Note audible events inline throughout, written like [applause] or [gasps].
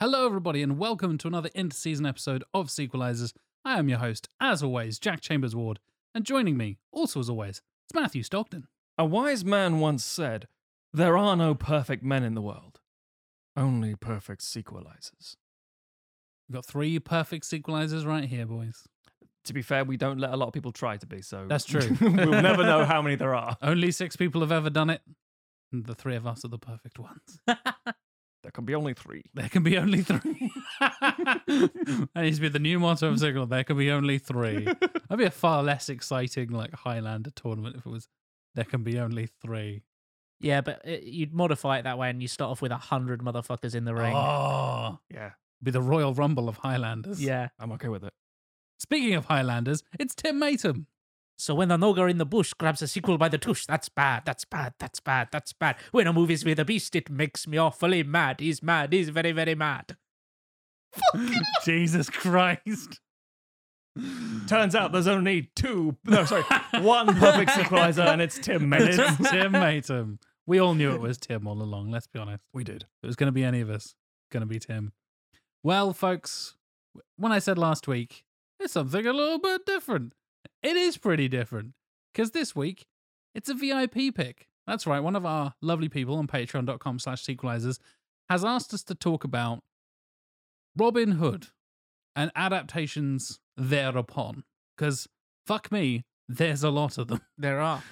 Hello, everybody, and welcome to another interseason episode of Sequelizers. I am your host, as always, Jack Chambers Ward, and joining me, also as always, is Matthew Stockton. A wise man once said, There are no perfect men in the world, only perfect sequelizers. We've got three perfect sequelizers right here, boys. To be fair, we don't let a lot of people try to be, so. That's true. [laughs] we'll never know how many there are. Only six people have ever done it, and the three of us are the perfect ones. There can be only three. There can be only three. [laughs] that needs to be the new motto of Signal. There can be only three. That'd be a far less exciting, like Highlander tournament if it was. There can be only three. Yeah, but it, you'd modify it that way, and you start off with a hundred motherfuckers in the ring. Oh, Yeah, be the Royal Rumble of Highlanders. Yeah. I'm okay with it. Speaking of Highlanders, it's Tim Matum. So when the Nogar in the bush grabs a sequel by the tush, that's bad, that's bad, that's bad, that's bad. When a movie's with a beast, it makes me awfully mad. He's mad, he's very, very mad. Jesus Christ. Turns out there's only two, no, [laughs] sorry, one perfect sequelizer, and it's Tim It's [laughs] Mellon. Tim Matum. We all knew it was Tim all along, let's be honest. we did. If it was going to be any of us, going to be Tim. Well, folks, when I said last week, it's something a little bit different. It is pretty different because this week it's a VIP pick. That's right. One of our lovely people on patreon.com slash sequelizers has asked us to talk about Robin Hood and adaptations thereupon because fuck me, there's a lot of them. [laughs] There are.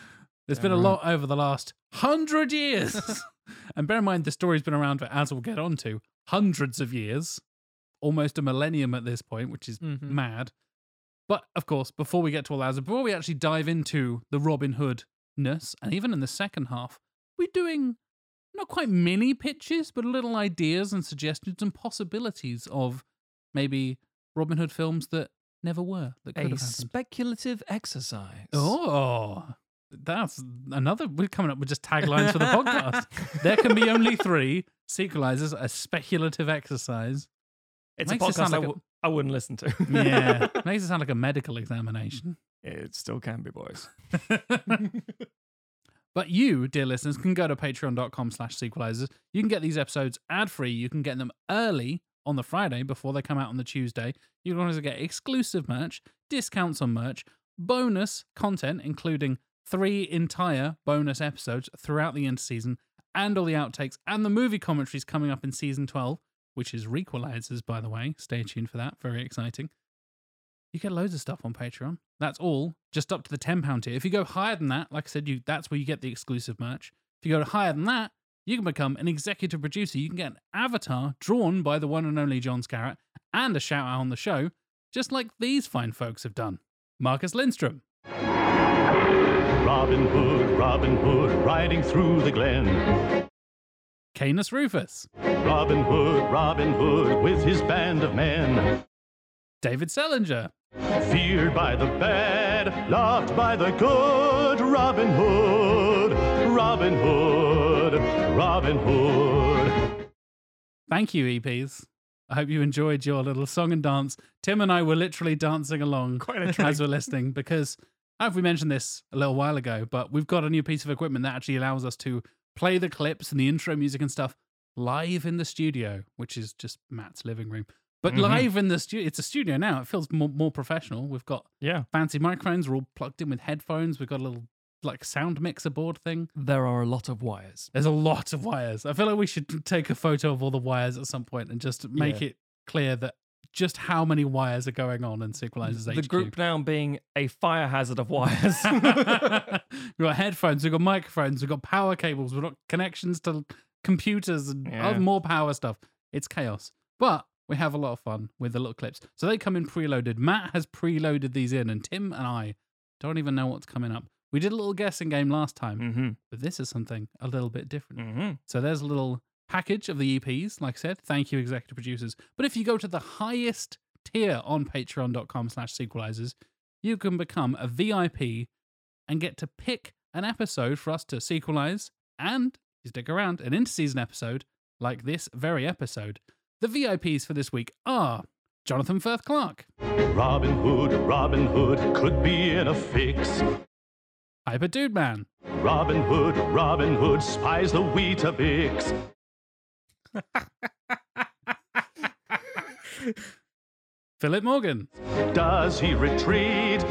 There's been a Yeah, right. lot over the last hundred years. [laughs] and bear in mind, the story's been around for, as we'll get on to, hundreds of years, almost a millennium at this point, which is Mm-hmm. Mhm. mad. But of course, before we get to all that, before we actually dive into the Robin Hood ness, and even in the second half, we're doing not quite mini pitches, but little ideas and suggestions and possibilities of maybe Robin Hood films that never were, that could A have happened. speculative exercise. Oh, that's another. We're coming up with just taglines for the podcast. There can be only three sequelizers, a speculative exercise. It's a Makes it podcast sound like I a- Mm. w- I wouldn't listen to. Yeah. Makes it sound like a medical examination. [laughs] it still can be, boys. But you, dear listeners, can go to patreon.com slash sequelizers. You can get these episodes ad-free. You can get them early on the Friday before they come out on the Tuesday. You can also get exclusive merch, discounts on merch, bonus content, including three entire bonus episodes throughout the interseason and all the outtakes and the movie commentaries coming up in season 12, which is Requalizers, by the way. Stay tuned for that. Very exciting. You get loads of stuff on Patreon. That's all, just up to the £10 tier. If you go higher than that, like I said, you that's where you get the exclusive merch. If you go higher than that, you can become an executive producer. You can get an avatar drawn by the one and only John Scarrett and a shout out on the show, just like these fine folks have done. Marcus Lindstrom, Robin Hood, Robin Hood, riding through the glen. Canis Rufus, Robin Hood, Robin Hood, with his band of men. David Sellinger, Feared by the bad, loved by the good. Robin Hood, Robin Hood, Robin Hood. Thank you, EPs. I hope you enjoyed your little song and dance. Tim and I were literally dancing along Quite a as we're listening because I don't know if we mentioned this a little while ago, but we've got a new piece of equipment that actually allows us to play the clips and the intro music and stuff live in the studio, which is just Matt's living room. But Mhm. live in the studio, it's a studio now. It feels more, more professional. We've got Yeah. fancy microphones. We're all plugged in with headphones. We've got a little like sound mixer board thing. There are a lot of wires. There's a lot of wires. I feel like we should take a photo of all the wires at some point and just make it clear that just how many wires are going on in Sequelizers the HQ. group noun being a fire hazard of wires. [laughs] we've got headphones, we've got microphones, we've got power cables, we've got connections to computers and Yeah. other more power stuff. It's chaos. But we have a lot of fun with the little clips. So they come in preloaded. Matt has preloaded these in, and Tim and I don't even know what's coming up. We did a little guessing game last time, [laughs] mm-hmm. but this is something a little bit different. Mm-hmm. So there's a little package of the EPs, like I said. Thank you, executive producers. But if you go to the highest tier on patreon.com slash sequelizers, you can become a VIP and get to pick an episode for us to sequelize and, if you stick around, an interseason episode like this very episode. The VIPs for this week are Jonathan Firth Clark, Robin Hood, Robin Hood, could be in a fix. Hyper Dude Man, Robin Hood, Robin Hood, spies the Weetabix. Philip Morgan, Does he retreat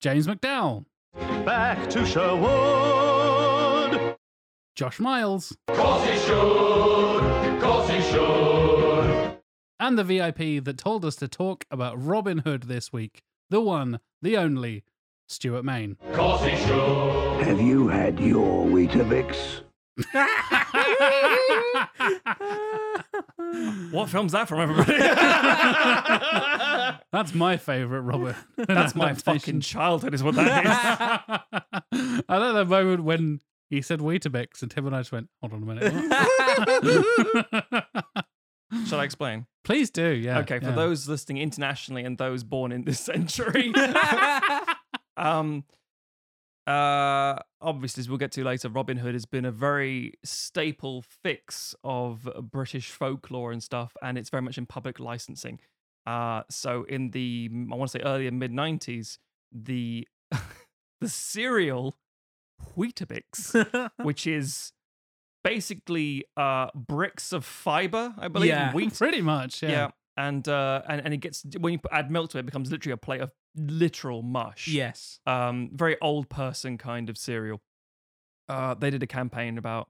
James McDowell, back to Sherwood? Josh Miles, Cause he should, cause he should. and the VIP that told us to talk about Robin Hood this week, the one, the only, Stuart [laughs] Main. [laughs] Cause he should, Have you had your Weetabix? What film's that from, [laughs] everybody? That's my favourite [laughs] Robin. Hood That's my adaptation. [laughs] fucking childhood, is what that is. I love that moment when he said Weetabix and Tim and I just went, hold on a minute. [laughs] what?" [laughs] Shall I explain? Please do, yeah. okay, for yeah. those listening internationally and those born in this [laughs] century, [laughs] um, uh, obviously, as we'll get to later, Robin Hood has been a very staple fix of British folklore and stuff, and it's very much in public licensing. Uh, so in the I want to say earlier mid '90s, the [laughs] the cereal [laughs] Weetabix, which is basically uh, bricks of fiber, I believe, Yeah. wheat Pretty much, yeah. yeah. And uh, and and it gets when you add milk to it, it becomes literally a plate of literal mush. yes. Um, very old person kind of cereal. Uh, they did a campaign about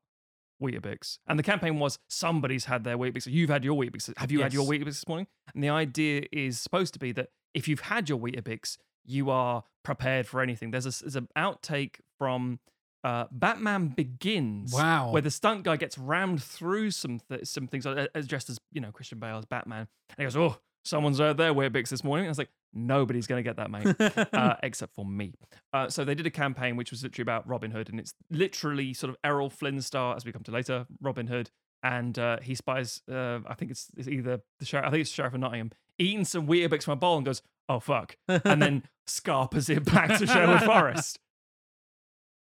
Weetabix, and the campaign was somebody's had their Weetabix. You've had your Weetabix. Have you had your Yes. Weetabix this morning? And the idea is supposed to be that if you've had your Weetabix, you are prepared for anything. There's a there's an outtake from uh, Batman Begins Wow. where the stunt guy gets rammed through some th- some things uh, uh, dressed as you know Christian Bale as Batman, and he goes, "Oh, someone's heard their Weetabix this morning." And I was like, "Nobody's gonna get [laughs] that, mate, [laughs] uh, except for me." Uh, so they did a campaign which was literally about Robin Hood, and it's literally sort of Errol Flynn star, as we come to later, Robin Hood, and uh, he spies. Uh, I think it's, it's either the sheriff. I think it's the sheriff of Nottingham eating some Weetabix from a bowl and goes, "Oh fuck," and then [laughs] scarpers it back to Sherwood Forest.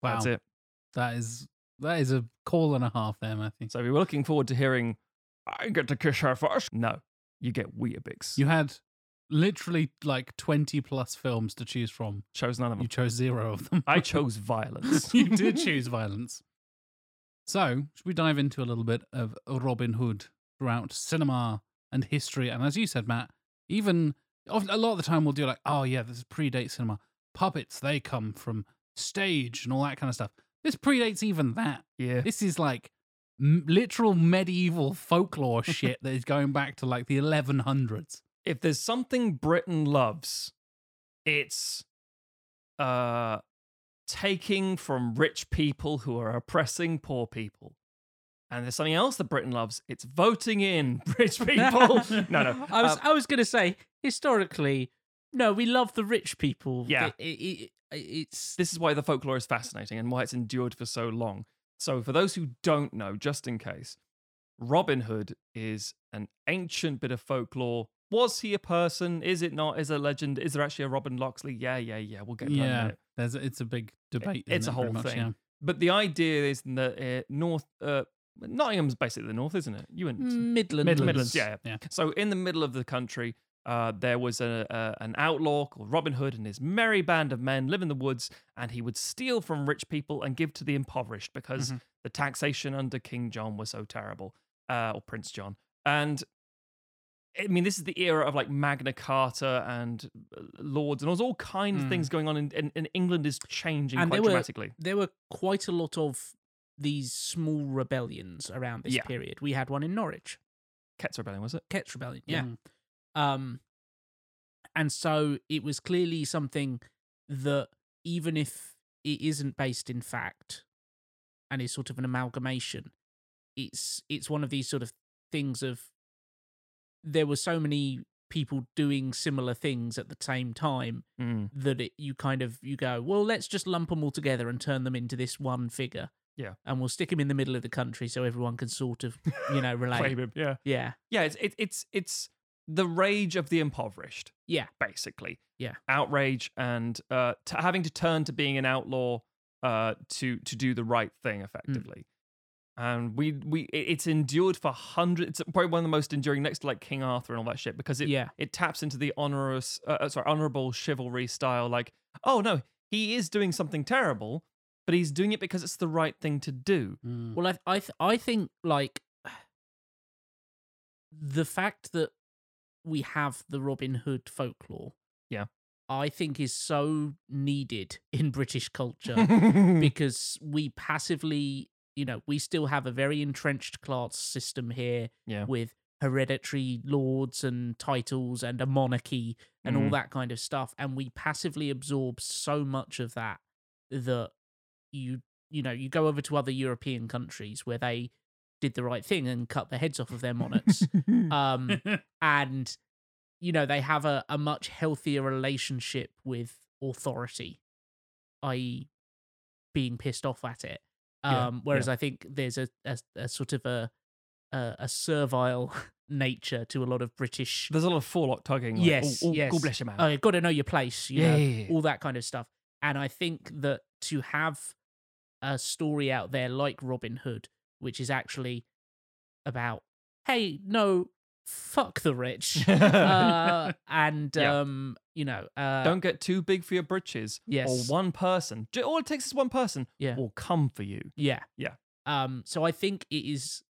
wow. That's it. That is that is a call and a half there, Matthew. So we were looking forward to hearing, I get to kiss her first. No, you get Weetabix. You You had literally like 20 plus films to choose from. chose none of You them. chose zero of [laughs] them. [laughs] I chose violence. you did choose violence. So, should we dive into a little bit of Robin Hood throughout cinema and history? And as you said, Matt, even often, a lot of the time we'll do like, oh yeah, this predates cinema. Puppets, they come from stage and all that kind of stuff. This predates even that. yeah. This is like m- literal medieval folklore shit that is going back to like the 1100s. If there's something Britain loves, it's uh, taking from rich people who are oppressing poor people. And there's something else that Britain loves. It's voting in [laughs] rich [laughs] people. no, no. I was Uh, I was going to say historically, no, we love the rich people. Yeah. It- it- it- it's this is why the folklore is fascinating and why it's endured for so long. So, for those who don't know, just in case, Robin Hood is an ancient bit of folklore. Was he a person? Is it not? Is it a legend? Is there actually a Robin Locksley? Yeah, yeah, yeah. We'll get to that in a Yeah, minute. there's it's a big debate. isn't it's a it, very whole much, thing. yeah. But the idea is that uh, North uh, Nottingham's basically the North, isn't it? You and Midland. Midlands. Midlands, yeah, yeah. yeah. So in the middle of the country, uh, there was a, a an outlaw called Robin Hood and his merry band of men live in the woods, and he would steal from rich people and give to the impoverished because Mm-hmm. the taxation under King John was so terrible, uh, or Prince John. And I mean, this is the era of like Magna Carta and uh, lords, and there's all kinds of things going on, and, and, and England is changing Mm. And quite they were- dramatically. There were quite a lot of these small rebellions around this Yeah. period. We had one in Norwich, Kett's Rebellion, was it? Kett's Rebellion. Yeah. Um, and so it was clearly something that even if it isn't based in fact and is sort of an amalgamation, it's it's one of these sort of things of there were so many people doing similar things at the same time Mm. that it, you kind of you go well let's just lump them all together and turn them into this one figure Yeah. and we'll stick him in the middle of the country so everyone can sort of [laughs] you know relate him, yeah. yeah Yeah, it's it, it's it's the rage of the impoverished. Yeah. basically. Yeah. outrage and uh, t- having to turn to being an outlaw uh, to to do the right Mm. thing effectively. And we we it- it's endured for hundreds. It's probably one of the most enduring, next to like King Arthur and all that shit, because it yeah it taps into the honorous, uh, uh, sorry, honorable chivalry style. Like, oh no, he is doing something terrible, but he's doing it because it's the right thing to do. Mm. well i [sighs] i th- i think like the fact that we have the Robin Hood folklore. Yeah. I think is so needed in [laughs] British culture because we passively, you know, we still have a very entrenched class system here Yeah. with hereditary lords and titles and a monarchy and all Mm. that kind of stuff. And we passively absorb so much of that that you, you know, you go over to other European countries where they did the right thing and cut the heads off of their monarchs. um, mm. and you know they have a, a much healthier relationship with authority i.e being pissed off at it Yeah, um whereas i think there's a, a, a sort of a, a a servile [laughs] nature to a lot of british There's a lot of forelock tugging. Like, yes oh, oh, yes God bless you, man. oh, you gotta know your place you yeah, know yeah, yeah, yeah. all that kind of stuff and i think that to have a story out there like robin hood which is actually about hey no fuck the [laughs] rich uh, and Yeah. um, you know, uh, Don't get too big for your britches. Yes. Or one person. Ju- All it takes is one person. Yeah. Will come for you. yeah, Yeah. Um, so I think it is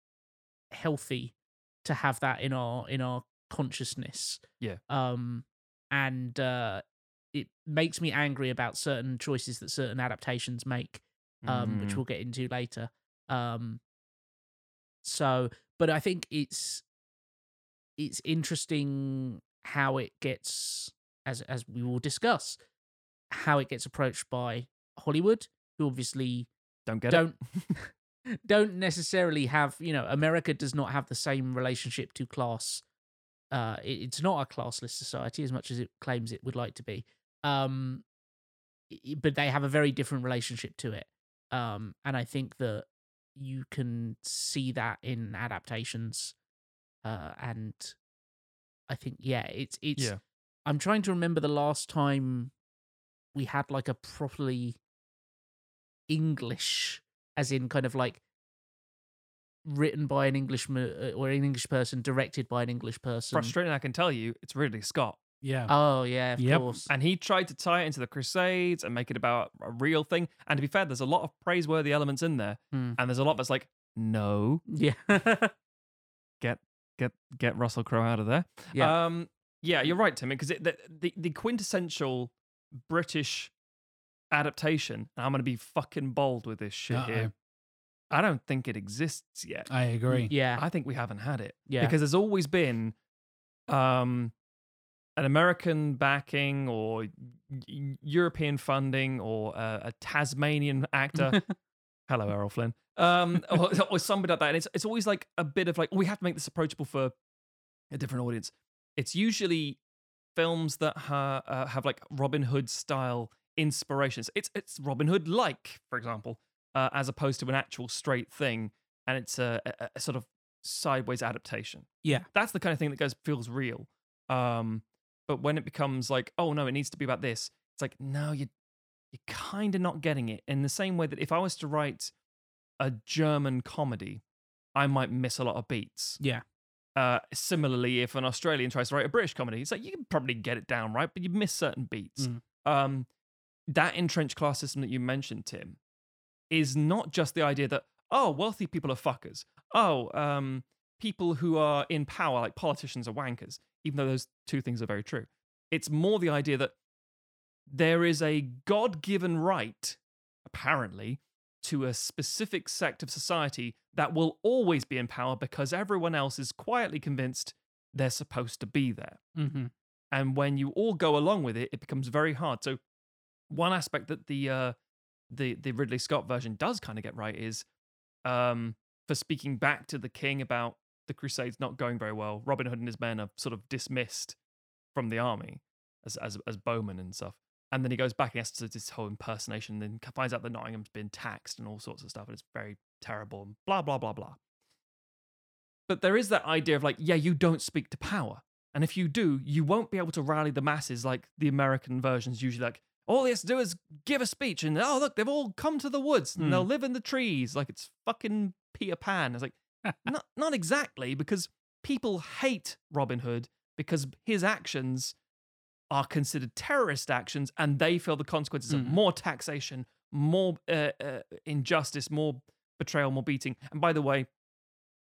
healthy to have that in our in our consciousness. Yeah. Um, and uh, it makes me angry about certain choices that certain adaptations make, um, which Mm. we'll get into later. Um, so, but I think it's it's interesting how it gets as as we will discuss how it gets approached by Hollywood, who obviously don't get don't it. don't [laughs] necessarily have you know America does not have the same relationship to class. Uh, it- it's not a classless society as much as it claims it would like to be. Um, i- i- but they have a very different relationship to it. Um, and I think that you can see that in adaptations. Uh, and I think yeah, it's it's. Yeah. I'm trying to remember the last time we had like a properly English, as in kind of like written by an English mo- or an English person, directed by an English person. Frustrating, I can tell you. It's Ridley Scott. [laughs] yeah. Oh yeah, of Yep. course. And he tried to tie it into the Crusades and make it about a real thing. And to be fair, there's a lot of praiseworthy elements in there. Hmm. And there's a lot that's like, no, [laughs] Yeah. get get Russell Crowe out of there. Yeah. um, yeah, you're right, Tim, because the, the the quintessential British adaptation. And I'm going to be fucking bold with this shit Uh-oh. here. I don't think it exists yet. I agree. yeah. I think we haven't had it Yeah. because there's always been um, an American backing or y- y- European funding or uh, a Tasmanian [laughs] actor. Hello, Errol Flynn. Um, or, [laughs] or somebody like that. And it's, it's always like a bit of like, "Oh, we have to make this approachable for a different audience. It's usually films that ha- uh, have like Robin Hood style inspirations. It's, it's Robin Hood like, for example, uh, as opposed to an actual straight thing. And it's a, a, a sort of sideways adaptation. Yeah. That's the kind of thing that goes feels real. Um, but when it becomes like, oh no, it needs to be about this, it's like, no, you you're kind of not getting it. In the same way that if I was to write a German comedy, I might miss a lot of beats. Yeah. Uh, similarly, if an Australian tries to write a British comedy, it's like you can probably get it down right, but you miss certain beats. Mm. Um, that entrenched class system that you mentioned, Tim, is not just the idea that oh, wealthy people are fuckers. Oh, um, people who are in power, like politicians, are wankers. Even though those two things are very true, it's more the idea that there is a God-given right, apparently, to a specific sect of society that will always be in power because everyone else is quietly convinced they're supposed to be there. Mm-hmm. And when you all go along with it, it becomes very hard. So one aspect that the uh, the the Ridley Scott version does kind of get right is um, for speaking back to the king about the Crusades not going very well. Robin Hood and his men are sort of dismissed from the army as as as bowmen and stuff. And then he goes back and has to do this whole impersonation, and then finds out that Nottingham's been taxed and all sorts of stuff, and it's very terrible and blah blah blah blah. But there is that idea of like, yeah, you don't speak to power. And if you do, you won't be able to rally the masses like the American versions usually like, all they have to do is give a speech and oh look, they've all come to the woods and they'll live in the trees like it's fucking Peter Pan. It's like not not exactly, because people hate Robin Hood because his actions are considered terrorist actions and they feel the consequences of Mm. more taxation, more uh, uh, injustice, more betrayal, more beating. And by the way,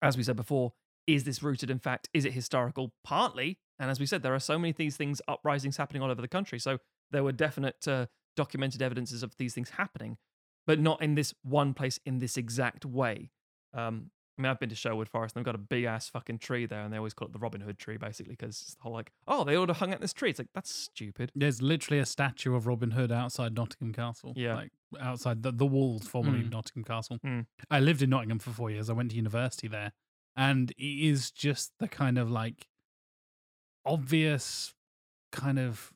as we said before, is this rooted in fact? Is it historical? Partly, And as we said, there are so many these things uprisings happening all over the country. So there were definite uh, documented evidences of these things happening, but not in this one place in this exact way. Um, I mean, I've been to Sherwood Forest and they've got a big ass fucking tree there, and they always call it the Robin Hood tree, basically, because it's the whole like, oh, they all hung out this tree. It's like that's stupid. There's literally a statue of Robin Hood outside Nottingham Castle. Yeah. Like outside the, the walls formerly of Mm. Nottingham Castle. Mm. I lived in Nottingham for four years. I went to university there. And it is just the kind of like obvious kind of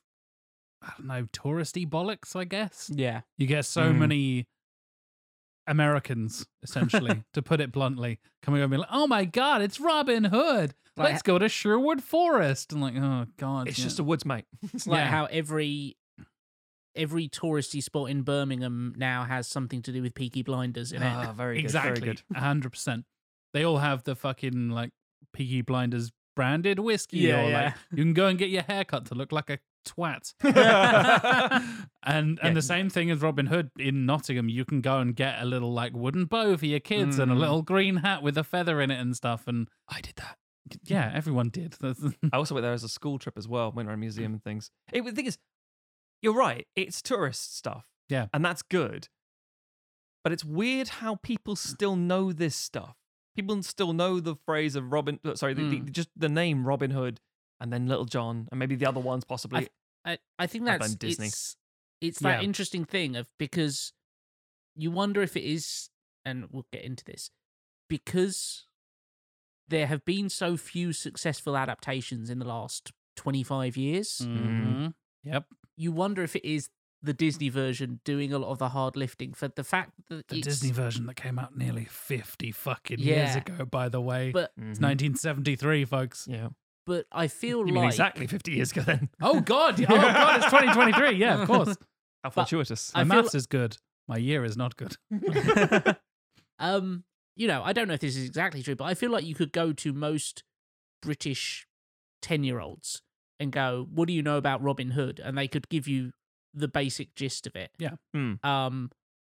I don't know, touristy bollocks, I guess. Yeah. You get so Mm. many Americans, [laughs] essentially, to put it bluntly, coming over and being like, oh my God, it's Robin Hood. Like- Let's go to Sherwood Forest. And like, oh God. It's yeah. just the woods, mate. It's like Yeah. how every every touristy spot in Birmingham now has something to do with Peaky Blinders in it. Ah, very good, very exactly good. a hundred percent. They all have the fucking like Peaky Blinders branded whiskey, Yeah, or like yeah. you can go and get your haircut to look like a [laughs] twat. [laughs] and and Yeah. the same thing as Robin Hood in Nottingham, you can go and get a little like wooden bow for your kids and a Mm. little green hat with a feather in it and stuff. And I did that. yeah, everyone did. [laughs] That's- Mm-hmm. I also went there as a school trip as well, went around a museum and things. It, the thing is, you're right, it's tourist stuff. Yeah. And that's good. But it's weird how people still know this stuff. People still know the phrase of Robin, uh, sorry, the, the- just the name Robin Hood and then Little John and maybe the other ones possibly. I, I think Up on that's Disney. It's, it's that Yeah. interesting thing of because you wonder if it is, and we'll get into this because there have been so few successful adaptations in the last twenty five years. Mm. Mm-hmm. Mhm. Yep, You wonder if it is the Disney version doing a lot of the hard lifting for the fact that the it's- Disney version that came out nearly fifty fucking years Yeah. ago. By the way, But it's Mhm. 1973, folks. yeah. but I feel You mean like exactly 50 years ago then. Oh [laughs] God! yeah, [laughs] Oh God! It's 2023. Yeah, of course. How But fortuitous. My [laughs] I feel- maths is good. My year is not good. um you know i don't know if this is exactly true but i feel like you could go to most british 10 year olds and go what do you know about robin hood and they could give you the basic gist of it Yeah. Hmm. um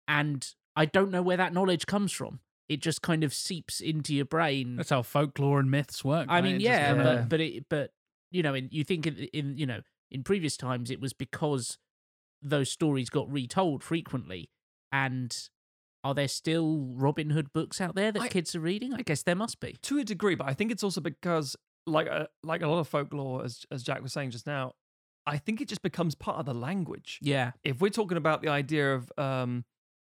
and i don't know where that knowledge comes from it just kind of seeps into your brain That's how folklore and myths work. Mm. I right? mean, It just yeah, kinda- Yeah. but but it but you know, in, you think in, in you know in previous times it was because those stories got retold frequently, and are there still Robin Hood books out there that I- kids are reading? I guess there must be. to a degree, but I think it's also because, like, uh, like a lot of folklore, as as Jack was saying just now, I think it just becomes part of the language. Yeah, If we're talking about the idea of, um,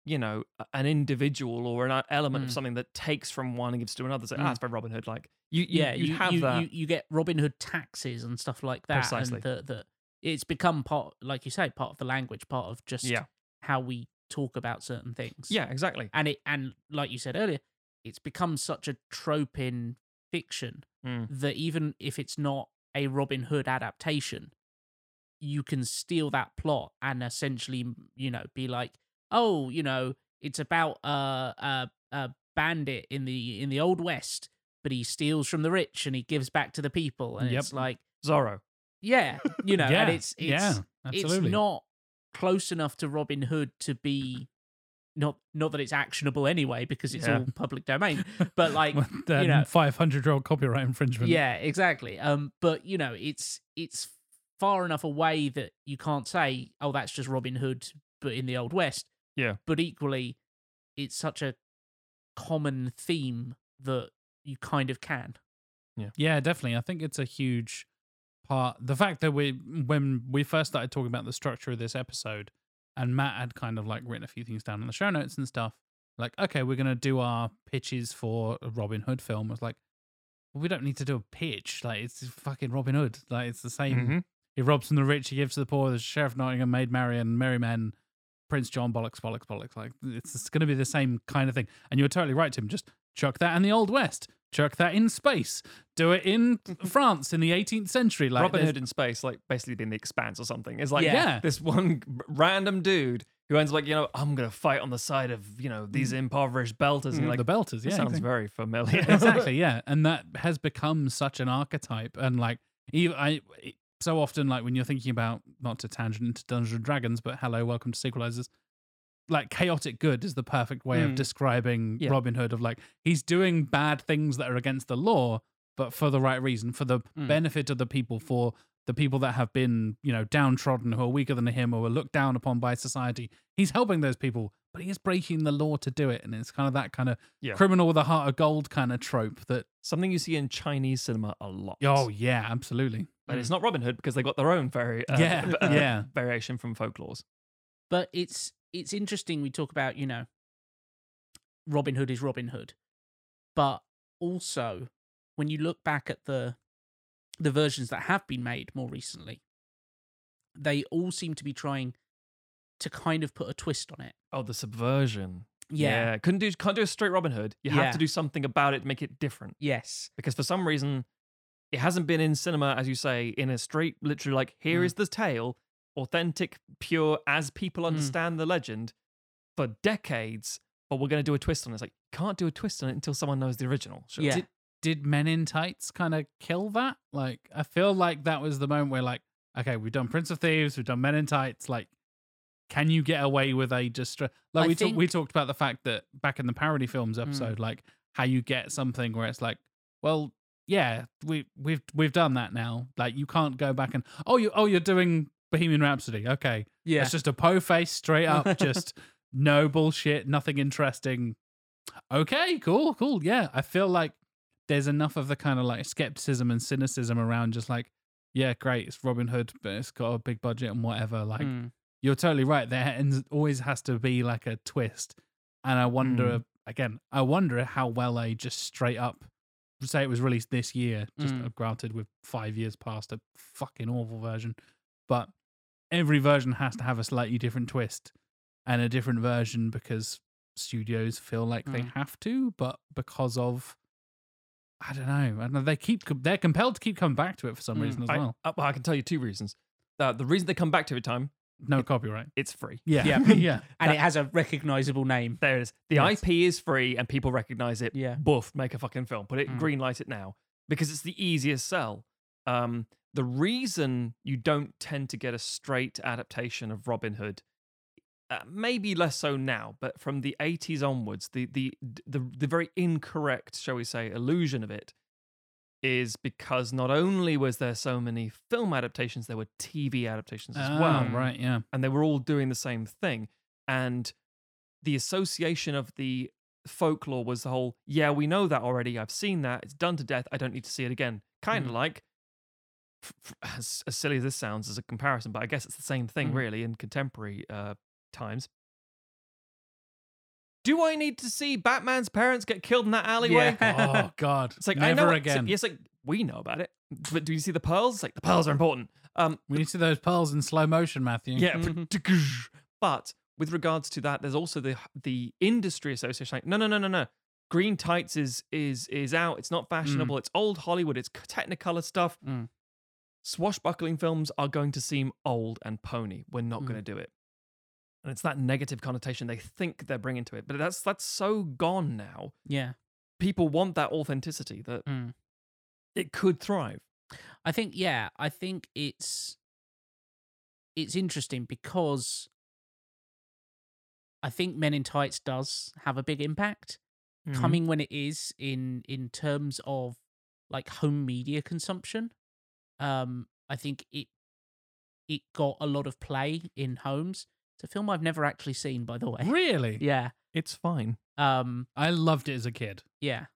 you know, a- an individual or an uh, element Mm. of something that takes from one and gives to another, so Mm. ah, that's very Robin Hood. Like, you, you yeah. you have you, that. You, you get Robin Hood taxes and stuff like that. Precisely. And the, the, it's become part, like you say, part of the language, part of just Yeah. how we talk about certain things. yeah, exactly. and it and like you said earlier it's become such a trope in fiction Hmm. Mm. that even if it's not a robin hood adaptation you can steal that plot and essentially you know be like oh you know it's about a a, a bandit in the in the old west but he steals from the rich and he gives back to the people and Yep. it's like Zorro. yeah [laughs] you know yeah, and it's it's yeah, absolutely. it's not close enough to Robin Hood to be not not that it's actionable anyway because it's Yeah. all [laughs] public domain. [laughs] But like, With that you know- 500 year old copyright infringement. yeah, exactly. Um, but you know, it's it's far enough away that you can't say, oh, that's just Robin Hood, but in the Old West. Yeah. But equally, it's such a common theme that you kind of can. Yeah, definitely. I think it's a huge part. The fact that we, when we first started talking about the structure of this episode, and Matt had kind of like written a few things down in the show notes and stuff, like, okay, we're going to do our pitches for a Robin Hood film. I was like, we don't need to do a pitch. Like, it's fucking Robin Hood. Like, it's the same. Mhm. He robs from the rich, he gives to the poor, the Sheriff of Nottingham, Maid Marian, Merry Men, Prince John, bollocks, bollocks, bollocks. Like, it's, it's going to be the same kind of thing. And you're totally right, Tim. Just chuck that in the Old West, chuck that in space, do it in France in the 18th century. Like, Robin there's- Hood in space, like basically being the expanse or something. It's like Yeah. Yeah. this one r- random dude who ends up like, you know, I'm gonna fight on the side of, you know, these impoverished belters. And you're like, Mm. [laughs] the Belters, "This yeah. sounds exactly. very familiar. [laughs] exactly yeah and that has become such an archetype and like even i e, so often like when you're thinking about not to tangent into dungeons and dragons but hello welcome to sequelizers like chaotic good is the perfect way of Mm. describing Yeah. robin hood of like he's doing bad things that are against the law but for the right reason, for the Mm. benefit of the people, for the people that have been, you know, downtrodden, who are weaker than him, or are looked down upon by society. He's helping those people, but he is breaking the law to do it. And it's kind of that kind of Yeah. criminal with a heart of gold kind of trope that, Something you see in Chinese cinema a lot. oh, yeah, absolutely. But it's not Robin Hood because they got their own vari- uh, Yeah, [laughs] [laughs] v- uh, yeah. variation from folklores. but it's it's interesting we talk about you know robin hood is robin hood but also when you look back at the the versions that have been made more recently they all seem to be trying to kind of put a twist on it Oh, the subversion. yeah, Couldn't do can't do a straight Robin Hood. You Yeah. have to do something about it to make it different. yes Because for some reason it hasn't been in cinema, as you say, in a straight literally like here Mm. is the tale, authentic, pure, as people Mm. understand the legend for decades, but we're gonna do a twist on it. It's like you can't do a twist on it until someone knows the original. Sure. yeah Did- did Men in Tights kind of kill that? Like, I feel like that was the moment where, like, okay, we've done Prince of Thieves, we've done Men in Tights. Like, can you get away with a just like I we talked think- Hmm. we talked about the fact that back in the parody films episode, like how you get something where it's like, well, yeah, we we've we've done that now. Like, you can't go back and oh you oh you're doing Bohemian Rhapsody, okay, yeah it's just a po face straight up, just no bullshit, nothing interesting. Okay, cool, cool. Yeah, I feel like there's enough of the kind of like skepticism and cynicism around just like, yeah, great, it's Robin Hood, but it's got a big budget and whatever. Like, Mm. you're totally right. There ends- always has to be like a twist. And I wonder, Mm. again, I wonder how well they just straight up say it was released this year, just uh, Mm. granted with five years past a fucking awful version. But every version has to have a slightly different twist and a different version because studios feel like they Mm. have to, but because of. I don't know. I don't know. They keep they're compelled to keep coming back to it for some Mm. reason as I, well. uh, well, I can tell you two reasons. Uh, the reason they come back to every time, No copyright. [laughs] it's free. Yeah. Yeah. yeah. and it has a recognizable name There it is. The Yes. IP is free and people recognize it. Yeah. Boof, make a fucking film. Put it, Mm. green light it now because it's the easiest sell. Um, the reason you don't tend to get a straight adaptation of Robin Hood, uh, maybe less so now, but from the 80s onwards, the, the, the, the very incorrect, shall we say, illusion of it is because not only was there so many film adaptations, there were TV adaptations as Ah, well right. Yeah. and they were all doing the same thing. And the association of the folklore was the whole, yeah, we know that already. I've seen that. It's done to death. I don't need to see it again. Kind Mm-hmm. of like, f- f- [sighs] as, as silly as this sounds as a comparison, but I guess it's the same thing Mm-hmm. Mhm. really in contemporary uh, times. Do I need to see Batman's parents get killed in that alleyway? Yeah. oh God! It's like never I know again. It's, like we know about it, but do you see the pearls? It's like the pearls are important. Um, We need to see those pearls in slow motion, Matthew. Mm. yeah. Mhm. but- [laughs] But with regards to that, there's also the the industry association. Like, no, no, no, no, no. Green tights is is is out. It's Mm. not fashionable. It's old Hollywood. It's Technicolor stuff. Mm. Swashbuckling films are going to seem old and pony. We're not Mm. going to do it. And it's that negative connotation they think they're bringing to it, but that's that's so gone now. yeah People want that authenticity that Mm. it could thrive. I think yeah, I think it's it's interesting because I think Men in Tights does have a big impact Mm. Mm-hmm. coming when it is in in terms of like home media consumption. Um I think it it got a lot of play in homes. It's a film I've never actually seen by the way. Really? [laughs] Yeah. It's fine Um I loved it as a kid yeah.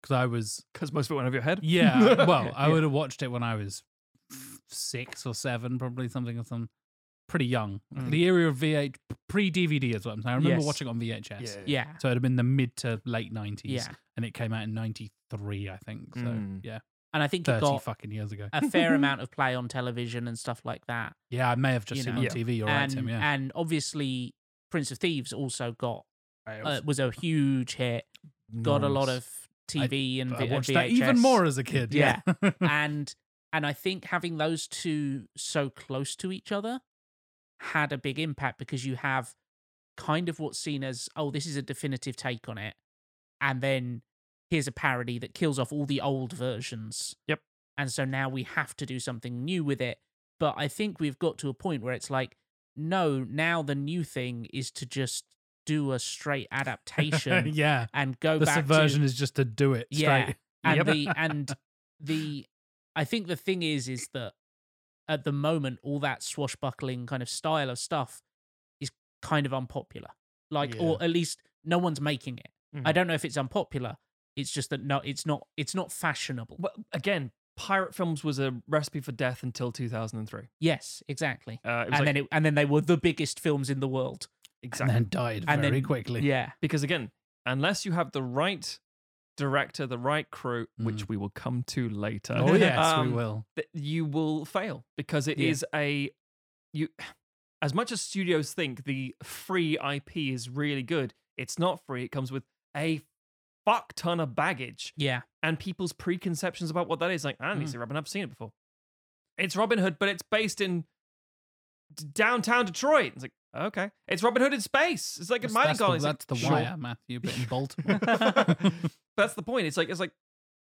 because I was. because most of it went over your head. Yeah. [laughs] Well, I Yeah. would have watched it when I was f- six or seven, probably something or some pretty young. Mm. The era of VH pre DVD is what I'm saying. I remember Yes. watching it on VHS. Yeah. So it'd have been the mid to late nineties. Yeah. And it came out in ninety three, I think. So Mm. yeah. And I think it Thirty got fucking years ago. a [laughs] fair amount of play on television and stuff like that. Yeah, I may have just you seen know, it yeah. on TV. You're right, and Tim. Yeah. and obviously Prince of Thieves also got uh, was a huge hit, got a lot Nice. of TV and I vi- watched VHS. that even more as a kid. Yeah. [laughs] and and I think having those two so close to each other had a big impact because you have kind of what's seen as oh this is a definitive take on it, and then here's a parody that kills off all the old versions. Yep. And so now we have to do something new with it. But I think we've got to a point where it's like, no, now the new thing is to just do [laughs] a straight adaptation yeah. and go The back to subversion is just to do it straight. [laughs] yeah, and Yep. the and the I think the thing is is that at the moment all that swashbuckling kind of style of stuff is kind of unpopular. Like or at least no one's making it. I Mhm. don't know if it's unpopular. It's just that no it's not it's not fashionable. Well, again, pirate films was a recipe for death until 2003. Yes, exactly. Uh, it was And like- then it, and then they were the biggest films in the world. exactly And then died And very then- quickly. Yeah. because again, unless you have the right director, the right crew, which Mm. we will come to later. [laughs] Oh yes, [laughs] um, we will. that you will fail because it Yeah. is a you as much as studios think the free IP is really good, it's not free. It comes with a fuck ton of baggage Yeah. and people's preconceptions about what that is. Like, I need to Hmm. see Robin, I've seen it before. It's Robin Hood, but it's based in d- downtown Detroit. It's like, okay. It's Robin Hood in space. It's like a That's, mining that's, the, colony. It's like, that's the sure. wire, Matthew, but [laughs] in Baltimore. [laughs] [laughs] that's the point. It's like it's like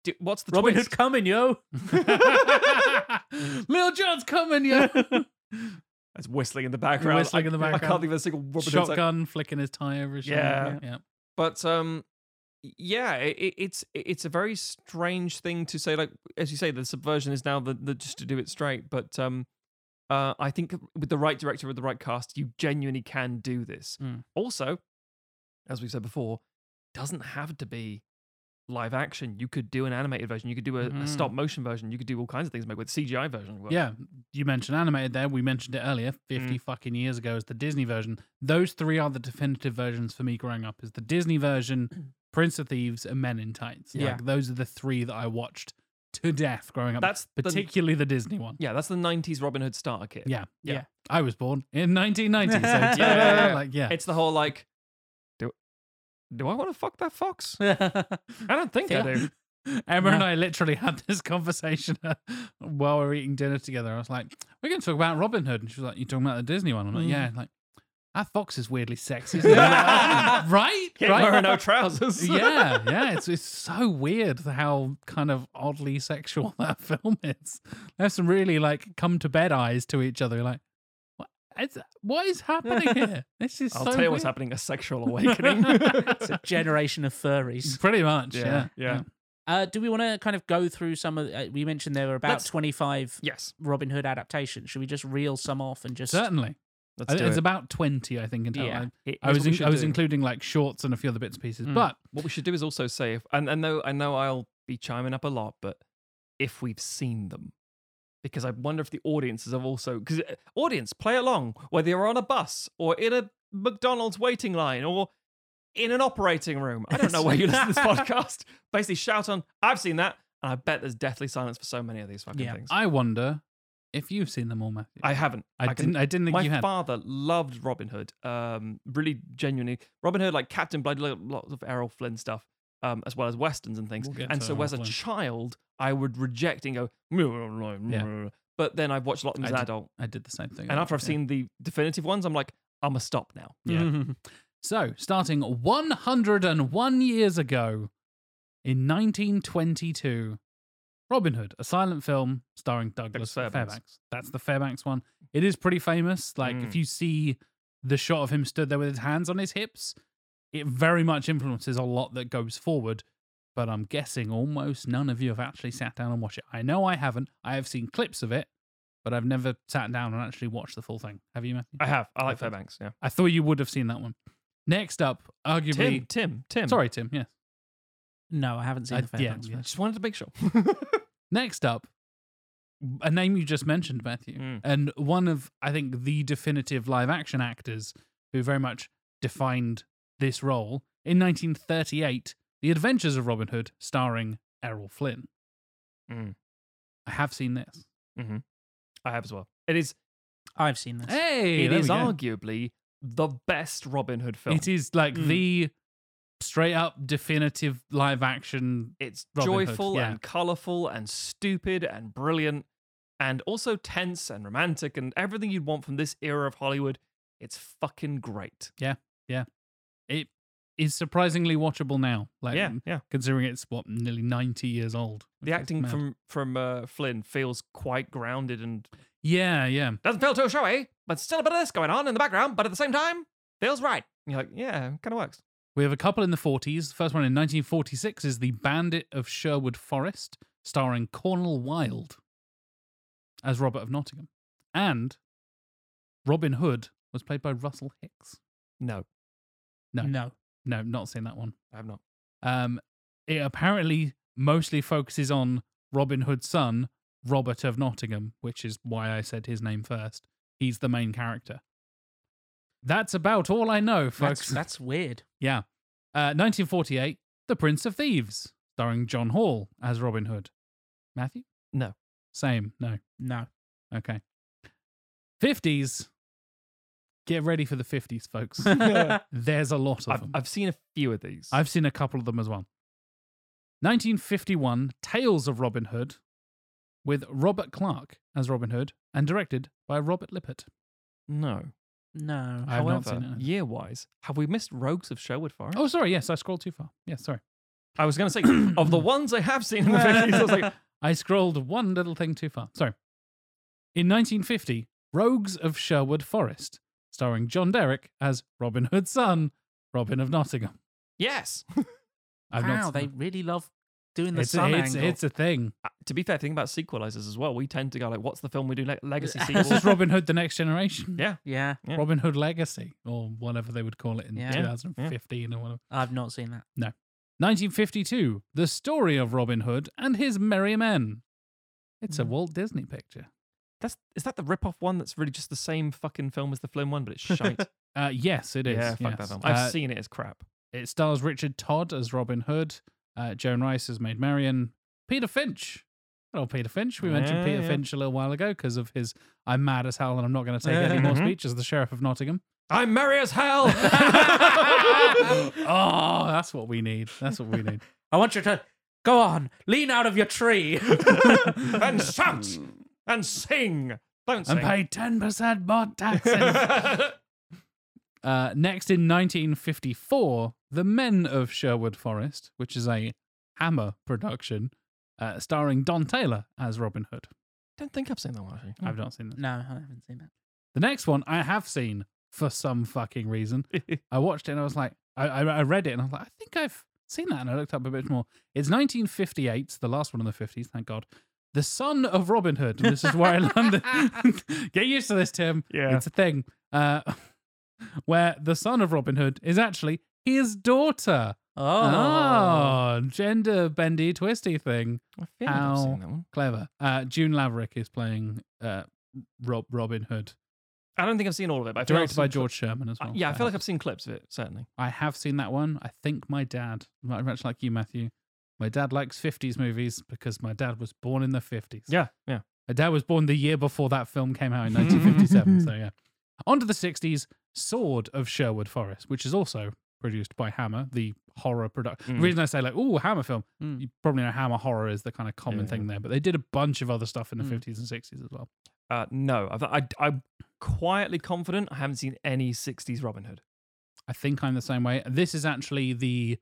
d- what's the Robin twist? Hood coming, yo. Lil John's coming, [laughs] yo. That's whistling in the background. Whistling I, in the I can't background. think of a single Robin Hood song. Shotgun flicking his tie over his shoulder. Yeah. but um yeah it, it- it's it's a very strange thing to say like as you say the subversion is now the, the just to do it straight but um uh, I think with the right director, with the right cast, you genuinely can do this. Hmm. Mm. Also, as we've said before, doesn't have to be live action. You could do an animated version. You could do a, a Mm. stop motion version. You could do all kinds of things made with CGI version. Mm-hmm. Yeah. Well, yeah. You mentioned animated there. We mentioned it earlier, Mm. 50 fucking years ago, as the Disney version. Those three are the definitive versions for me growing up is the Disney [clears throat] version, Prince of Thieves, and Men in Tights. Yeah. Like, those are the three that I watched to death growing up. that's the, particularly the Disney one. yeah, that's the '90s Robin Hood starter kit. Yeah. Yeah. I was born in [laughs] 1990. So, Yeah, yeah, yeah. like, yeah. It's the whole like, do, do I want to fuck that fox? [laughs] I don't think I [laughs] Yeah. do. Emma and No. I literally had this conversation uh, while we were eating dinner together. I was like, "We're going to talk about Robin Hood," and she was like, "You talking about the Disney one?" I'm like, Mm. "Yeah." Like, that fox is weirdly sexy, [laughs] isn't it? [laughs] I'm like, right? Can't wear right? no trousers. [laughs] [laughs] yeah, yeah. It's it's so weird how kind of oddly sexual [laughs] that film is. They have some really like come to bed eyes to each other. Like, what? It's, what is [laughs] happening here? This is. I'll so tell you what's weird." happening: a sexual [laughs] awakening. it's a generation [laughs] of furries. Pretty much. Yeah. Yeah, yeah. Uh, do we want to kind of go through some of? Uh, we mentioned there were about Let's- twenty-five yes, Robin Hood adaptations. Should we just reel some off and just? Certainly. let's I think do it's it. about 20, I think, in total. Yeah. I- Here- I was here's what we in, should I was do. including like shorts and a few other bits and pieces, Mm. but What we should do is also say if, and and though I know I'll be chiming up a lot, but if we've seen them. Because I wonder if the audiences have also because audience play along whether you're on a bus or in a McDonald's waiting line or in an operating room. I don't know where you listen to [laughs] this podcast. Basically, shout on. I've seen that, and I bet there's deathly silence for so many of these fucking Yeah. things. I, I wonder if you've seen them all, Matthew. haven't. I, can- didn't. I didn't think my you had. father loved Robin Hood. Um, really genuinely, Robin Hood, like Captain Blood, lo- lots of Errol Flynn stuff, um, as well as westerns and things. We'll get and to so, Errol as a Flynn. child, I would reject and go. [laughs] But then I've watched a lot of them as I an did- adult, I did the same thing. and after I've Yeah. seen the definitive ones, I'm like, I'm gonna stop now. Yeah. Mhm. So, starting 101 years ago, in 1922, Robin Hood, a silent film starring Douglas Fairbanks. Fairbanks. That's the Fairbanks one. It is pretty famous. Like, if Mm. you see the shot of him stood there with his hands on his hips, it very much influences a lot that goes forward. But I'm guessing almost none of you have actually sat down and watched it. I know I haven't. I have seen clips of it, but I've never sat down and actually watched the full thing. Have you, Matthew? [laughs] I have. I like Okay. Fairbanks. Yeah. I thought you would have seen that one. Next up, arguably. Tim. Tim. Tim. Sorry, Tim. Yes. No, I haven't seen I- the yeah, Fairbanks. yeah. Yeah, Just wanted to make sure. [laughs] Next up, a name you just mentioned, Matthew, Mm. and one of, I think, the definitive live action actors who very much defined this role in 1938 The Adventures of Robin Hood, starring Errol Flynn. Mm. I have seen this. I have as well. It is. I've seen this. Hey, It there is we go. arguably the best Robin Hood film. Hmm. It is like Mm. the straight up definitive live action. It's Robin Hood, joyful yeah. and colorful and stupid and brilliant and also tense and romantic and everything you'd want from this era of Hollywood. It's fucking great. It is surprisingly watchable now. Like, yeah, yeah. considering it's what nearly 90 years old. The which is acting mad. from from uh, Flynn feels quite grounded and yeah, yeah, doesn't feel too showy, but still a bit of this going on in the background. But at the same time, feels right. And you're like, yeah, kind of works. we have a couple in the 40s. The first one in 1946 is the Bandit of Sherwood Forest, starring Cornel Wilde as Robert of Nottingham. And Robin Hood was played by Russell Hicks. No, No. No. No, not seen that one. [laughs] I have not. Um, it apparently mostly focuses on Robin Hood's son, Robert of Nottingham, which is why I said his name first. He's the main character. That's about all I know, folks. That's, that's weird. Yeah. Uh, 1948, The Prince of Thieves, starring John Hall as Robin Hood. Matthew? No. Same. No. No. Okay. 50s. Get ready for the 50s, [laughs] folks. There's a lot of I've, them. I've seen a few of these. I've seen a couple of them as well. 1951, Tales of Robin Hood, with Robert Clark as Robin Hood and directed by Robert Lippert. no. No. I have not However, seen it. year wise, have we missed Rogues of Sherwood Forest? Oh, sorry. Yes, I scrolled too far. Yes, sorry. I was going to [clears throat] say, of the ones I have seen in the [laughs] 50s, I was like, I scrolled one little thing too far. Sorry. In 1950, Rogues of Sherwood Forest, starring John Derrick as Robin Hood's son, Robin of Nottingham. yes. I've not wow, seen they it. really love doing the it's, sun a, it's, angle. it's a thing. Uh, to be fair, think about sequelizers as well. We tend to go like, what's the film we do le- [laughs] legacy This is sequels? Robin Hood: The Next Generation, yeah, [laughs] yeah, Yeah. Robin Hood Legacy, or whatever they would call it in Yeah. Yeah. 2015 or whatever. I've not seen that. 1952, The Story of Robin Hood and His Merry Men. It's Hmm. a Walt Disney picture. that's is that the rip-off one that's really just the same fucking film as the Flynn one, but it's [laughs] shite. Uh, yes, it is. yeah, fuck that yes. film. Uh, I've seen it as crap. It stars Richard Todd as Robin Hood, uh, Joan Rice as Maid Marian, Peter Finch. Oh, Peter Finch. We mentioned Yeah, Peter yeah. Finch a little while ago because of his "I'm mad as hell and I'm not going to take any more Mhm. speech" as the sheriff of [laughs] Nottingham. I'm merry as [laughs] hell. Oh, that's what we need. That's what we [laughs] need. I want you to go on, lean out of your tree. and shout and sing. Don't and sing. pay ten percent more taxes. [laughs] uh, next in 1954, "The Men of Sherwood Forest," which is a Hammer production, uh, starring Don Taylor as Robin Hood. Don't think I've seen that one actually. I've not seen that. [laughs] no, I haven't seen that. The next one I have seen for some fucking reason. I watched it and I was like, I, I, I read it and I was like, I think I've seen that. And I looked up a bit more. It's 1958, the last one in the 50s, thank God. The son of Robin Hood. And this is where I landed. [laughs] Get used to this, Tim. Yeah. It's a thing. Uh, [laughs] where the son of Robin Hood is actually his daughter. Ah, Oh, gender bendy, twisty thing. I feel like I've Ow. seen that one. Clever. Uh, June Laverick is playing uh, Rob Robin Hood, I don't think I've seen all of it. But I feel like directed by I've seen George Sherman as cl- well. yeah, I so feel that like I've seen clips of it. Certainly. I have seen that one. I think my dad, mu- much like you, Matthew, my dad likes 50s movies because my dad was born in the 50s. Yeah, yeah. My dad was born the year before that film came [laughs] out in 1957. so, yeah. On to the 60s, Sword of Sherwood Forest, which is also produced by Hammer, the horror production. The Mm. reason I say, like, oh, Hammer film, Mm. you probably know Hammer horror is the kind of common Yeah. thing there, but they did a bunch of other stuff in the Mm. 50s and 60s as well. Uh, no, I've, I, I'm quietly confident I haven't seen any '60s Robin Hood. I think I'm the same way. This is actually the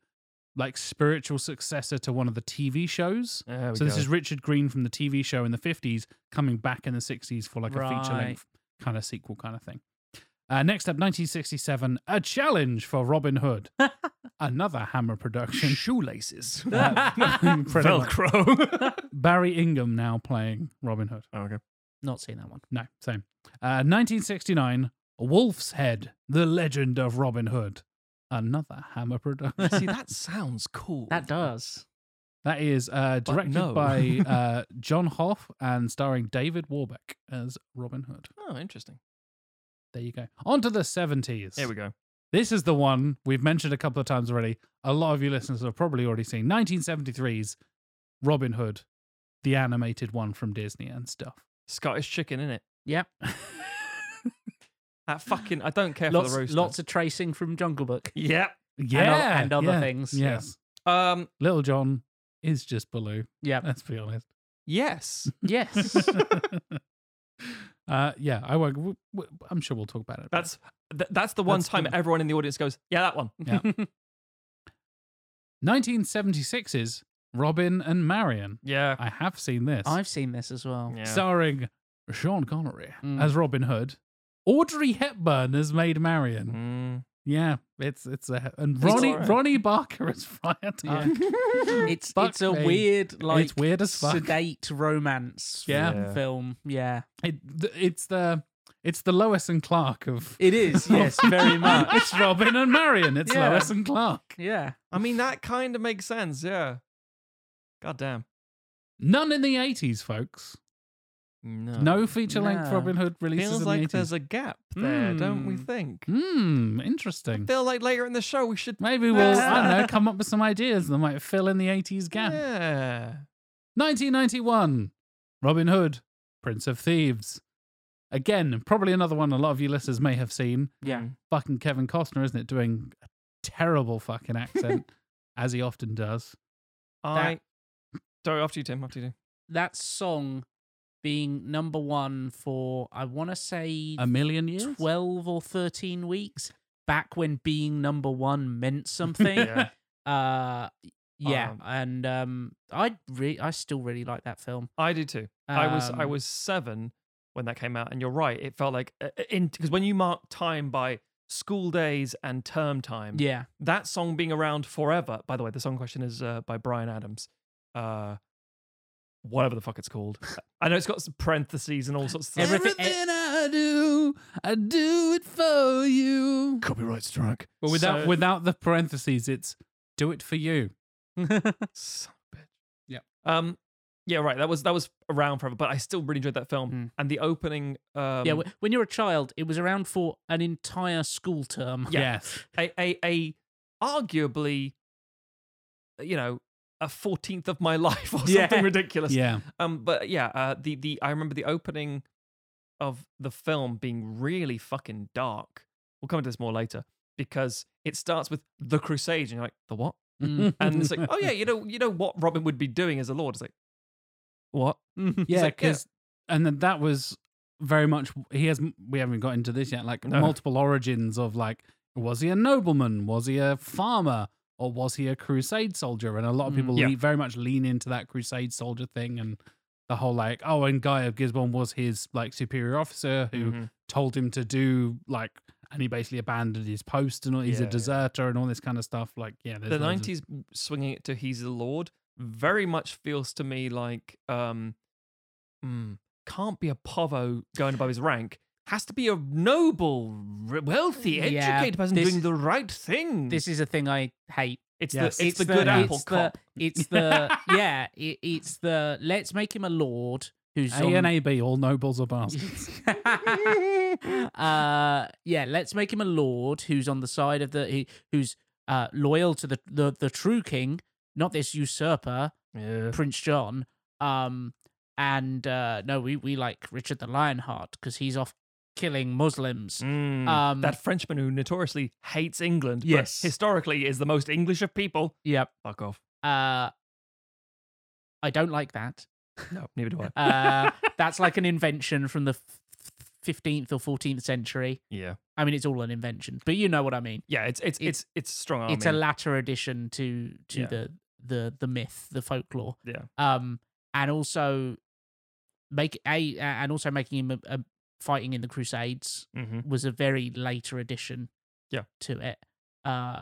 like spiritual successor to one of the TV shows. There we So this go. is Richard Green from the TV show in the 50s coming back in the 60s for like a feature Right. length kind of sequel kind of thing. Uh, next up, 1967, a challenge for Robin [laughs] Hood, another Hammer production. shoelaces. Uh, [laughs] pretty much. [laughs] Velcro. Barry Ingham now playing Robin Hood. oh, okay. not seen that one. No, same. Uh, 1969, Wolf's Head, the legend of Robin Hood, another Hammer production. See, that sounds cool. That does. That is uh, But directed no. by uh, John Hoff and starring David Warbeck as Robin Hood. Oh, interesting. There you go. On to the 70s. Here we go. This is the one we've mentioned a couple of times already. A lot of you listeners have probably already seen 1973's Robin Hood, the animated one from Disney and stuff. Scottish chicken in it. [laughs] Yep. [sighs] That fucking. I don't care for the Lots, roast. lots of tracing from Jungle Book. Yeah. Yeah. and other yeah, things, yeah. Yes. Um. Little John is just Baloo. Yep. Let's be honest. [laughs] Yes. yes. uh, yeah, I won't. w- w- I'm sure we'll talk about it. That's th- that's the one That's time the- everyone in the audience goes, yeah, that one. Yeah. 1976's Robin and Marion. yeah. I have seen this. [laughs] I've seen this as well. Yeah. starring Sean Connery Mm. as Robin Hood, Audrey Hepburn as Maid Marian, Mm, Yeah, it's it's a and Ronnie alright. Ronnie Barker is [laughs] Friar Tuck. It's Fuck it's a me. weird like it's weird as fuck. sedate romance Yeah. Yeah. film. Yeah, It, th- it's the it's the Lois and Clark of it [laughs] is. Yes, [laughs] very much. it's Robin and Marion. It's Yeah. Lois and Clark. Yeah, I mean, that kind of makes sense. Yeah. God damn. None in the eighties, folks. No. No feature length No. Robin Hood releases Oh, Feels in like the there's eighties. a gap there, don't we Mm. think? Hmm, interesting. Feel like later in the show we should. Maybe we'll I don't [laughs] know Yeah. come up with some ideas that might fill in the eighties gap. Yeah. 1991, Robin Hood, Prince of Thieves. Again, probably another one a lot of you listeners may have seen. Mm. yeah. Fucking Kevin Costner, isn't it? Doing a terrible fucking accent, [laughs] as he often does. I. Sorry, after you, Tim. After you, Tim. That song being number one for I want to say A million years? 12 or 13 weeks back when being number one [laughs] meant something uh yeah Um, and um i re- i still really like that film I do too. I was I Um, was seven when that came out, and you're right. It felt like uh, uh, in because when you mark time by school days and term time, yeah that song being around forever. By the way, the song question is uh, by Brian Adams. Uh, whatever the fuck it's called. I know it's got some parentheses and all sorts of stuff. Everything- I do, I do it for you. Copyright strike. But without So- without the parentheses, it's do it for you. Son of a bitch. Yeah. Um. Yeah. Right. That was that was around forever, but I still really enjoyed that film Mm. and the opening. Um, yeah w- when you're a child it was around for an entire school term Yes. a, a, a arguably, you know, a fourteenth of my [laughs] life or something Yeah. ridiculous. Yeah. Um. But yeah. Uh. The the I remember the opening of the film being really fucking dark. We'll come into this more later because it starts with the Crusades and you're like the what? [laughs] Mm. And it's like oh [laughs] yeah, you know you know what Robin would be doing as a lord. It's like what? [laughs] Yeah, like, yeah. because and then that was very much he has. We haven't got into this yet. Like No. multiple origins of like, was he a nobleman? Was he a farmer? Or was he a crusade soldier? And a lot of Mm. people Yeah. le- very much lean into that crusade soldier thing and the whole like, oh, and Guy of Gisborne was his like superior officer who Mhm. told him to do like, and he basically abandoned his post and all, he's Yeah, a yeah. deserter and all this kind of stuff. Like, yeah, there's the loads of- nineties swinging it to he's the Lord very much feels to me like um mm, can't be a povo going above his rank. Has to be a noble, r- wealthy, Yeah, educated person this- doing the right thing. this is a thing i hate it's yes. the it's, the, good apple it's cop. [laughs] the it's the yeah it, it's the let's make him a lord who's A on and A B, all nobles are [laughs] bastards. [laughs] uh yeah let's make him a lord who's on the side of the he, who's uh loyal to the, the the true king not this usurper prince john um and uh no we we like richard the lionheart because he's off killing muslims Mm, um, that Frenchman who notoriously hates England, Yes. but historically is the most English of people. yep Fuck off. uh i don't like that No, neither [laughs] do I. uh that's like an invention from the f- f- 15th or 14th century yeah, i mean it's all an invention but you know what i mean yeah. It's it's it's it's strong army. it's a latter addition to Oh, to Yeah. the the the myth, the folklore. Yeah. Um, and also make a and also making him a, a fighting in the Crusades Mhm. was a very later addition. Yeah. To it, uh,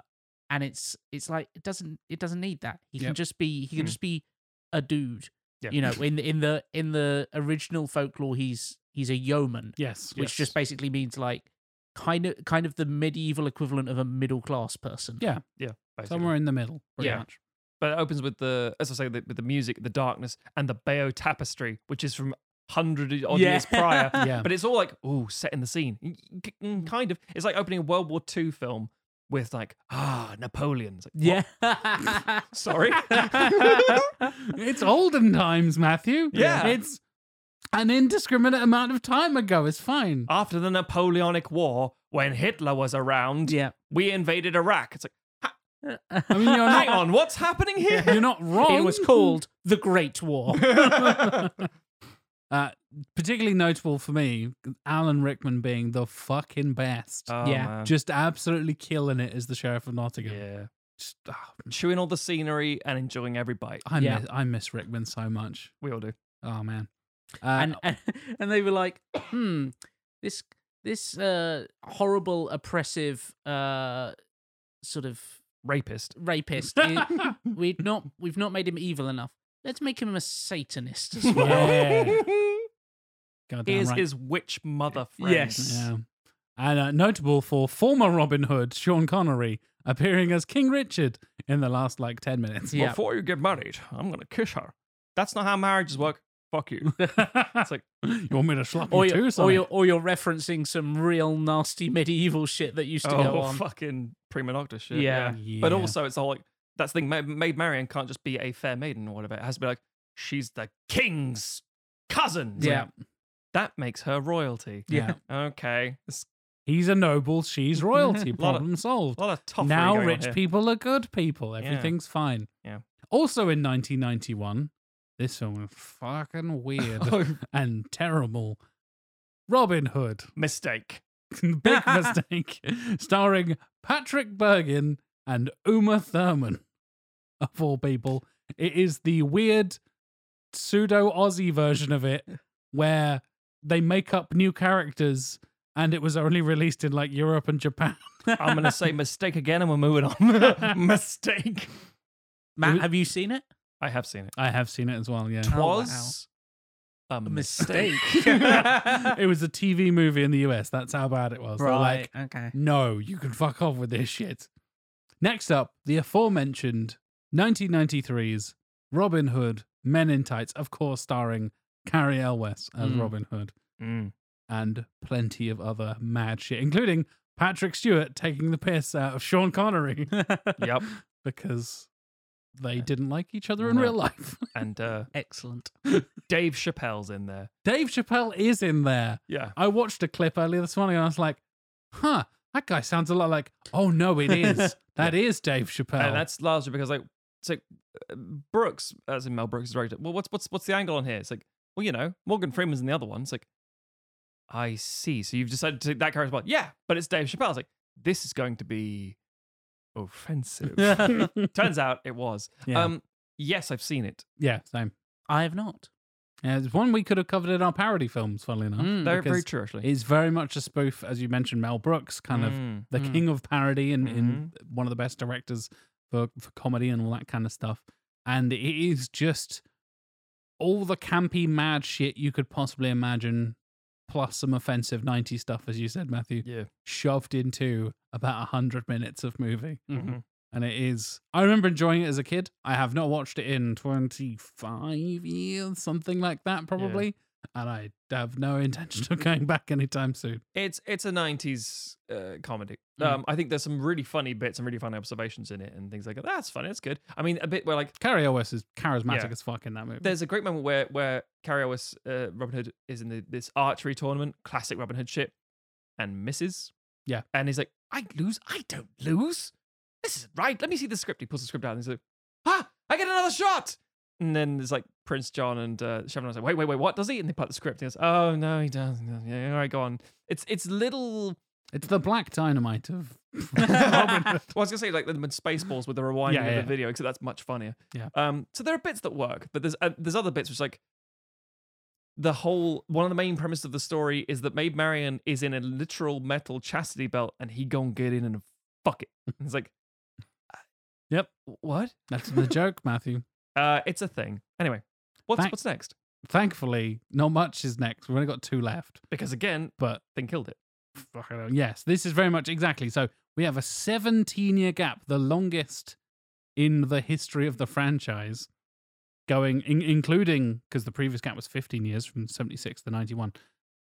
and it's it's like it doesn't it doesn't need that. He Yep. can just be he can Mm. just be a dude. Yeah. You know, in the in the in the original folklore, he's he's a yeoman Yes. which just basically means like kind of kind of the medieval equivalent of a middle class person. Yeah. basically. somewhere in the middle, pretty Yeah. much. but it opens with the as I say the, with the music, the darkness, and the Bayeux tapestry, which is from hundred odd years prior. [laughs] Yeah. But it's all like ooh, set in the scene, Y- y- mm, kind of. It's like opening a World War II film with like ah Napoleon. It's like, what? Yeah. Sorry. [laughs] it's olden times, Matthew. Yeah. It's an indiscriminate amount of time ago. It's fine. After the Napoleonic War, when Hitler was around, [laughs] yeah. we invaded Iraq. It's like I mean, you're [laughs] hang not, on, what's happening here? [laughs] you're not wrong. It was called the Great War. Uh, particularly notable for me, Alan Rickman being the fucking best. Oh, Yeah. man. just absolutely killing it as the Sheriff of Nottingham. yeah, Just, ah, chewing all the scenery and enjoying every bite. I, Yeah. miss, I miss Rickman so much. We all do. Oh, man. Uh, [laughs] and, and and they were like, hmm, this this uh horrible oppressive uh sort of Rapist. rapist [laughs] i- we've not we've not made him evil enough let's make him a satanist as [laughs] well Yeah. Goddamn Is right. his witch mother friend. Yes. Yeah. And uh, notable for former Robin Hood, Sean Connery, appearing as King Richard in the last like 10 minutes. Yeah. Before you get married, I'm going to kiss her. That's not how marriages work. Fuck [laughs] you. [laughs] it's like- you want me to slap or you too, you're, son? or, you're, or you're referencing some real nasty medieval shit that used to go oh, on fucking prima nocta shit. Yeah. But Yeah. also, it's all like that's the thing. Ma- Maid Marian can't just be a fair maiden or whatever. It has to be like she's the king's cousin. It's like, yeah that makes her royalty. Yeah. Okay, it's He's a noble, [laughs] she's royalty. Lot of- Problem solved. a lot of tough. Now rich [laughs] people are good people. Everything's fine. Yeah. Also in 1991, this film was fucking [laughs] weird Oh. and terrible. Robin Hood. Mistake. [laughs] Big mistake. Starring Patrick Bergin and Uma Thurman, of all people. It is the weird pseudo Aussie version of it where they make up new characters and it was only released in like Europe and Japan. [laughs] I'm gonna [laughs] say mistake again, and we're moving on. [laughs] mistake. matt have you seen it I have seen it. I have seen it as well, yeah. Oh, wow. Was a a mistake. [laughs] mistake it was a TV movie in the US. That's how bad it was. They're like, okay No, you can fuck off with this shit. Next up, the aforementioned 1993's Robin Hood Men in Tights, of course, starring Carrie Elwes as Mm. Hmm. Robin Hood Mm. and plenty of other mad shit, including Patrick Stewart taking the piss out of Sean Connery [laughs] [laughs] Yep. because they didn't like each other in No. real life. [laughs] And uh, [laughs] excellent Dave Chappelle's in there. Dave Chappelle is in there. Yeah. I watched a clip earlier this morning and I was like, huh, that guy sounds a lot like, oh no, it [laughs] is. That is Dave Chappelle. And that's largely because like it's like uh, Brooks, as in Mel Brooks is director. Well, what's what's what's the angle on here? It's like, well, you know, Morgan Freeman's in the other one. It's like, I see. So you've decided to take that character. Well, yeah, but it's Dave Chappelle. It's like this is going to be offensive. [laughs] [laughs] Turns out it was. Yeah. Um, yes, I've seen it. Yeah, same. i have not Yeah, it's one we could have covered in our parody films, funnily enough. Mm. Very, very Hmm, because true, actually. It's very much a spoof, as you mentioned, Mel Brooks, kind of Mm. the Mm. king of parody and, and one of the best directors for, for comedy and all that kind of stuff. And it is just all the campy, mad shit you could possibly imagine, plus some offensive 90s stuff, as you said, Matthew, Yeah. shoved into about 100 minutes of movie. Mm-hmm. Mhm. And it is. I remember enjoying it as a kid. I have not watched it in 25 years, something like that, probably. And I have no intention Mm-hmm. of going back anytime soon. It's it's a '90s uh, comedy. Mm. Um, I think there's some really funny bits and really funny observations in it and things like that. That's funny. That's good. I mean, a bit where like Carrie Elwes is charismatic Yeah. as fuck in that movie. There's a great moment where where Carrie Elwes, uh, Robin Hood is in the, this archery tournament, classic Robin Hood shit, and misses. Yeah. and he's like, "I lose. I don't lose. This is right. Let me see the script." He pulls the script out and he's like, "Ah, I get another shot." And then there's like Prince John and uh, Shyamalan's like, "Wait, wait, wait, what does he?" And they put the script. And he goes, "Oh no, he doesn't. Yeah, all right, go on." It's it's little. it's the black dynamite [laughs] of [laughs] Robin well, Hood. I was gonna say like the Spaceballs with the rewinding Yeah, of yeah. the video, except that's much funnier. Yeah. Um. So there are bits that work, but there's uh, there's other bits which like the whole one of the main premises of the story is that Maid Marian is in a literal metal chastity belt, and he gonna get in and [laughs] fuck it. And it's like, Yep. what? That's the joke, Matthew. Uh, it's a thing. Anyway, what's Thank- what's next? Thankfully, not much is next. We've only got two left. Because again, But thing killed it. fucking hell, yes, this is very much exactly. So we have a 17 year gap, the longest in the history of the franchise, going, in, including because the previous gap was 15 years from 76 to 91.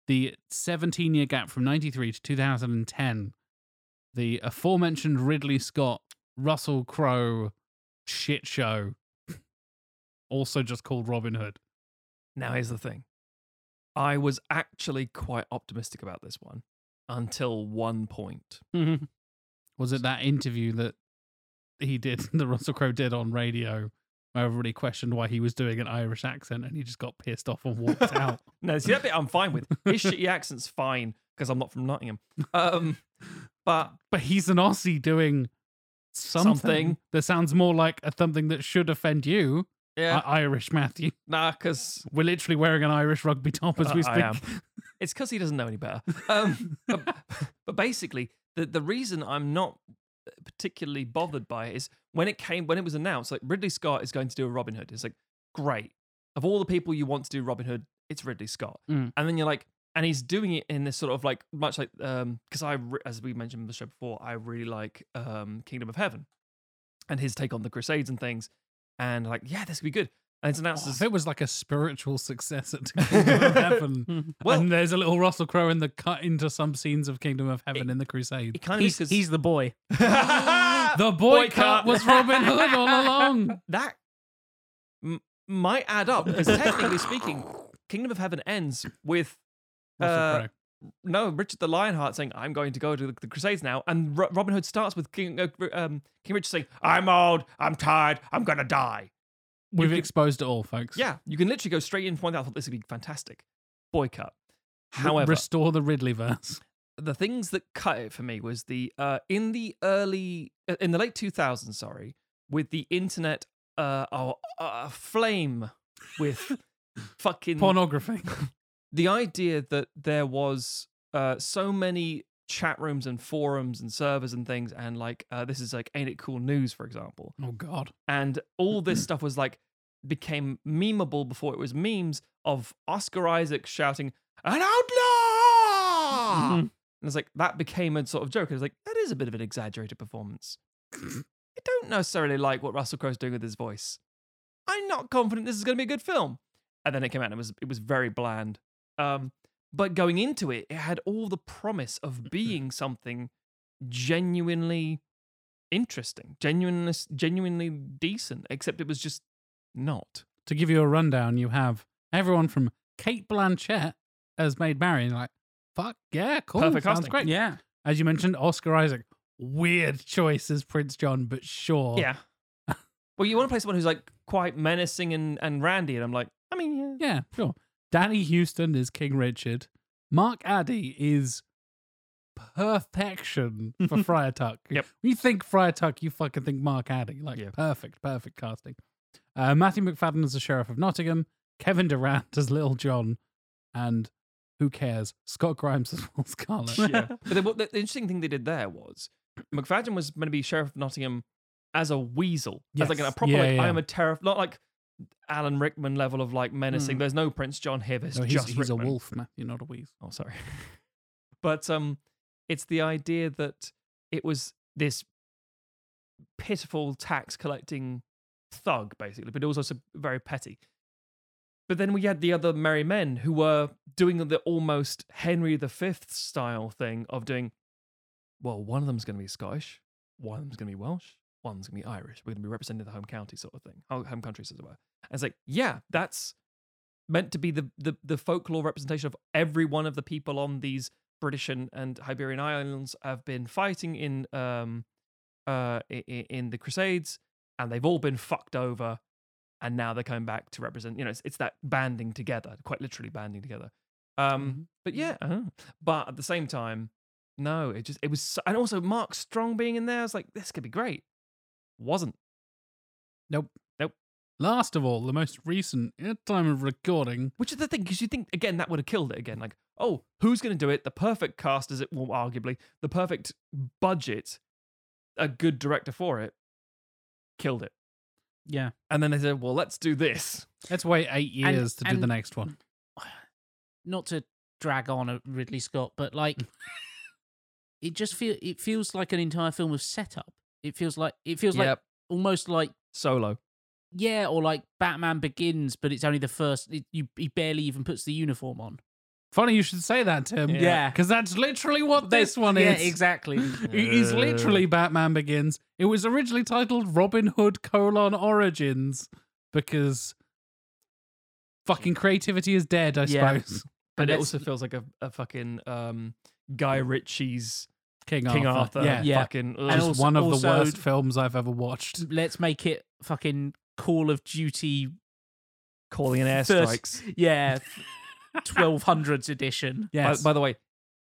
The 17 year gap from 93 to 2010, the aforementioned Ridley Scott, Russell Crowe shit show, also just called Robin Hood. Now here's the thing. I was actually quite optimistic about this one until one point. Was it that interview that he did, [laughs] that Russell Crowe did on radio, where everybody questioned why he was doing an Irish accent and he just got pissed off and walked [laughs] out? No, see that bit I'm fine with. His shitty accent's fine because I'm not from Nottingham. Um, but But he's an Aussie doing something, Something. that sounds more like a something that should offend you, yeah, I- Irish Matthew. [laughs] nah, because We're literally wearing an Irish rugby top as we [laughs] Uh, speak. I It's because he doesn't know any better. [laughs] Um, but, but basically, the, the reason I'm not particularly bothered by it is when it came, when it was announced, like Ridley Scott is going to do a Robin Hood. It's like, great. Of all the people you want to do Robin Hood, it's Ridley Scott. Mm. And then you're like, and he's doing it in this sort of like, much like, um, because I, re- as we mentioned in the show before, I really like um, Kingdom of Heaven and his take on the Crusades and things. And like, yeah, this could be good. And it's announced Oh, as if it was like a spiritual successor [laughs] to Kingdom of Heaven, Well- and there's a little Russell Crowe in the cut into some scenes of Kingdom of Heaven in the Crusade. it kind of He's, is 'cause- [laughs] he's the boy. The boy cut was Robin Hood [laughs] all along. that m- might add up because technically speaking, Kingdom of Heaven ends with Uh, Russell Crowe. no Richard the Lionheart saying, "I'm going to go to the, the Crusades now," and Ro- Robin Hood starts with King uh, um, King Richard saying, "I'm old, I'm tired, I'm gonna die." We've you could- exposed it all, folks. Yeah, you can literally go straight in and point out. I thought this would be fantastic. Boycott. R- However, restore the Ridley [laughs] verse. the things that cut it for me was the uh in the early uh, in the late 2000s sorry with the internet uh, uh, uh flame [laughs] with fucking Pornography. the idea that there was uh so many chat rooms and forums and servers and things and like uh, this is like ain't it cool news for example Oh God. and all this stuff was like became memeable before it was memes of Oscar Isaac shouting an outlaw, Mhm. and it's like that became a sort of joke. It was like that is a bit of an exaggerated performance. I don't necessarily like what Russell Crowe's doing with his voice. I'm not confident this is going to be a good film. And then it came out and it was it was very bland. Um, but going into it, it had all the promise of being something genuinely interesting, genuinely, genuinely decent, except it was just not. To give you a rundown, you have everyone from Kate Blanchett as Maid Marian. Like, fuck yeah, cool. Perfect Sounds casting. great. Yeah. As you mentioned, Oscar Isaac. Weird choice as Prince John, but sure. [laughs] Yeah. well, you want to play someone who's like quite menacing and, and randy, and I'm like, I mean, yeah. Yeah, sure. Danny Houston is King Richard. Mark Addy is perfection [laughs] for Friar Tuck. Yep. When you think Friar Tuck, you fucking think Mark Addy. Like, Yeah. perfect, perfect casting. Uh, Matthew McFadden is the Sheriff of Nottingham. Kevin Durant as Little John. And who cares? Scott Grimes as [laughs] Will Scarlet. yeah. But the, what- the the interesting thing they did there was McFadden was meant to be sheriff of Nottingham as a weasel, as like Yes. a proper Yeah, like yeah. I am a terror, not like Alan Rickman level of like menacing. There's no Prince John here. There's Mm. No, he's, just he's a Rickman. wolf, Matthew, not a weasel. Oh, sorry. [laughs] but um, it's the idea that it was this pitiful tax collecting thug, basically, but also so- very petty. But then we had the other merry men who were doing the almost Henry V style thing of doing, well, one of them's going to be Scottish, one of them's going to be Welsh, one of them's going to be Irish. We're going to be representing the home county sort of thing, home home countries, as it were. And it's like, yeah, that's meant to be the, the the folklore representation of every one of the people on these British and, and Iberian islands have been fighting in um uh in, in the Crusades, and they've all been fucked over, and now they're coming back to represent. You know, it's, it's that banding together, quite literally banding together. Um, but yeah, uh, but at the same time, no, it just it was, so- and also Mark Strong being in there, I was like, this could be great. Wasn't Nope. Nope. Last of all, the most recent at time of recording, Which is the thing, because you think again that would have killed it again. Like, oh, who's going to do it? The perfect cast is it? Well, arguably the perfect budget, a good director for it, killed it. Yeah. And then they said, well, let's do this. let's wait eight And- years to do the and- next one. Not to drag on a Ridley Scott, but like it just feel it feels like an entire film of setup. It feels like it feels like Yep. almost like Solo. yeah, or like Batman Begins, but it's only the first. It, you he barely even puts the uniform on. Funny you should say that, Tim. Yeah. Yeah. Because that's literally what this one yeah, is. [laughs] exactly. It is literally Batman Begins. It was originally titled Robin Hood colon Origins because fucking creativity is dead, I Yeah. suppose. [laughs] But it let's- also feels like a, a fucking um, Guy Ritchie's King, King Arthur. Arthur. Yeah. Yeah. Fucking. ugh. Just And also- one of the also- worst films I've ever watched. Let's make it fucking Call of Duty. calling in First- airstrikes. Yeah, twelve hundreds edition. Yes. By, by the way,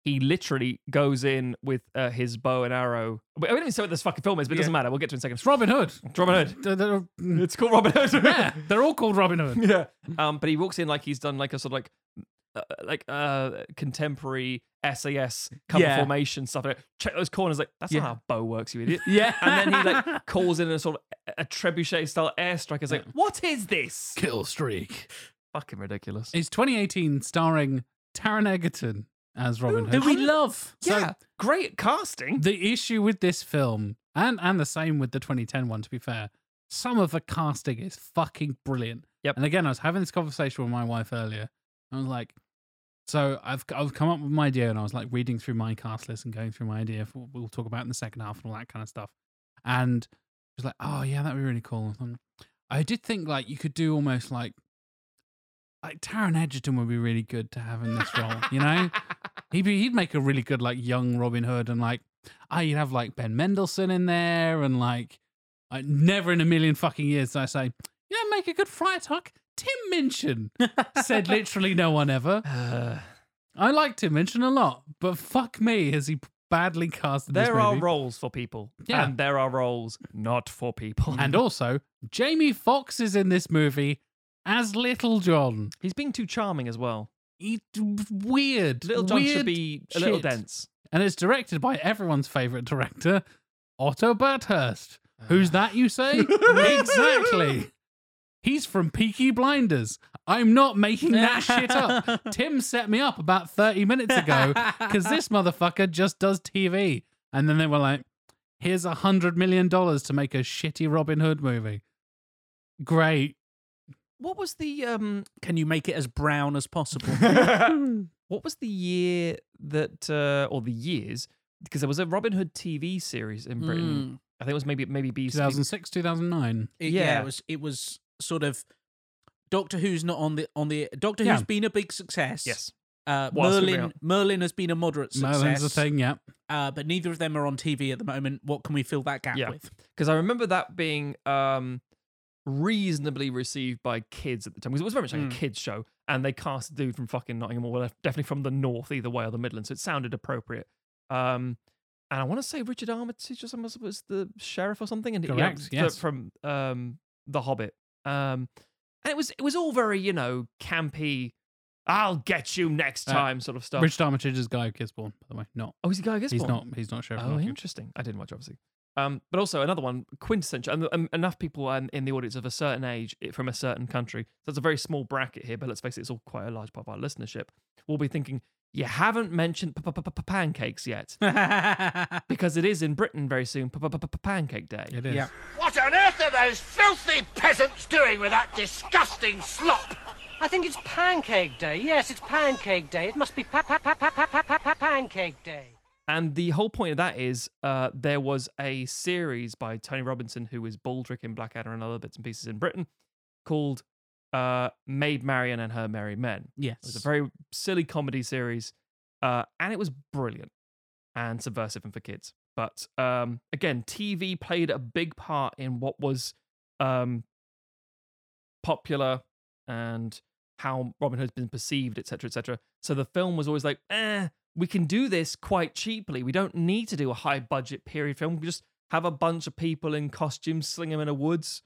he literally goes in with uh, his bow and arrow. We don't even say what this fucking film is, but it doesn't matter. We'll get to it in a it's second. Robin Hood. mm. Robin [laughs] Hood. D- d- It's called Robin Hood. [laughs] yeah, they're all called Robin Hood. yeah. Um, but he walks in like he's done like a sort of like uh, like uh contemporary SAS cover Yeah. formation stuff. Like, Check those corners. Like that's Yeah. not how bow works, [laughs] you idiot. Yeah. And then he like calls in a sort of a trebuchet style airstrike. It's like, Yeah. what is this? kill streak. Fucking ridiculous. It's 2018, starring Taron Egerton as Robin [laughs] Who Hood. we love. So- yeah, great casting. the issue with this film, and and the same with the 2010 one, to be fair, some of the casting is fucking brilliant. Yep. And again, I was having this conversation with my wife earlier. I was like, so I've I've come up with my idea, and I was like reading through my cast list and going through my idea for what we'll talk about in the second half and all that kind of stuff. And she was like, oh yeah, that'd be really cool. And I did think like you could do almost like like Taron Egerton would be really good to have in this role, you know? He'd be, he'd make a really good like young Robin Hood, and like I you'd have like Ben Mendelsohn in there, and like I never in a million fucking years did I say you know make a good Friar Tuck. Tim Minchin [laughs] said literally no one ever. [sighs] Uh, I like Tim Minchin a lot, but fuck me, has he badly cast in this there are movie. roles for people, Yeah. and there are roles not for people. and also Jamie Foxx is in this movie as Little John. he's being too charming as well. He- weird. Little John weird should be a little shit. dense. and it's directed by everyone's favorite director, Otto Bathurst. Who's that, you say? exactly. He's from Peaky Blinders. I'm not making that shit up. Tim set me up about 30 minutes ago because this motherfucker just does TV. And then they were like, here's a $100 million to make a shitty Robin Hood movie. Great. What was the um? Can you make it as brown [laughs] as possible? what was the year that uh, or the years? Because there was a Robin Hood TV series in Britain. Mm. I think it was maybe maybe BBC. 2006, 2009. It- yeah. Yeah. it was it was sort of Doctor Who's not on the on the Doctor Yeah. Who's been a big success. Yes. Uh, What else have we Merlin Merlin has been a moderate success. Merlin's a thing, yeah. Uh, but neither of them are on TV at the moment. What can we fill that gap Yeah. with? [laughs] because I remember that being um, reasonably received by kids at the time because it was very much like Mm. a kids show, and they cast a dude from fucking Nottingham or whatever, definitely from the north, either way or the Midlands, so it sounded appropriate. Um, and I want to say Richard Armitage or something was the sheriff or something, and he- Correct, fr- yes. from um, the Hobbit. Um, and it was it was all very you know campy. I'll get you next Uh, time, sort of stuff. Richard Armitage is Guy Gisborne, by the way. Not. oh, is he Guy Gisborne? He's not. He's not sure. Oh, interesting. I didn't watch obviously. Um, but also another one, quintessential. And, and enough people um, in the audience of a certain age i- from a certain country. So it's a very small bracket here. But let's face it, it's all quite a large part of our listenership. We'll be thinking you haven't mentioned p- p- p- p- pancakes yet because it is in Britain very soon. p- p- p- p- Pancake Day. It is. Yeah. What on earth are those filthy peasants doing with that disgusting slop? I think it's Pancake Day. Yes, it's Pancake Day. It must be pa pa pa pa pa pa pa pa Pancake Day. And the whole point of that is uh, there was a series by Tony Robinson, who is Baldric in Blackadder and other bits and pieces in Britain, called uh, Maid Marian and Her Merry Men. Yes. It was a very silly comedy series, uh, and it was brilliant and subversive and for kids. But um, again, TV played a big part in what was um, popular and how Robin Hood's been perceived, etc., etc. So the film was always like, eh, we can do this quite cheaply. We don't need to do a high budget period film. We just have a bunch of people in costumes, sling them in a woods,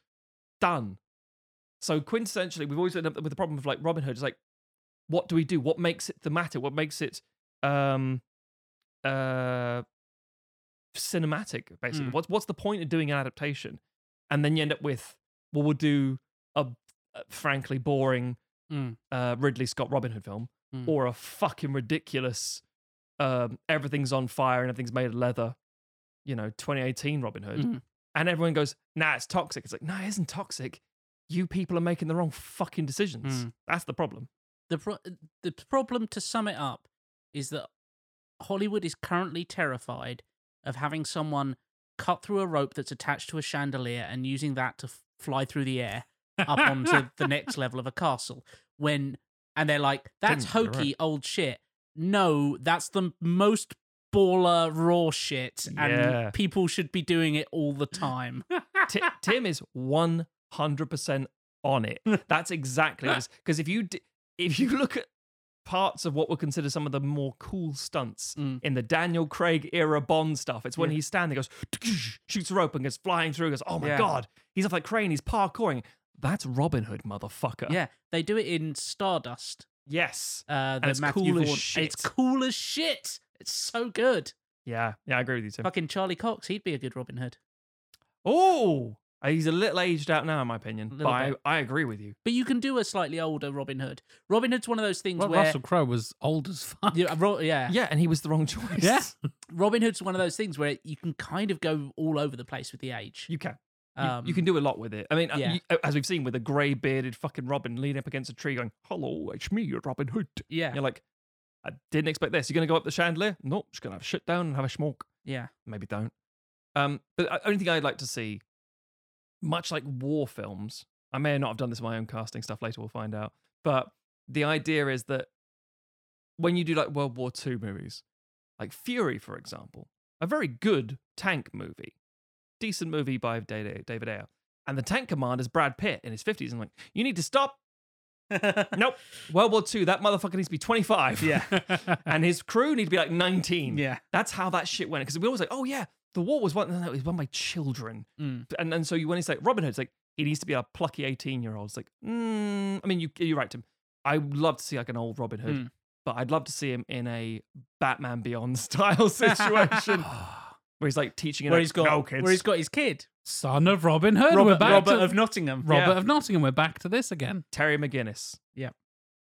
done. So quintessentially, we've always ended up with the problem of like Robin Hood. It's like, what do we do? What makes it thematic? What makes it um uh cinematic, basically? Mm. What's what's the point of doing an adaptation? And then you end up with, well, we'll do a uh, frankly boring Mm. uh, Ridley Scott Robin Hood film Mm. or a fucking ridiculous um, everything's on fire and everything's made of leather, you know, 2018 Robin Hood. Mhm. And everyone goes, nah, it's toxic. It's like, nah, it isn't toxic. You people are making the wrong fucking decisions. Mm. That's the problem. the pro- the problem to sum it up is that Hollywood is currently terrified of having someone cut through a rope that's attached to a chandelier and using that to f- fly through the air [laughs] up onto the next level of a castle when and they're like that's Didn't, you're hokey old shit no that's the most baller raw shit and Yeah. people should be doing it all the time [laughs] Ti- Tim is 100% on it. That's exactly this. Because if you d- if you look at parts of what were considered some of the more cool stunts Mm. in the Daniel Craig era Bond stuff, it's when he's standing, goes shoots a rope and goes flying through. Goes, oh my Yeah. god, he's off like crane, he's parkouring. That's Robin Hood, motherfucker. yeah they do it in stardust Yes. Uh, the it's Matthew cool as Vaughn- shit. It's cool as shit. It's so good. Yeah. Yeah, I agree with you, Tim. Fucking Charlie Cox, he'd be a good Robin Hood. Oh, he's a little aged out now, in my opinion. But Little I, bit. I agree with you. But you can do a slightly older Robin Hood. Robin Hood's one of those things Well, where Russell Crowe was old as fuck. yeah, Ro- yeah. Yeah, and he was the wrong [laughs] choice. Yeah. Robin Hood's one of those things where you can kind of go all over the place with the age. You can. You, Um, you can do a lot with it. I mean, uh, yeah. you- as we've seen with a grey bearded fucking Robin leaning up against a tree going, Hello, it's me, Robin Hood. yeah, You're like, I didn't expect this. You're going to go up the chandelier? Nope, just going to have shit down and have a smoke. yeah, Maybe don't. Um, but the only thing I'd like to see, much like war films, I may not have done this in my own casting stuff later, we'll find out. But the idea is that when you do like World War II movies, like Fury, for example, a very good tank movie, decent movie by David David Ayer. And the tank commander is Brad Pitt in his 50s. I'm like, you need to [laughs] stop. nope. World War II, that motherfucker needs to be 25. Yeah. [laughs] and his crew need to be like 19. Yeah. That's how that shit went. Because we always like, oh, yeah, the war was won. No, no, it was won by children. Mm. And, and so you, when it's like Robin Hood, it's like, he needs to be a plucky 18 year old. It's like, mm, I mean, you, you're right, Tim. I would love to see like an old Robin Hood, Mm. but I'd love to see him in a Batman Beyond [laughs] style [sighs] situation where he's like teaching it. where out, he's got "No, kids. where he's got his kid, Son of Robin Hood. we're Robert, back Robert to of Nottingham. Robert Yeah. of Nottingham. We're back to this again. Terry McGinnis. Yep.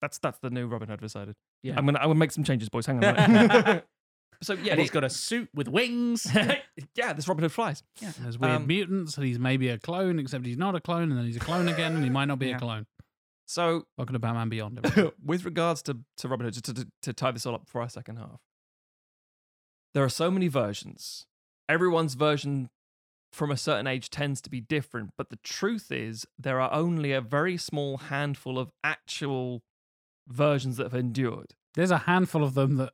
That's that's the new Robin Hood decided. Yeah. I'm gonna I'm gonna make some changes, boys. Hang on a minute. [laughs] so yeah, and he's he's got a suit with [laughs] wings. yeah, this Robin Hood flies. There's weird Um, mutants, and he's maybe a clone, except he's not a clone, and then he's a clone again, and he might not [laughs] be a Yeah. clone. [coughs] So Welcome to Batman [laughs] Beyond. everyone. with regards to, to Robin Hood, just to, to, to tie this all up for our second half, there are so many versions. Everyone's version from a certain age tends to be different, but the truth is there are only a very small handful of actual versions that have endured. There's a handful of them that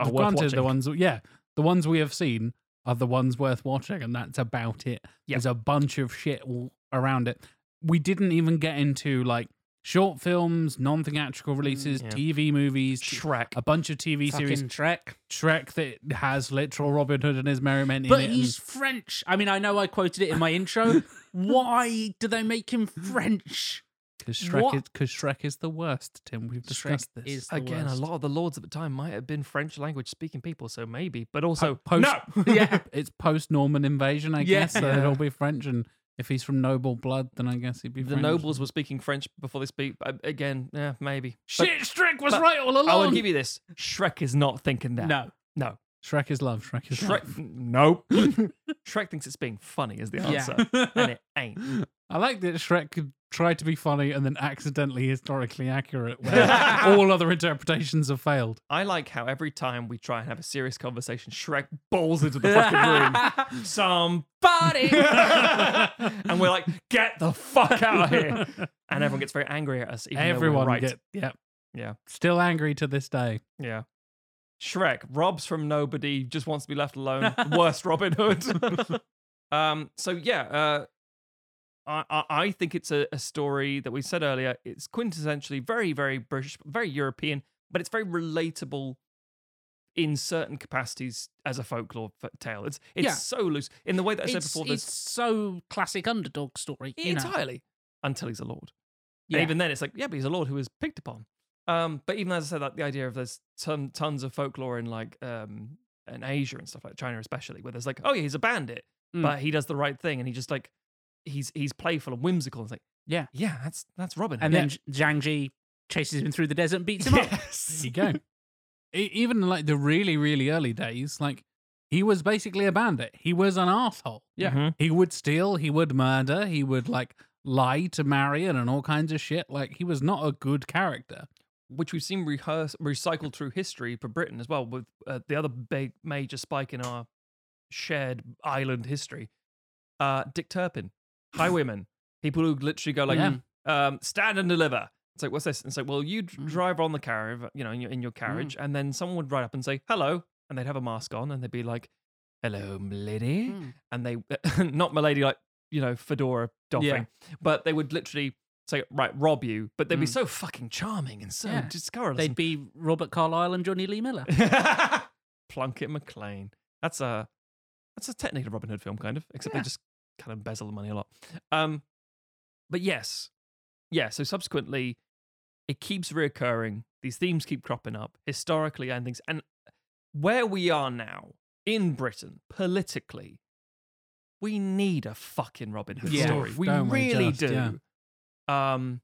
Are worth granted watching. the ones yeah the ones we have seen are the ones worth watching and that's about it Yeah. there's a bunch of shit all around it we didn't even get into like short films non-theatrical releases Mm, yeah. tv movies t- Shrek. a bunch of tv series Fucking Trek. shrek that has literal robin hood and his merrymen But in it he's French. I mean, I know I quoted it in my [laughs] intro. Why do they make him French? because shrek what? is because shrek is the worst tim we've discussed Shrek this is the Again, worst. a lot of the lords at the time might have been French language speaking people, so maybe, but also post- no. [laughs] Yeah, [laughs] it's post-norman invasion i Yeah. guess so it'll be french and if he's from noble blood then i guess he'd be the French. nobles were speaking French before they speak. uh, Again, yeah, maybe. But shit shrek was but right all along I will give you this: Shrek is not thinking that. no. no. Shrek is love. Shrek is love. Shrek, no. [laughs] Shrek thinks it's being funny is the Yeah. answer, and it ain't. I like that Shrek could try to be funny and then accidentally historically accurate, where all other interpretations have failed. I like how every time we try and have a serious conversation, Shrek balls into the [laughs] [laughs] fucking room. [laughs] Somebody! and we're like, get the fuck out of here. And everyone gets very angry at us. Even though we're Everyone right. get yeah Yeah. Still angry to this day. Yeah. Shrek robs from nobody, just wants to be left [laughs] alone. Worst Robin Hood. [laughs] um, so yeah, uh, I, I I think it's a, a story that we said earlier. It's quintessentially very, very British, very European, but it's very relatable in certain capacities as a folklore f- tale. It's it's Yeah. so loose in the way that I said It's, before. it's This so classic underdog story. you know. entirely until he's a lord. Yeah. And even then, it's like, yeah, but he's a lord who was picked upon. Um, but even as I said, like the idea of there's ton, tons of folklore in like um, in Asia and stuff like China, especially, where there's like, oh yeah, he's a bandit, Mm. but he does the right thing, and he just like he's he's playful and whimsical. It's like, Yeah. yeah, that's that's Robin. and Hood. [laughs] then Zhang Ji chases him through the desert and beats him [laughs] up. There yes, you go. E- Even like the really really early days, like he was basically a bandit. He was an asshole. yeah, Mm-hmm. Mhm. He would steal. He would murder. He would like lie to Marion and all kinds of shit. Like he was not a good character. which we've seen rehearse recycled through history for Britain as well, with uh, the other big major spike in our shared island history. Uh, Dick Turpin, highwaymen, people who literally go like, Yeah. um, stand and deliver. It's like, what's this? And it's like, well, you d- Mm. drive on the carriage, you know, in your, in your carriage, and then someone would ride up and say, hello. And they'd have a mask on and they'd be like, hello, milady. Mm. And they, [laughs] not milady, like, you know, fedora doffing, Yeah. but they would literally say, right, rob you. But they'd be so fucking charming and so Mm. Yeah. discouraged. They'd be Robert Carlyle and Johnny [laughs] Lee Miller. Plunkett McLean. That's a that's a technical Robin Hood film, kind of. Except they just kind of embezzle the money a lot. Um, but yes, yeah. So subsequently, it keeps reoccurring. These themes keep cropping up historically and things. And where we are now in Britain politically, we need a fucking Robin Hood Yeah, story. We don't we really just, do. Um,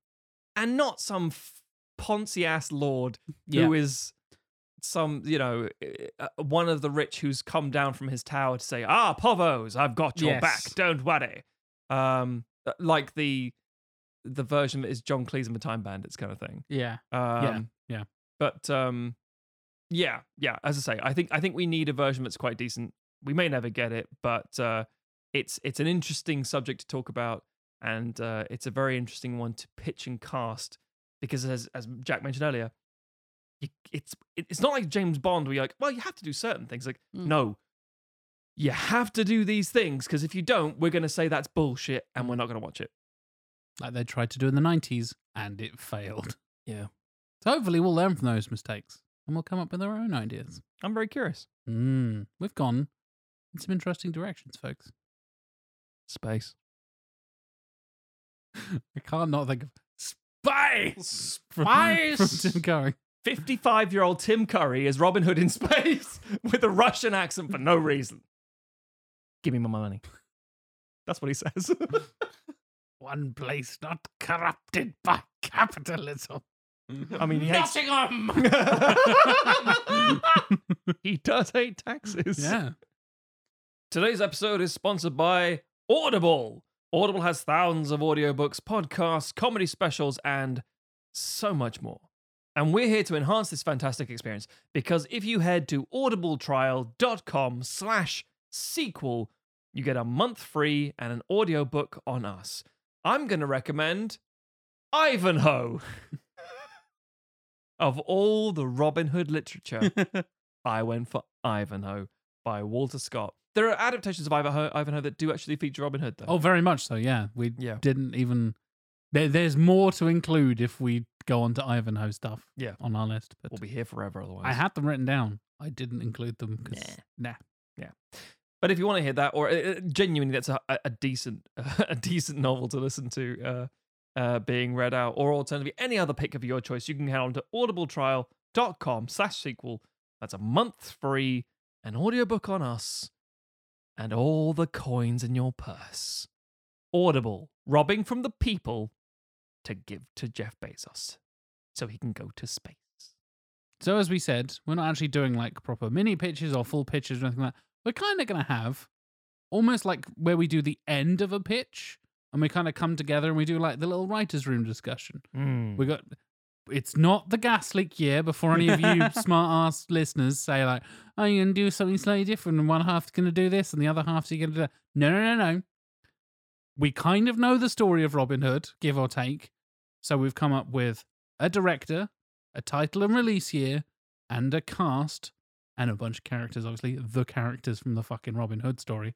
and not some f- poncy ass lord Yeah. who is some, you know, uh, one of the rich who's come down from his tower to say, "Ah, povos, I've got your back. Yes. Don't worry." Um, like the the version that is John Cleese and the Time Bandits kind of thing. Yeah. Um, yeah. But um, yeah, yeah. As I say, I think I think we need a version that's quite decent. We may never get it, but uh, it's it's an interesting subject to talk about, and uh, it's a very interesting one to pitch and cast because, as as Jack mentioned earlier, you, it's it- it's not like James Bond where you're like, well, you have to do certain things. Like, Mm. no. You have to do these things because if you don't, we're going to say that's bullshit and we're not going to watch it. like they tried to do in the 90s and it failed. Yeah. So hopefully we'll learn from those mistakes and we'll come up with our own ideas. I'm very curious. Mm, we've gone in some interesting directions, folks. Space. [laughs] I can't not think of spice. [laughs] From, [laughs] Spice! From Tim Curry. 55 year old Tim Curry is Robin Hood in space [laughs] with a Russian accent for no reason. Give me my money. That's what he says. [laughs] One place not corrupted by capitalism. I mean, he hates. Nottingham. [laughs] he does hate taxes. yeah. Today's episode is sponsored by Audible. Audible has thousands of audiobooks, podcasts, comedy specials, and so much more. And we're here to enhance this fantastic experience because if you head to audibletrial.com slash sequel, you get a month free and an audiobook on us. I'm going to recommend Ivanhoe. [laughs] of all the Robin Hood literature, I went for Ivanhoe by Walter Scott. There are adaptations of Ivanhoe, Ivanhoe that do actually feature Robin Hood, though. Oh, very much so. Yeah. We Yeah. didn't even. There, there's more to include if we go on to Ivanhoe stuff Yeah. on our list. But we'll be here forever otherwise. I had them written down. I didn't include them because nah. But if you want to hear that, or uh, uh, genuinely, that's a, a a decent [laughs] a decent novel to listen to uh, uh, being read out, or alternatively, any other pick of your choice, you can head on to audibletrial.com slash sequel. That's a month free, an audiobook on us, and all the coins in your purse. Audible, robbing from the people to give to Jeff Bezos so he can go to space. So as we said, we're not actually doing like proper mini pitches or full pitches or anything like that. We're kind of going to have almost like where we do the end of a pitch and we kind of come together and we do like the little writers room discussion. Hmm. We got it's not the gas leak year before any of you smart ass listeners say like, oh, you're gonna do something slightly different and one half's gonna do this and the other half's you're gonna do that. No no no no. We kind of know the story of Robin Hood, give or take. So we've come up with a director, a title and release year, and a cast, and a bunch of characters, obviously, the characters from the fucking Robin Hood story.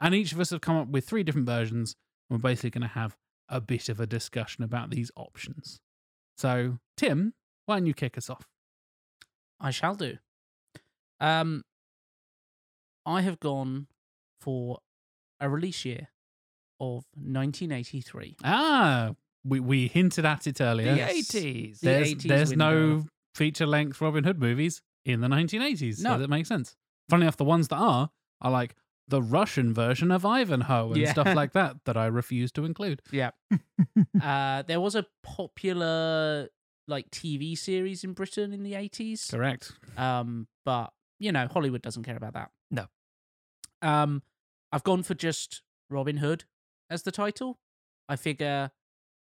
And each of us have come up with three different versions, and we're basically gonna have a bit of a discussion about these options. So, Tim, why don't you kick us off? I shall do. Um, I have gone for a release year of 1983. Ah, we, we hinted at it earlier. The 80s. The There's, 80s there's no window. feature length Robin Hood movies in the 1980s. So No. that makes sense. Funny enough, the ones that are are like the Russian version of Ivanhoe and Yeah. stuff [laughs] like that that I refuse to include. uh, there was a popular like TV series in Britain in the 80s. Correct. Um, but you know, Hollywood doesn't care about that. No. Um, I've gone for just Robin Hood as the title. I figure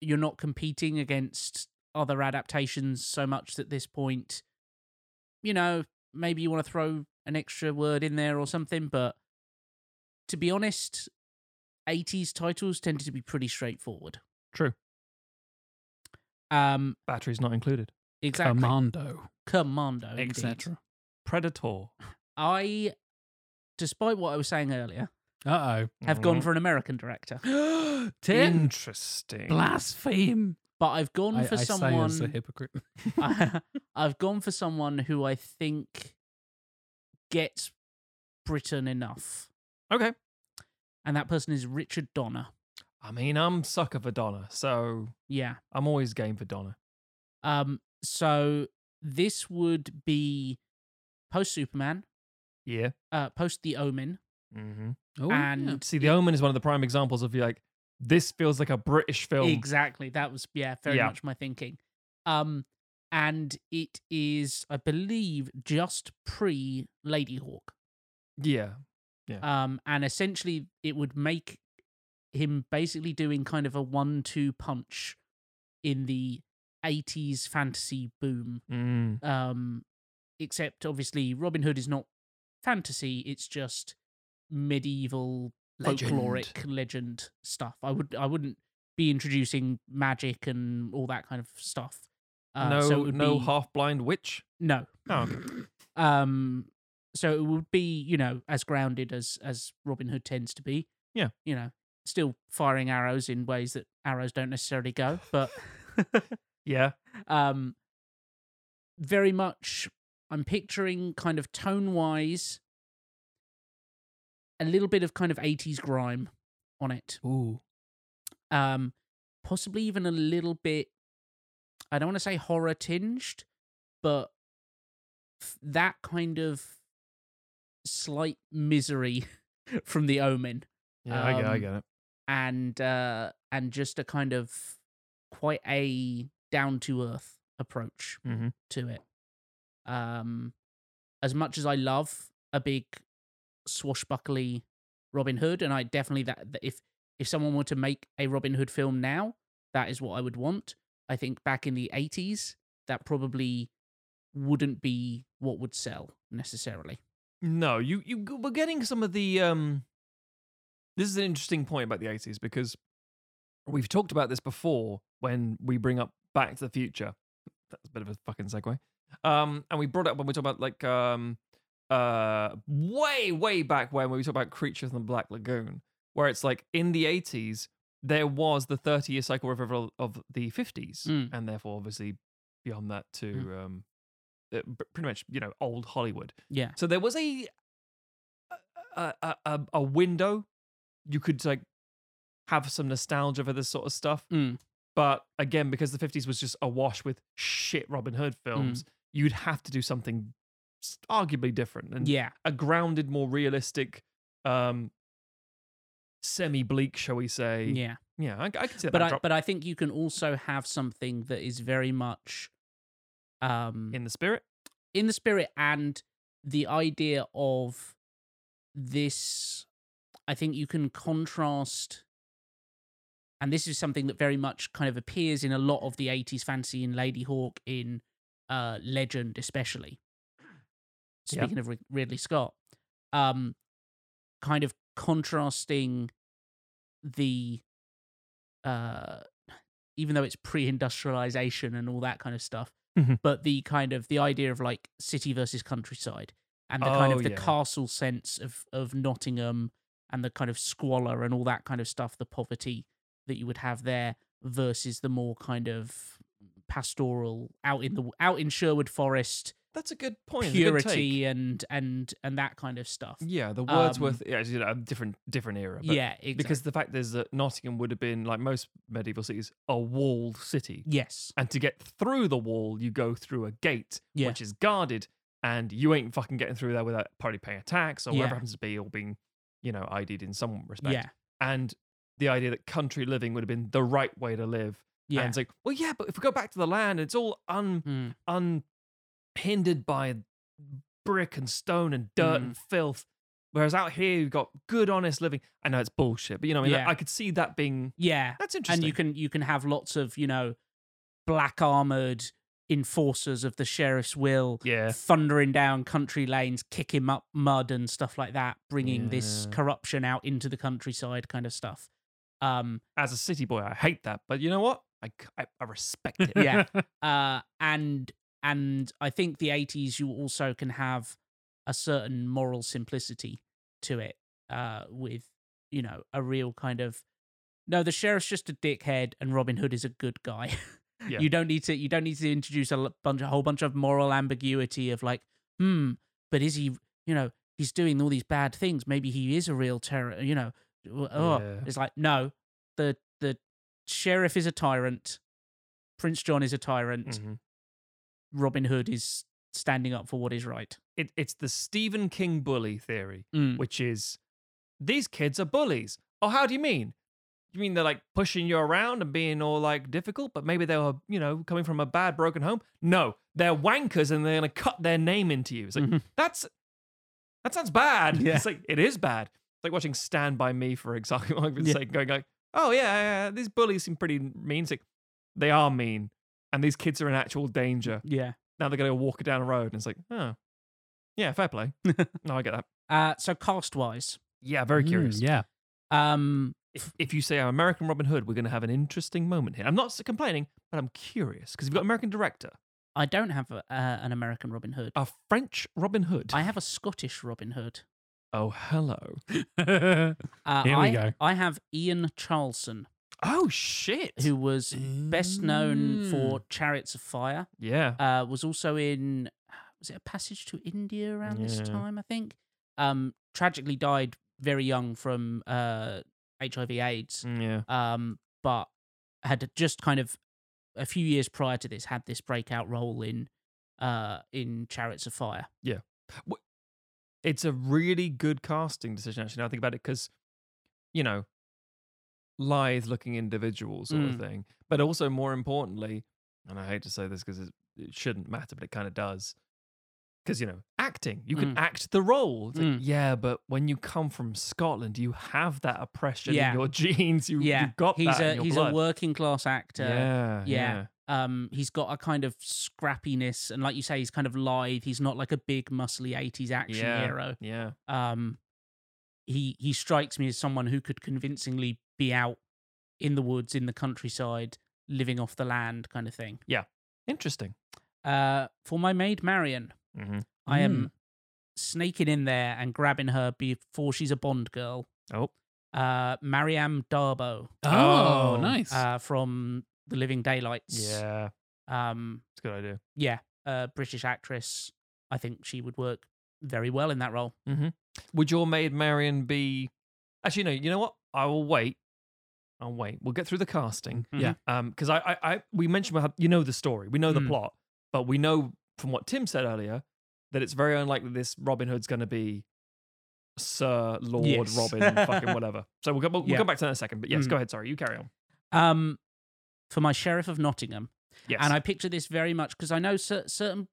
you're not competing against other adaptations so much at this point. You know, maybe you want to throw an extra word in there or something, but to be honest, 80s titles tended to be pretty straightforward. True. Um, Batteries not included. exactly. Commando, Commando, indeed. etc. Predator. I, despite what I was saying earlier, [laughs] Uh have gone for an American director, [gasps] oh. Mm-hmm. Interesting. Blaspheme. but I've gone I, for I say someone. Oh, as [laughs] a hypocrite. I, have gone for someone who I think gets Britain enough, Okay. and that person is Richard Donner. I mean, I'm sucker for Donna, so Yeah, I'm always game for Donna. Um, so this would be post Superman, Yeah. uh, post The Omen, Mm-hmm. Oh, yeah. and See, The Omen is one of the prime examples of like this feels like a British film. Exactly. That was yeah, very Yeah. much my thinking. Um and it is I believe just pre Lady Hawk. yeah. Um and essentially it would make him basically doing kind of a one two punch in the 80s fantasy boom. Mm. Um except obviously Robin Hood is not fantasy, it's just medieval folkloric legend stuff. I would I wouldn't be introducing magic and all that kind of stuff. Uh, no, so it would no be, half blind witch. no. Oh, okay. Um, so it would be you know as grounded as as Robin Hood tends to be. Yeah. you know, still firing arrows in ways that arrows don't necessarily go, but [laughs] yeah. um, very much I'm picturing kind of tone wise a little bit of kind of 80s grime on it. Ooh. um possibly even a little bit i don't want to say horror tinged but f- that kind of slight misery [laughs] from the omen Yeah, I, get, I Um, get it. and uh and just a kind of quite a down to earth approach Mhm. to it um as much as i love a big swashbuckly robin hood and i definitely that, that if if someone were to make a robin hood film now that is what i would want i think back in the 80s that probably wouldn't be what would sell necessarily No, you you g- we're getting some of the um this is an interesting point about the 80s because we've talked about this before when we bring up Back to the Future. That's a bit of a fucking segue. Um and we brought it up when we talk about like um uh way way back when we talk about creatures in the black lagoon where it's like in the 80s there was the 30 year cycle revival of the 50s Mm. and therefore obviously beyond that to um uh, pr- pretty much you know old hollywood yeah so there was a a, a, a, a window you could like have some nostalgia for this sort of stuff. Mm. But again, because the 50s was just awash with shit Robin Hood Mm. films, you'd have to do something s- arguably different and yeah a grounded, more realistic, um, semi-bleak, shall we say? yeah yeah. I, I can see that but I, backdrop but I think you can also have something that is very much um in, in the spirit. the spirit and the idea of this I think you can contrast and this is something that very much kind of appears in a lot of the 80s fantasy in Lady Hawk in uh Legend especially Yeah. speaking of Rid- Ridley Scott um kind of contrasting the uh even though it's pre-industrialization and all that kind of stuff Mhm. but the kind of the idea of like city versus countryside and the kind Oh, of the yeah. castle sense of of Nottingham and the kind of squalor and all that kind of stuff the poverty that you would have there versus the more kind of pastoral out in the out in Sherwood Forest That's a good point. it's a good take. purity and and and that kind of stuff Yeah, the Um, Wordsworth. yeah, it's, you know, a different different era. but- yeah exactly. Because the fact is that Nottingham would have been, like most medieval cities, a walled city. yes And to get through the wall, you go through a gate, Yeah. which is guarded, and you ain't fucking getting through there without probably paying a tax or Yeah. whatever happens to be, or being, you know, ID'd in some respect. yeah And the idea that country living would have been the right way to live. yeah And it's like, well, yeah, but if we go back to the land, it's all un Mm. unhindered by brick and stone and dirt Mm. and filth. Whereas out here, you've got good, honest living. I know it's bullshit, but you know, what I mean, Yeah. I could see that being Yeah, that's interesting. and you can you can have lots of you know black armored enforcers of the sheriff's will yeah, thundering down country lanes, kicking up mud and stuff like that, bringing this Yeah. corruption out into the countryside kind of stuff. Um, as a city boy, I hate that, but you know what? I c- I, I respect it. [laughs] yeah, uh, and and I think the eighties you also can have a certain moral simplicity to it, uh, with you know a real kind of no, the sheriff's just a dickhead, and Robin Hood is a good guy. [laughs] Yeah. You don't need to. You don't need to introduce a l- bunch, a whole bunch of moral ambiguity of like, hmm, but is he? You know, he's doing all these bad things. Maybe he is a real terror. You know, w- oh, Yeah. it's like no, the the sheriff is a tyrant. Prince John is a tyrant. Mhm. Mm-hmm. Robin Hood is standing up for what is right. It, it's the Stephen King bully theory, Mm. which is these kids are bullies. Oh, how do you mean? You mean they're like pushing you around and being all like difficult, but maybe they were, you know, coming from a bad, broken home? No, they're wankers and they're going to cut their name into you. It's like, Mhm. that's, that [laughs] sounds bad. Mm-hmm. Yeah. It's like, it is bad. It's like watching Stand By Me, for example. [laughs] It's Yeah. like going like, oh, yeah, yeah, yeah, these bullies seem pretty mean. It's like, they are mean and these kids are in actual danger. Yeah. Now they're going to walk down a road and it's like, oh, yeah, fair play. [laughs] no, I get that. Uh, so cast wise, Yeah, very Mm, curious. yeah. um, if, if you say our American Robin Hood, we're going to have an interesting moment here. I'm not s- complaining, but I'm curious because you've got American director, I don't have a, uh, an American Robin Hood. Oh, a French Robin Hood. I have a Scottish Robin Hood. oh, hello. Uh, Here we I, go. I have Ian Charlson, Oh shit. who was [laughs] best known for Mm. Chariots of Fire. Yeah. Uh, was also in was it a Passage to India around this Yeah. time? I think. Um, tragically died very young from uh, HIV/AIDS. Mm, yeah. Um, but had just kind of a few years prior to this had this breakout role in uh in Chariots of Fire. It's a really good casting decision, actually. Now I think about it because, you know, lithe looking individual sort of Mm. thing. But also, more importantly, and I hate to say this because it, it shouldn't matter, but it kind of does. Because, you know, acting, you can Mm. act the role. It's like, Mm. Yeah, but when you come from Scotland, you have that oppression Yeah. in your [laughs] genes. You, yeah, You've got he's that a in your he's blood. a working class actor. yeah, yeah. Um, he's got a kind of scrappiness, and like you say, he's kind of lithe. He's not like a big, muscly '80s action Yeah. hero. Yeah. Um, he he strikes me as someone who could convincingly be out in the woods, in the countryside, living off the land, kind of thing. Interesting. Uh, for my maid Marion, hmm I am snaking in there and grabbing her before she's a Bond girl. Oh. Uh, Mariam Darbo Oh, Oh, nice. uh, from The Living Daylights. Yeah. Um, It's a good idea. yeah, a British actress. I think she would work very well in that role. Would your maid Marion be? Actually, no. You know what? I will wait. I'll wait. We'll get through the casting. Mm-hmm. Yeah. Um, because I, I, I, we mentioned we had, you know the story, we know the Mm. plot, but we know from what Tim said earlier that it's very unlikely this Robin Hood's going to be Sir Lord Yes. Robin, [laughs] fucking whatever. So we'll go, we'll, Yeah. we'll go back to that in a second. But yes, Mm. go ahead. Sorry, you carry on. Um, for my sheriff of Nottingham, Yes. and I picture this very much because I know cer- certain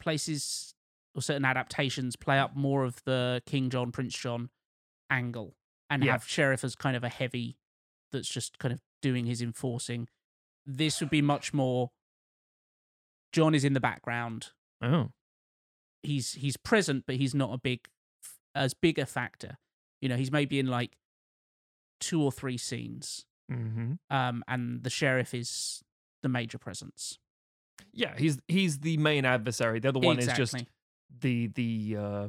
places or certain adaptations play up more of the King John Prince John angle and Yeah. have sheriff as kind of a heavy that's just kind of doing his enforcing. This would be much more. John is in the background. oh. he's he's present, but he's not a big f- as big a factor. You know, he's maybe in like two or three scenes, Mm-hmm. um, and the sheriff is the major presence. Yeah, he's he's the main adversary. The other one is just exactly. the the uh,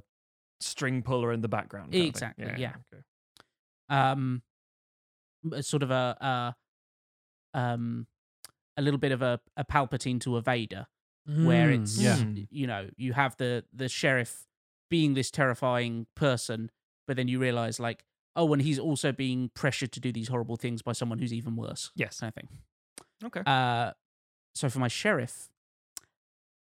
string puller in the background. kind of thing. Exactly, Okay. um, a sort of a, a um a little bit of a, a Palpatine to a Vader, where [laughs] Mm, it's yeah. Mm. you know you have the the sheriff being this terrifying person, but then you realize like oh, and he's also being pressured to do these horrible things by someone who's even worse. Yes. kind of thing. Okay. Uh, so for my sheriff,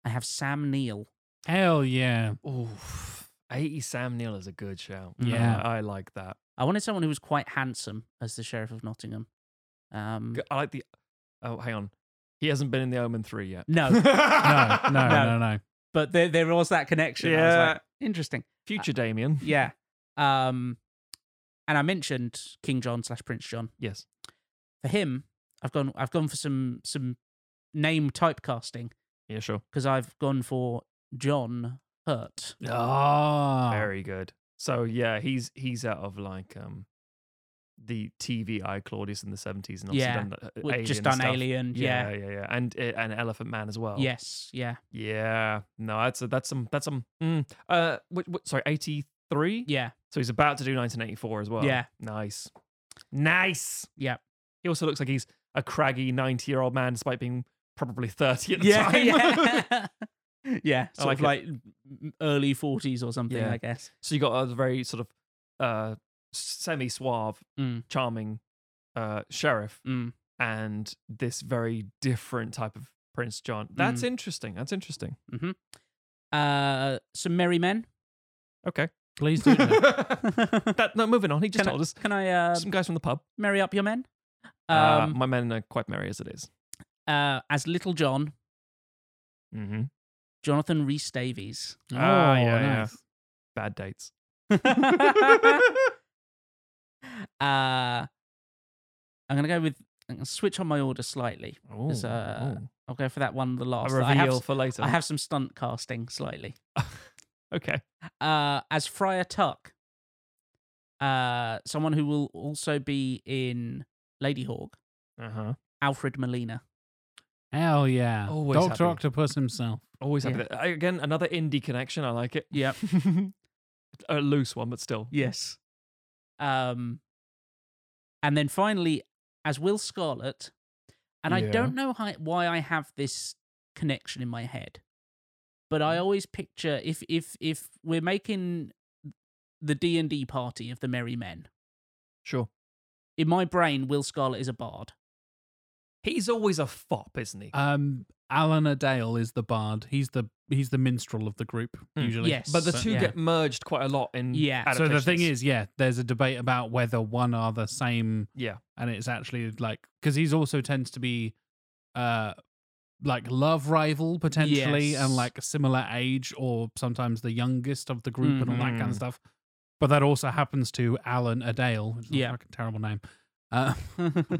I have Sam Neill. Hell yeah. Oof. 80 Sam Neill is a good shout. Mm-hmm. Yeah. I, I like that. I wanted someone who was quite handsome as the sheriff of Nottingham. Um, G- I like the. Oh, hang on. He hasn't been in the Omen 3 yet. [laughs] no, No, no, no, No. no. but there there was that connection. I was like, interesting. Future Damien. Yeah. Um, and I mentioned King John slash Prince John. Yes. For him, I've gone I've gone for some some name typecasting Yeah, sure. because I've gone for John Hurt. Ah. Oh. Very good. So, yeah, he's he's out of like um the TVI Claudius in the 70s and also Yeah. done the, uh, We've alien just done stuff. Alien. Yeah, Yeah. yeah, yeah, and uh, and Elephant Man as well. Yes. Yeah. yeah. No, that's a, that's some that's some. Mm, uh, what, what, sorry, eighty three. Yeah. So he's about to do 1984 as well. Yeah. Nice. Nice. Yep. He also looks like he's a craggy 90 year old man despite being probably 30 at the yeah, [laughs] time. yeah. yeah, sort like of it. like m- early forties or something, Yeah. I guess. [laughs] so you got a very sort of uh, semi suave, Mm. charming uh, sheriff Mm. and this very different type of Prince John. That's Mm. interesting. That's interesting. Uh, some merry men. [laughs] Okay. Please do. Nick. that no, moving on. He just Can told I, us Can I uh, some guys from the pub. marry up your men? uh, Um, my men are quite merry as it is. uh, as Little John, Mm-hmm. Jonathan Rhys Davies. Oh, [laughs] Ah, yeah, yeah. nice. Bad dates. uh, I'm gonna go with. Uh, I'm gonna switch on my order slightly. Oh, uh, I'll go for that one. a The last. reveal I have, for later. I have some stunt casting slightly. okay. Uh, as Friar Tuck, uh, someone who will also be in Lady Hawk, Uh Uh-huh. huh. Alfred Molina. Hell yeah. Always Doctor happy. Octopus himself. Always happy. Yeah. that- I- Again, another indie connection. I like it. Yep. [laughs] a loose one, but still. Yes. Um, and then finally, as Will Scarlet, and I Yeah. don't know hi- why I have this connection in my head, but I always picture if if if we're making the D and D party of the Merry Men, Sure. in my brain, Will Scarlet is a bard. [laughs] He's always a fop, isn't he? Um, Alan Dale is the bard. He's the he's the minstrel of the group Mm. usually. Yes. but the So- two yeah. get merged quite a lot in. Yeah. So the thing adaptations. is, yeah, there's a debate about whether one are the same, yeah, and it's actually like because he's also tends to be, uh, like love rival potentially, Yes. and like similar age or sometimes the youngest of the group and all that kind Mhm. Mm-hmm. of stuff. But that also happens to Alan Adale. Which is Yeah. a fucking terrible name. Uh,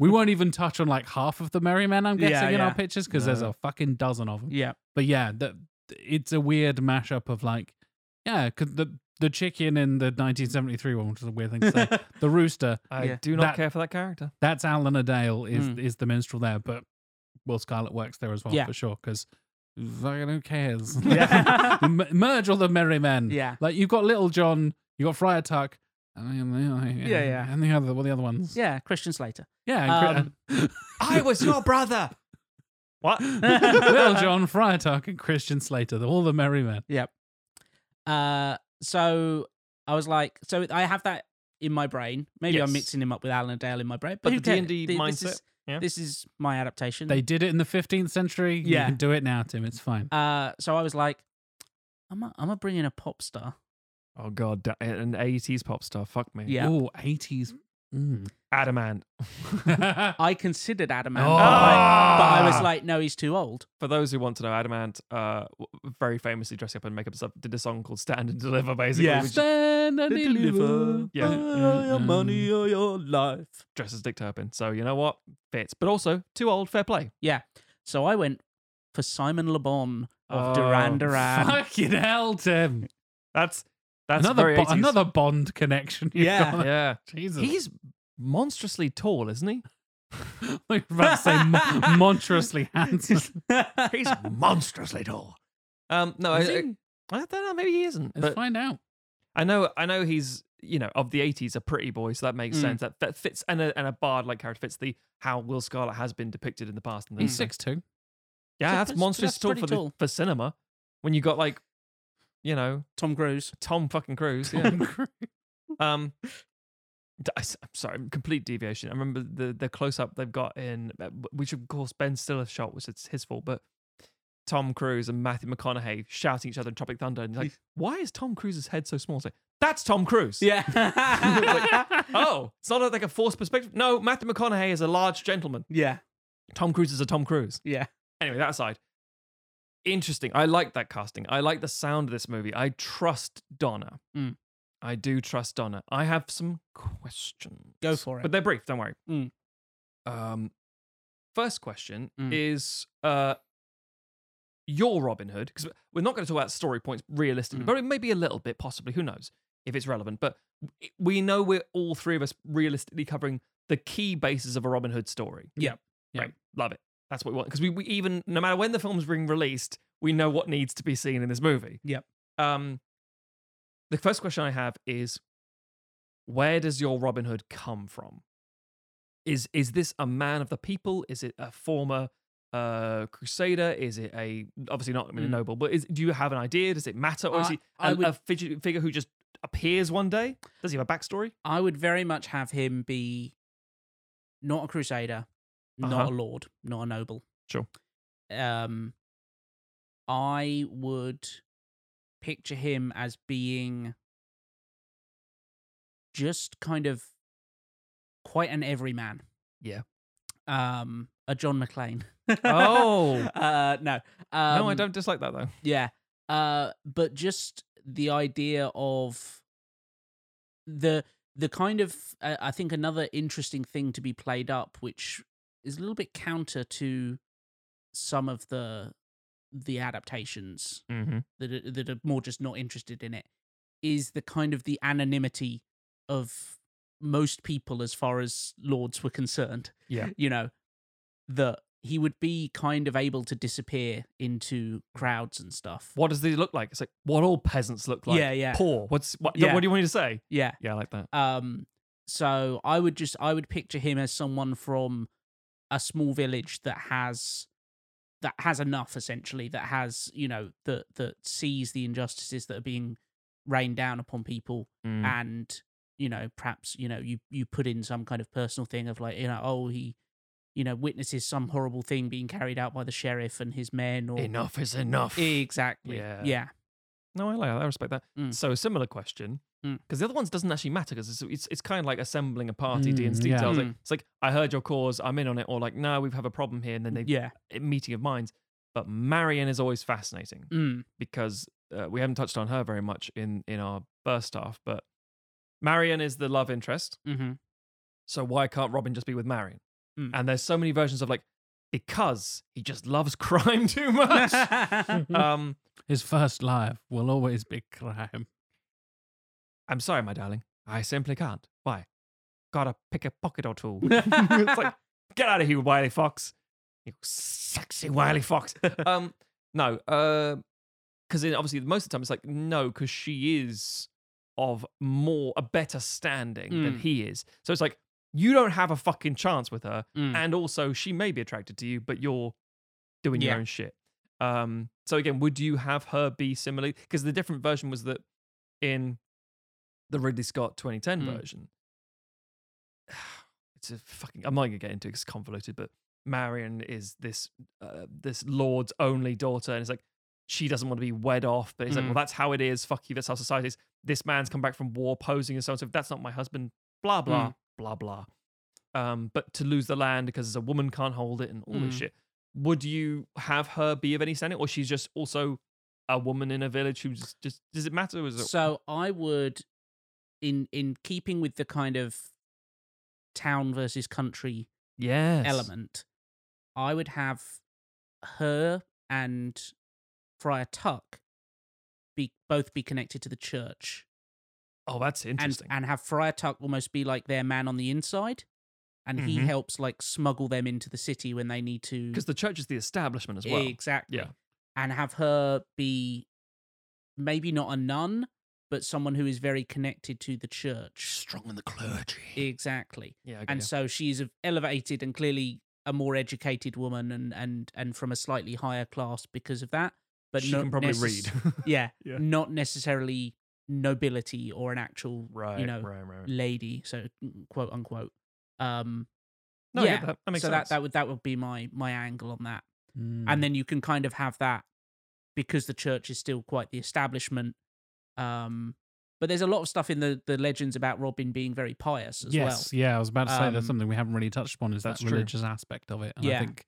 we won't even touch on like half of the merry men I'm Yeah, guessing in yeah. our pictures because there's No. a fucking dozen of them. yeah. But yeah, the, it's a weird mashup of like, yeah, 'cause the the chicken in the 1973 one, which is a weird thing to [laughs] say. the rooster, I Yeah. do not That- care for [laughs] that character. that's Alan Adale is Mm. is the minstrel there, but Will Scarlet works there as well Yeah. for sure because fucking who cares? [laughs] Yeah. [laughs] M- merge all the merry men. [laughs] Yeah. like you've got Little John, you have got Friar Tuck. And the, uh, Yeah, yeah. and Um. the other, what are the other ones? Yeah. Christian Slater. yeah. and Chri- [laughs] I was your brother. What? uh, [laughs] Little John, Friar Tuck, and Christian Slater, they're all the merry men. Uh, so I was like, so I have that in my brain. Maybe I'm Yes. mixing him up with Alan Dale in my brain, But but who the cares? D&D Th- mindset, This is, yeah. this is my adaptation. They did it in the 15th century. Mm. Yeah. You can do it now, Tim. It's fine. uh, so I was like, I'm gonna I'm gonna bring in a pop star. [laughs] oh god, da- an eighties pop star. Fuck me. Yeah, Ooh, 80s. Mm. Adamant. I considered Adamant, Oh. but, I, but I Ah. was like, no, he's too old. For those who want to know, Adamant, uh, w- very famously dressing up and makeup stuff, did a song called "Stand and Deliver." Basically, Yeah. which Stand and deliver. Yeah. your money or your life. dresses Dick Turpin. So you know what fits, but also too old. Fair play. So I went for Simon Le Bon of Oh, Duran Duran. Mm. Fucking hell, Tim. That's that's another, very Bo- 80s. another Bond connection. you've Yeah. got there. Yeah, Jesus. he's monstrously tall, isn't he? [laughs] I was about to say [laughs] mon- monstrously handsome. He's monstrously tall. Um, no, I, Is I, he? I don't know. Maybe he isn't. Let's but find out. I know, I know he's you know of the '80s, a pretty boy, so that makes Mm. sense. That that fits, and a, and a bard like character fits the how Will Scarlet has been depicted in the past. And He's then- 6'2. Yeah, So that's that's- monstrous that's tall pretty for, the, tall. for cinema. When you got like, you know, [laughs] Tom Cruise. Tom fucking Cruise. Yeah. Um, d- I, am sorry, complete deviation. I remember the the close up they've got in, uh, w- which of course Ben Stiller shot, which it's his fault, but Tom Cruise and Matthew McConaughey shouting each other in Tropic Thunder, and he's like, "Why is Tom Cruise's head so small?" It's like, that's Tom Cruise. Yeah. [laughs] [laughs] Oh, it's not like a forced perspective. No, Matthew McConaughey is a large gentleman. yeah. Tom Cruise is a Tom Cruise. Yeah. Anyway, that aside, interesting. I like that casting. I like the sound of this movie. I trust Donna. Mm. I do trust Donna. I have some questions. Go for it. But they're brief, don't worry. Mm. Um, first question Mm. is uh, your Robin Hood, because we're not going to talk about story points realistically, Mm. but maybe a little bit, possibly. Who knows if it's relevant? But it- we know we're all three of us realistically covering the key bases of a Robin Hood story. Yep. Yep. Right. Love it. That's what we want. Because we, we even, no matter when the film's being released, we know what needs to be seen in this movie. Yep. Um, the first question I have is where does your Robin Hood come from? Is is this a man of the people? Is it a former uh, crusader? Is it a obviously not I mean, a Mm. noble, but is, do you have an idea? Does it matter, or is I- he I a, would- a fidget figure who just appears one day? Does he have a backstory? I would very much have him be not a crusader, not Uh-huh. a lord, not a noble. Sure. um I would picture him as being just kind of quite an everyman. Yeah. Um a John McClane. [laughs] Oh. uh no. Um, no, I don't dislike that though. yeah. Uh but just the idea of the the kind of uh, I think another interesting thing to be played up which is a little bit counter to some of the the adaptations Mm-hmm. that are, that are more just not interested in it is the kind of the anonymity of most people as far as lords were concerned [laughs] Yeah. you know that he would be kind of able to disappear into crowds and stuff What does these look like? It's like what all peasants look like. Yeah, yeah. Poor. What's what? Yeah. What do you want me to say? yeah Yeah, I like that. um so i would just i would picture him as someone from a small village that has that has enough essentially that has you know that that sees the injustices that are being rained down upon people Mm. and you know perhaps you know you you put in some kind of personal thing of like you know oh he you know witnesses some horrible thing being carried out by the sheriff and his men or Enough is enough. exactly Yeah. yeah No, I like that. I respect that. E Mm. So similar question, Mm. because the other ones doesn't actually matter because it's, it's it's kind of like assembling a party. Mm, D and yeah. details. Like, Mm. it's like I heard your cause, I'm in on it, or like no, we have a problem here, and then they yeah a meeting of minds. But Marion is always fascinating mm. because uh, we haven't touched on her very much in in our first half. But Marion is the love interest, mm-hmm. so why can't Robin just be with Marion? Mm. And there's so many versions of like because he just loves [laughs] crime too [laughs] much. um, His first live will always be crime. I'm sorry, my darling. I simply can't. Why? Gotta pick a pocket or [laughs] two. it's like, get out of here, Wiley Fox. You sexy Wiley [laughs] Fox. um, no, because obviously most of the time it's like, no, because she is of more, a better standing than Mm. he is. So it's like, you don't have a fucking chance with her. Mm. And also, she may be attracted to you, but you're doing your Yeah. own shit. Um, so again, would you have her be similarly? Because the different version was that in the Ridley Scott 2010 Mm. version, [sighs] it's a fucking. I'm not gonna get into it. 'cause It's convoluted, but Marion is this uh, this lord's only daughter, and it's like she doesn't want to be wed off, but it's like, Mm. well, that's how it is. Fuck you. That's how society is. This man's come back from war posing and so on. So that's not my husband. Blah Mm. blah blah blah. Um, but to lose the land because a woman can't hold it and all this Mm. shit. Would you have her be of any standing, or she's just also a woman in a village who's just, just does it matter? Or is it So I would, in in keeping with the kind of town versus country yes element, I would have her and Friar Tuck be both be connected to the church, Oh, that's and interesting. and have Friar Tuck almost be like their man on the inside, and he Mhm. helps like smuggle them into the city when they need to. Because the church is the establishment as well. Exactly. Yeah. And have her be maybe not a nun, but someone who is very connected to the church. Strong in the clergy. Exactly. yeah, I get And you. so she's a- elevated and clearly a more educated woman and and and from a slightly higher class because of that. But she not can probably necess- read. [laughs] yeah, Yeah. Not necessarily nobility or an actual right, you know right, right. lady, so quote unquote. Um No, I yeah. get that. That makes so sense. that that would that would be my my angle on that Hmm. Mm. and then you can kind of have that because the church is still quite the establishment um but there's a lot of stuff in the the legends about robin being very pious as yes, yeah, I was about to say Um, that's something we haven't really touched upon is that that's true. religious aspect of it, and I Yeah. think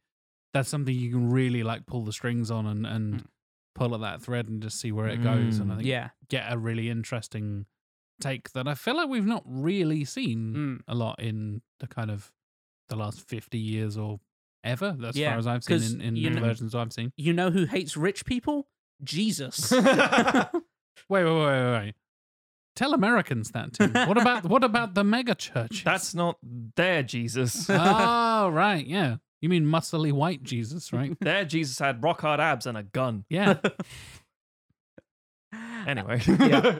that's something you can really like pull the strings on and and Hmm. pull at that thread and just see where it goes, and I Mm. well think yeah get a really interesting take that I feel like we've not really seen Mm. a lot in the kind of the last fifty years or ever, as Yeah, far as I've seen 'cause, in, in you the know- versions I've seen. you know who hates rich people [laughs] [laughs] jesus [laughs] Wait, wait, wait, wait, wait. Tell Americans that too. What about what about the mega church? That's not their [laughs] Jesus. Uh, oh right, yeah. You mean muscly white Jesus, right? their Jesus had rock hard abs and a gun. Yeah. Anyway, Yeah.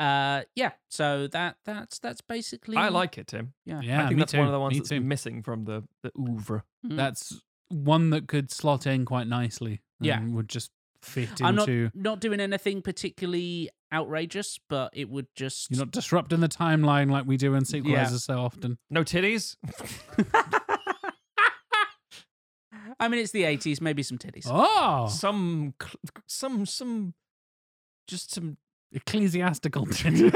uh yeah so that that's that's [laughs] basically I like it, Tim. Yeah, I think me that's too. one of the ones me that's too. missing from the the oeuvre. Mm. That's one that could slot in quite nicely. and Yeah. would just fit i'm not into. not doing anything particularly outrageous but it would just You're not disrupting the timeline like we do in sequelizers so often. No titties. I mean, it's the 80s, maybe some titties. Oh, Some, cl- some, some, just some. ecclesiastical titties.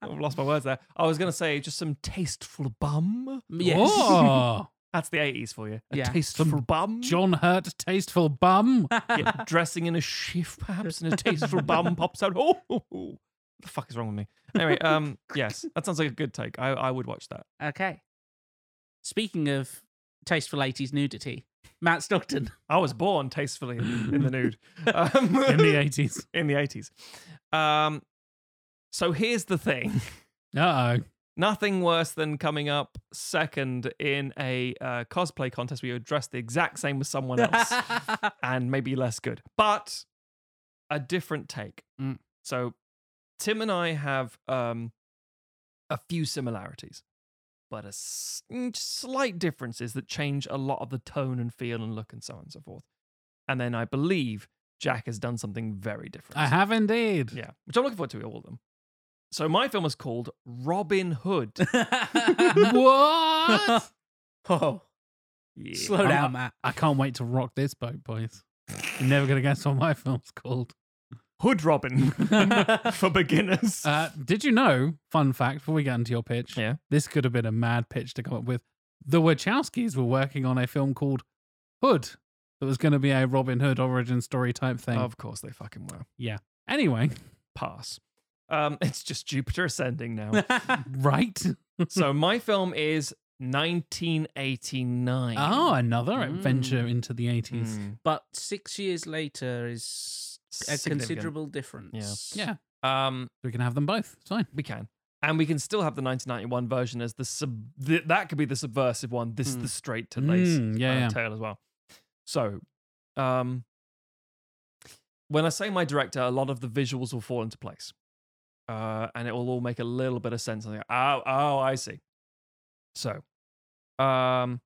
I've lost my words there. I was going to say just some tasteful bum. [laughs] [laughs] yes. Oh, That's the 80s for you. A Yeah. tasteful Some bum. [laughs] John Hurt, tasteful bum. Yeah, dressing in a shift, perhaps, and a tasteful [laughs] bum pops out. Oh, oh, oh. What the fuck is wrong with me? Anyway, [laughs] um, yes, that sounds like a good take. I, I would watch that. Okay. Speaking of tasteful 80s nudity, Matt [laughs] Stockton. I was born tastefully [laughs] in, in the nude um, In [laughs] the 80s. in the 80s. Um, so here's the thing. Uh oh. Nothing worse than coming up second in a uh, cosplay contest where you're dressed the exact same as [laughs] someone else [laughs] and maybe less good, but a different take. Mm. So Tim and I have um, a few similarities, but a s- mm, slight differences that change a lot of the tone and feel and look and so on and so forth. And then I believe Jack has done something very different. I have indeed. Yeah, which I'm looking forward to all of them. So my film was called Robin Hood. [laughs] [laughs] what? [laughs] oh, Yeah. slow down, Matt. I can't wait to rock this boat, boys. You're never going to guess what my film's called. Hood Robin [laughs] for beginners. Uh, did you know, fun fact, before we get into your pitch, Yeah. this could have been a mad pitch to come up with. The Wachowskis were working on a film called Hood that was going to be a Robin Hood origin story type thing. of course they fucking were. Anyway, [laughs] Pass. Um, [laughs] it's just Jupiter ascending now. [laughs] right? so my film is 1989. Oh, another adventure into the 80s. Mm. But six years later is a Significant. considerable difference. Yeah, Um, we can have them both. It's fine. we can. And we can still have the 1991 version as the sub. Th- that could be the subversive one. This is Mm. the straight to lace. Mm, yeah, uh, yeah. tale as well. So, um, when I say my director, a lot of the visuals will fall into place, uh, and it will all make a little bit of sense. I think, oh, oh, I see. So, um,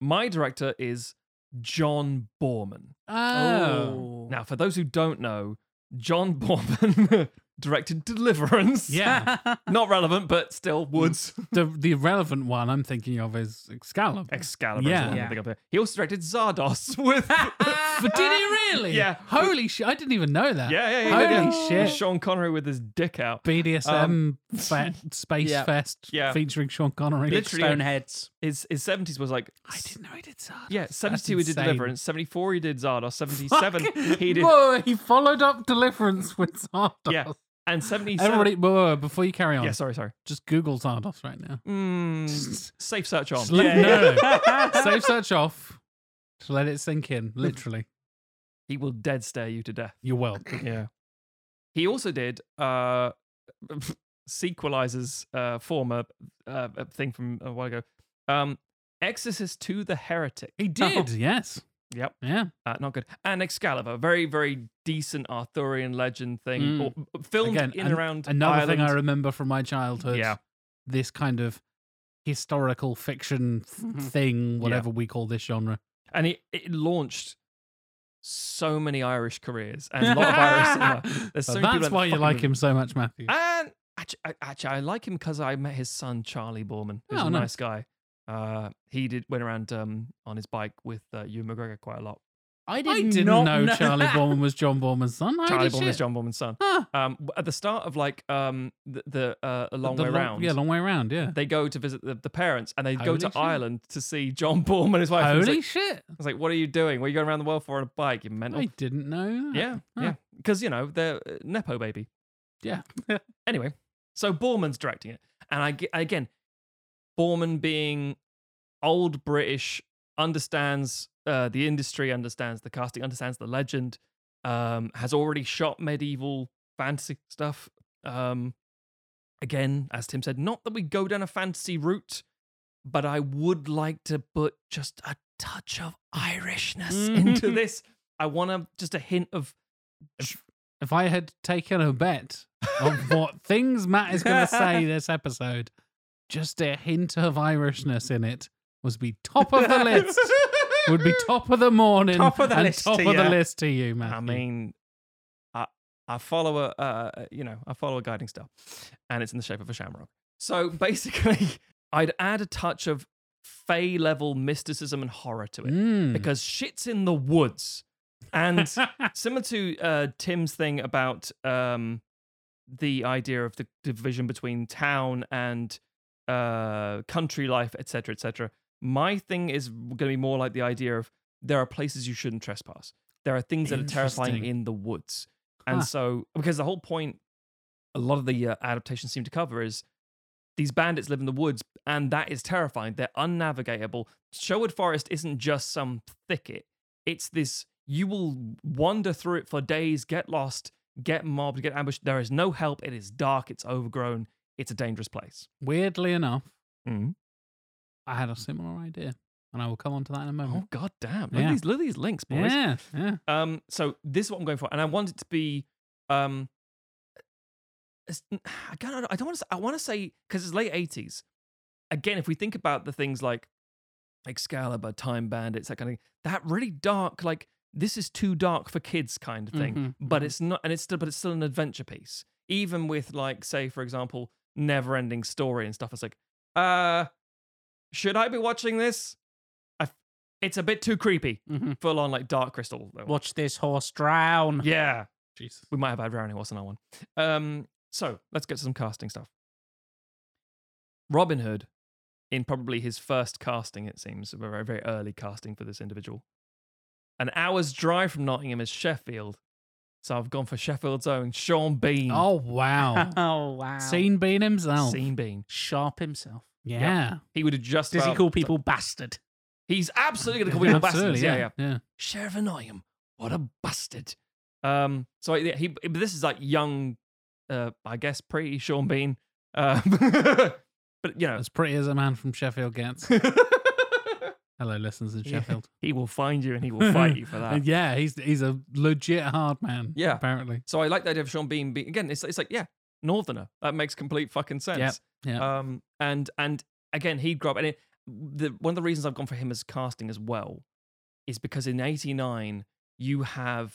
my director is John Borman. Oh. Now, for those who don't know, John [laughs] Borman directed Deliverance. Yeah. [laughs] Mm. Not relevant, but still Woods. the the relevant one I'm thinking of is Excalibur. Excalibur. Yeah. Yeah. Yeah. He also directed Zardos [laughs] [laughs] with. but did he really? [laughs] Yeah. Holy shit! I didn't even know that. [laughs] Yeah, yeah, yeah. Holy yeah. With shit! Sean Connery with his dick out. BDSM Um, [laughs] fe- space Yeah. fest Yeah. featuring Sean Connery. Literally- Stoneheads. His his seventies was like I didn't know he did Zardos. yeah, That's seventy two he did insane. Deliverance, seventy four he did Zardos, seventy seven he [laughs] did Whoa, he followed up Deliverance with Zardos. yeah, and seventy Everybody, seven. whoa, whoa, whoa, before you carry on, Yeah, sorry, sorry. just Google Zardos right now. Mm, Just- safe search on. just let- no, [laughs] no. [laughs] Safe search off. Just let it sink in. Literally, He will dead stare you to death. you're welcome. Yeah. He also did uh [laughs] sequelizers uh former uh thing from a while ago. Um Exorcist to the Heretic. [laughs] He did. Yes. Oh. Yep. Yeah. Uh, not good. And Excalibur, very, very decent Arthurian legend thing, Mm. or, uh, filmed Again, in an- and around another Ireland. thing I remember from my childhood. Yeah. This kind of historical fiction th- thing, whatever we call this genre. and it, it launched so many Irish careers [laughs] and a lot [laughs] of Irish. cinema. There's So so many people that's that why you fucking- like him so much, Matthew. And actually, actually, I like him because I met his son Charlie Borman, who's Oh, a nice. nice guy. Uh, he did went around um, on his bike with uh, Ewan McGregor quite a lot. I I didn't not know [laughs] Charlie that. Borman was John Borman's son. Holy Charlie Oh, shit. Borman is John Borman's son. Huh. Um, w- at the start of like um, the, the uh, a long The way round, Yeah, long way round. Yeah. they go to visit the, the parents and they go Holy to shit. Ireland to see John [laughs] Borman and his wife. I was, Holy like, shit! I was like, what are you doing? What are you going around the world for on a bike? You mental. I didn't know. That. yeah, yeah. Because, you know, they're uh, Nepo baby. Yeah. [laughs] Anyway, so Borman's directing it. And I, ge- again, Borman being old British, understands uh, the industry, understands the casting, understands the legend, um, has already shot medieval fantasy stuff. Um, again, as Tim said, not that we go down a fantasy route, but I would like to put just a touch of Irishness into Mm-hmm. this. I want to just a hint of If I had taken a bet of what things Matt is going to say this episode, just a hint of Irishness in it was be top of [laughs] the list. would be top of the morning, Top of the and list top to of the you. list to you, man. I mean, I I follow a uh, you know I follow a guiding [laughs] star, and it's in the shape of a shamrock. So basically, I'd add a touch of fey level mysticism and horror to it Mm. because shit's in the woods. And similar to uh, Tim's thing about um, the idea of the division between town and uh, country life, etc., etc., my thing is going to be more like the idea of there are places you shouldn't trespass. There are things that are terrifying Interesting. in the woods. And Huh. so, because the whole point a lot of the uh, adaptations seem to cover is these bandits live in the woods, and that is terrifying. They're unnavigatable. Sherwood Forest isn't just some thicket, it's this you will wander through it for days, get lost, get mobbed, get ambushed. There is no help. It is dark, it's overgrown, it's a dangerous place. Weirdly enough, Hmm. Mm. I had a similar idea, and I will come on to that in a moment. Oh, god damn. Look, at Yeah. these, look at these links, Oh, boys. yeah, yeah. Um, so this is what I'm going for, and I want it to be. Um, it's- [sighs] I can't. I don't want to. I want to say because it's late '80s. Again, if we think about the things like Excalibur, Time Bandits, that kind of thing, that really dark, like this is too dark for kids kind of thing. Mhm, But mhm. it's not, and it's still, but it's still an adventure piece. Even with like, say, for example, Never Ending Story and stuff. It's like, uh, should I be watching this? I, it's a bit too creepy. Mhm. Full on like Dark Crystal. though. [laughs] Watch this horse drown. Yeah. Jesus. We might have had Rowney Watson on one. Um, so let's get to some casting stuff. Robin Hood, in probably his first casting, it seems, a very, very early casting for this individual. An hour's drive from Nottingham is Sheffield. So I've gone for Sheffield's own Sean Bean. Oh wow. [laughs] Oh [laughs] wow. Seen Bean himself. Sean Bean. Sharp himself. Yeah. He would have just. Does he about- call people bastard? He's absolutely going to [laughs] call people Absolutely, bastards. Yeah, yeah. yeah. Sheriff of Nottingham. What a bastard. Um, so yeah, he but this is like young, uh, I guess pretty Sean Bean. Uh, [laughs] but you know, [laughs] As pretty as a man from Sheffield gets. Hello, listeners in Yeah. Sheffield. he will find you and he will [laughs] fight [laughs] you for that. yeah, he's he's a legit hard man. Yeah. apparently. So I like the idea of Sean Bean being again. It's it's like yeah, Northerner. That makes complete fucking sense. Yep, yep. Um, and and again, he'd grow up. And it, the one of the reasons I've gone for him as casting as well is because in '89 you have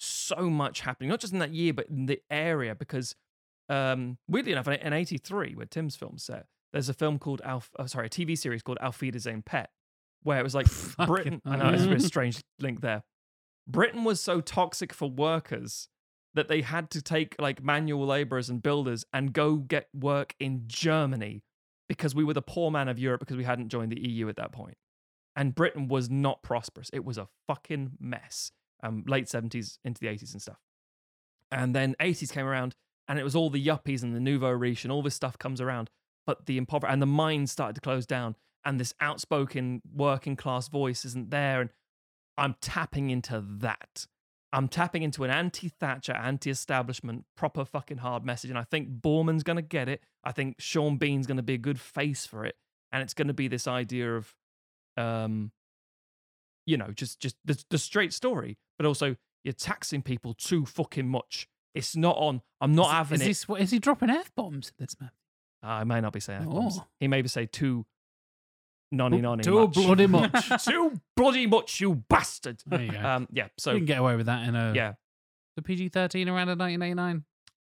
so much happening, not just in that year but in the area. Because um, weirdly enough, in '83, where Tim's film set, there's a film called Alf. Oh, sorry, a TV series called Alfida's Own Pet, where it was [laughs] like Fucking Britain. I know hell. it's a bit strange link there. Britain was so toxic for workers that they had to take like manual laborers and builders and go get work in Germany because we were the poor man of Europe because we hadn't joined the EU at that point. And Britain was not prosperous. It was a fucking mess. Um, late 70s into the 80s and stuff. And then 80s came around and it was all the yuppies and the nouveau riche and all this stuff comes around. But the impover and the mines started to close down and this outspoken working class voice isn't there. And I'm tapping into that. I'm tapping into an anti Thatcher, anti establishment, proper fucking hard message. And I think Borman's going to get it. I think Sean Bean's going to be a good face for it. And it's going to be this idea of, um, you know, just just the, the straight story, but also you're taxing people too fucking much. It's not on. I'm not is, having is it. This, what, is he dropping f bombs at this man? I may not be saying F-bombs. Oh. He may be saying too nonny nonny. Too much. [laughs] bloody much. too bloody much, you bastard. there you go. Um, yeah. you [laughs] So can get away with that in a yeah, the PG thirteen around a nineteen eighty nine.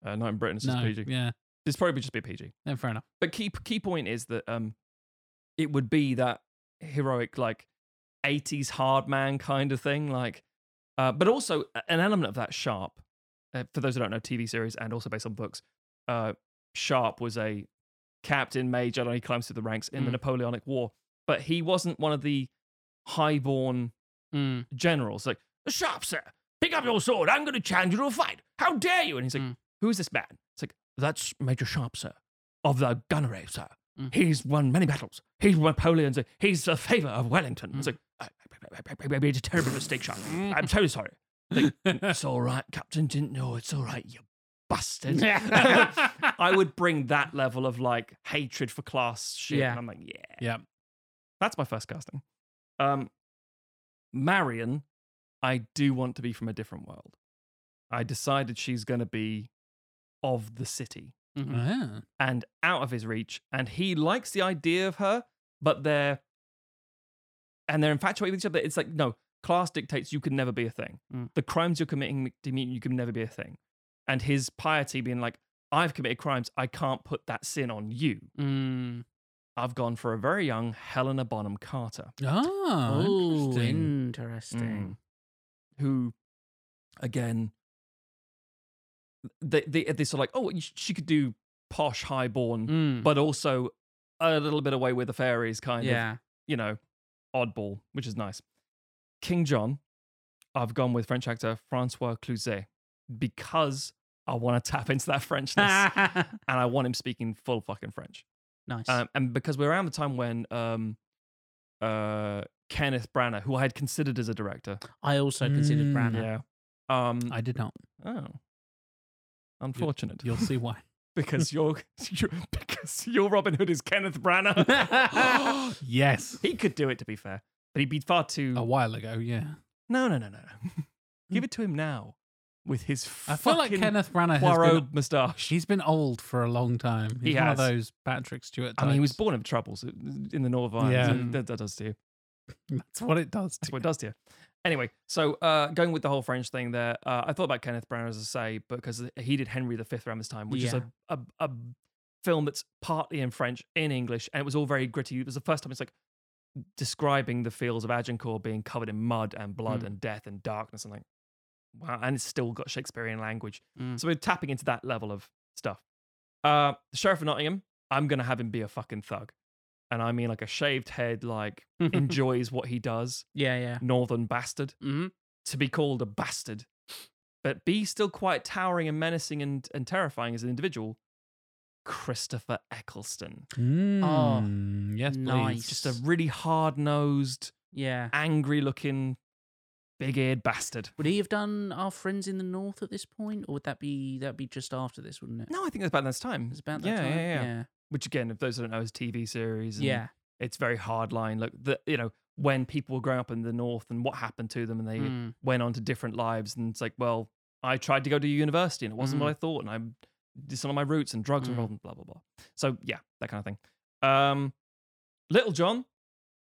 uh, not in Britain. It's just No, PG. yeah, It's probably just be PG. then fair enough. But key key point is that um, it would be that heroic like '80s hard man kind of thing, like, uh, but also an element of that sharp. Uh, for those who don't know, TV series and also based on books, uh, Sharp was a captain major. I don't know, he climbs through the ranks in the Mm. Napoleonic War, but he wasn't one of the highborn Mm. generals. Like, sharp, sir, pick up your sword. I'm going to challenge you to a fight. How dare you? And he's like, Mm. who is this man? It's like, that's Major Sharp, sir, of the gunnery, sir. Mm. He's won many battles. He's Napoleon's. He's the favor of Wellington. Mm. It's like, I, I- I- I made a terrible mistake, Sharp. I'm totally sorry. Like, [laughs] it's all right, Captain. Didn't know. It's all right, you bastard. I would bring that level of like hatred for class shit. Yeah. And I'm like, yeah. Yeah, That's my first casting. Um, Marion, I do want to be from a different world. I decided she's going to be of the city [laughs] Mhm. Ah. and out of his reach. And he likes the idea of her, but they're and they're infatuated with each other. It's like no, class dictates you can never be a thing. Mm. The crimes you're committing to me, you can never be a thing. And his piety being like, I've committed crimes, I can't put that sin on you. Mm. I've gone for a very young Helena Bonham Carter, Ah, Oh, interesting. interesting. who, again, they they they sort of like, oh, sh- she could do posh, highborn, Mm. but also a little bit away with the fairies, kind of, yeah. you know, oddball, which is nice. King John, I've gone with French actor Francois Cluzet because I want to [laughs] tap into that [laughs] Frenchness and I want him speaking full fucking French. nice. Um, and because we're around the time when um, uh, Kenneth Branagh, who I had considered as a director, I also considered Mm, Branagh. um, I did not. oh, unfortunate You'll see why. [laughs] because your your- [laughs] because your Robin Hood is Kenneth Branagh. yes. he could do it, to be fair, but he'd be far too. [laughs] A while ago, yeah. No, no, no, no. [laughs] no. Give it to him now with his. I feel like fucking Kenneth Branagh has been, Poirot moustache. he's been old for a long time. He's He one has. of those Patrick Stewart I mean, he was types. born of troubles in the North Island. Yeah. and That, that does to you. That's what it does. [laughs] That's To what you. it does to you. Anyway, so uh, going with the whole French thing there, uh, I thought about Kenneth Branagh as I say because he did Henry V around this time, which is a, a a film that's partly in French, in English, and it was all very gritty. It was the first time it's like describing the fields of Agincourt being covered in mud and blood Mm. and death and darkness, and like wow, and it's still got Shakespearean language. Mm. So we're tapping into that level of stuff. Uh, the sheriff of Nottingham, I'm gonna have him be a fucking thug, and I mean like a shaved head, [laughs] like [laughs] enjoys what he does yeah, yeah. northern bastard hmm to be called a bastard, but be still quite towering and menacing and, and terrifying as an individual. Christopher Eccleston. Oh, Mm, yes, please. nice. Just a really hard nosed, Yeah. angry looking, big eared bastard. Would he have done Our Friends in the North at this point, or would that be that be just after this, wouldn't it? No, I think that's about this time. It's about that yeah, time. Yeah, yeah, yeah. Which again, if those who don't know, is TV series. And Yeah. It's very hard line. Look, the, you know, when people were growing up in the North and what happened to them and they Mm. went on to different lives and it's like well i tried to go to university and it wasn't what i thought and i disowned my roots and drugs were Mm. involved and blah blah blah so yeah that kind of thing um little john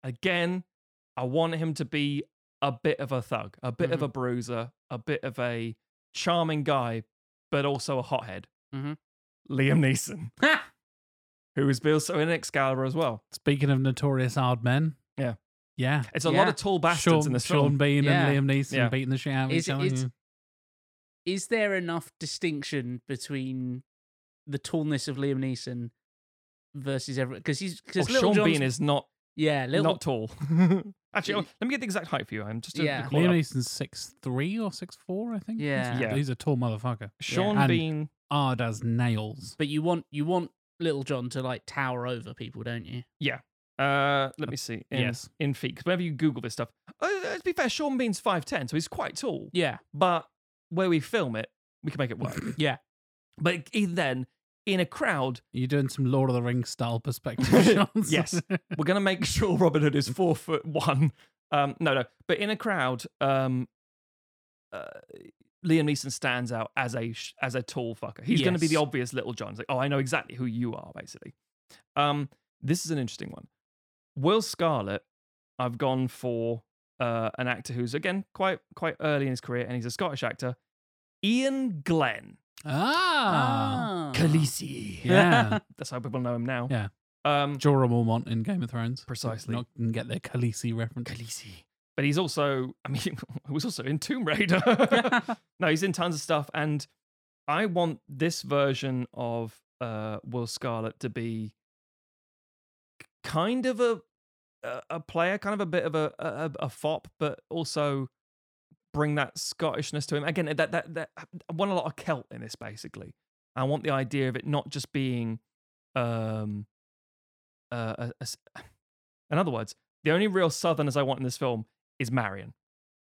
again i want him to be a bit of a thug a bit of Mhm. a bruiser a bit of a charming guy but also a hothead Mhm. liam neeson Ha! who is also in excalibur as well Speaking of notorious hard men. Yeah. Yeah. it's a lot Yeah. of tall bastards Sean, in this Sean film Oh, Bean Yeah. and Liam Neeson Yeah. beating the shit out of Is each it- other. it's- yeah. Is there enough distinction between the tallness of Liam Neeson versus everyone? Because he's Well, because Oh, Sean Bean is not yeah, little not tall. [laughs] [laughs] Actually, oh, let me get the exact height for you. I'm just to- to Yeah. call it Liam up. Neeson's six three or six four, I think. Yeah. Yeah. He's a tall motherfucker. Sean And- Bean. Hard as nails. but you want you want Little John to like tower over people, don't you? Uh, let me see. In, yes. in feet. 'cause Whenever you Google this stuff, uh, to be fair, Sean Bean's five ten, so he's quite tall. Yeah, But where we film it, we can make it work. yeah. but even then, in a crowd, You're doing some Lord of the Rings style [laughs] perspective shots. Yes. we're gonna make sure Robin Hood is four foot one. Um, no, no. But in a crowd, um, uh, Liam Neeson stands out as a sh- as a tall fucker. He's going to be the Yes. obvious little John. It's like, oh, I know exactly who you are, basically. Um, this is an interesting one. Will Scarlett, I've gone for uh, an actor who's again quite quite early in his career, and he's a Scottish actor, Ian Glenn. [laughs] ah. Khaleesi. Yeah. [laughs] That's how people know him now. Yeah. Um, Jorah Mormont in Game of Thrones. Precisely. Not can get their Khaleesi reference. Khaleesi. But he's also, I mean, [laughs] he was also in Tomb Raider. no, he's in tons of stuff. And I want this version of uh, Will Scarlet to be kind of a a- a player, kind of a bit of a a, a fop, but also bring that Scottishness to him. Again, that, that that I want a lot of Celt in this. Basically, I want the idea of it not just being, um, uh, a- a s- [sighs] in other words, the only real Southerners I want in this film is Marion.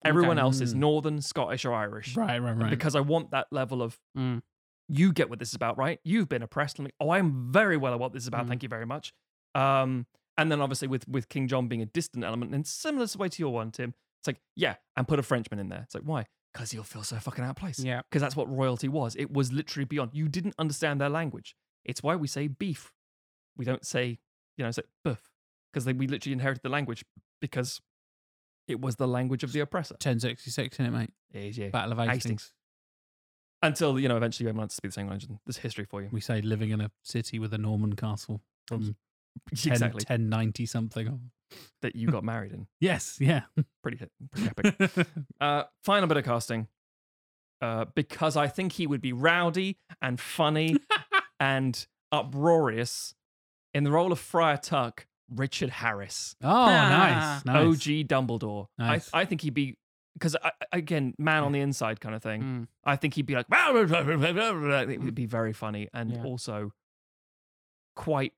Everyone else is Mm. Northern, Scottish, or Irish Right, right, right. because I want that level of Mm. you get what this is about, right? You've been oppressed. Let me, oh, I'm very well aware what this is about. Mm. Thank you very much. Um, and then obviously with with King John being a distant element, and similar to way to your one, Tim, it's like yeah, and put a Frenchman in there. It's like why? Because he'll feel so fucking out of place. Yeah. Because that's what royalty was. It was literally beyond. You didn't understand their language. It's why we say beef. We don't say you know it's like buff because we literally inherited the language because it was the language of the oppressor. 1066 in it, mate. Yeah. Battle of Hastings. Hastings. Until you [laughs] know, eventually everyone learns to speak the same language. and There's history for you. We say living in a city with a Norman castle from exactly 1090 something. that you got married in. Yes, yeah. Pretty, [laughs] pretty epic. [laughs] Uh, final bit of casting. Uh, because I think he would be rowdy and [laughs] funny and uproarious in the role of Friar Tuck, Richard Harris, oh, Ah, nice, nice. [laughs] OG Dumbledore. Nice. I, I think he'd be, because again, man on the inside kind of thing. Mm. I think he'd be like, it would be very funny and Yeah. also quite.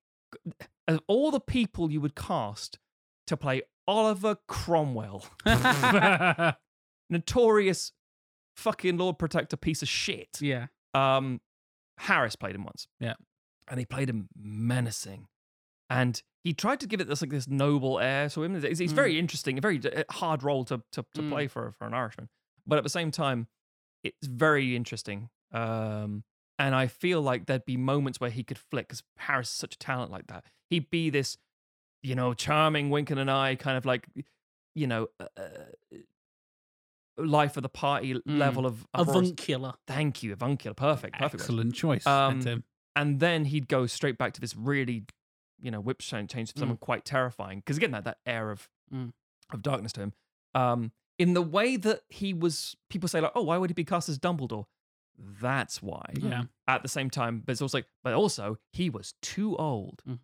Of all the people you would cast to play Oliver Cromwell, [laughs] notorious fucking Lord Protector piece of shit. yeah. Um, Harris played him once. Yeah. and he played him menacing, and he tried to give it this like this noble air to him. He's, he's very interesting, a very uh, hard role to to, to Mm. play for for an Irishman, but at the same time, it's very interesting. Um, and I feel like there'd be moments where he could flick because Harris is such a talent like that. He'd be this, you know, charming, winking an eye, kind of like, you know, uh, uh, life of the party level of, of Ross- Avuncular. Thank you, avuncular. Perfect, perfect. word. Excellent choice, Um, Tim. And then he'd go straight back to this really, you know, whip change change to someone quite terrifying. Because again, that that air of Mm. of darkness to him. Um, in the way that he was, people say like, oh, why would he be cast as Dumbledore? That's why. Yeah. At the same time, but it's also like, but also he was too old. Mm.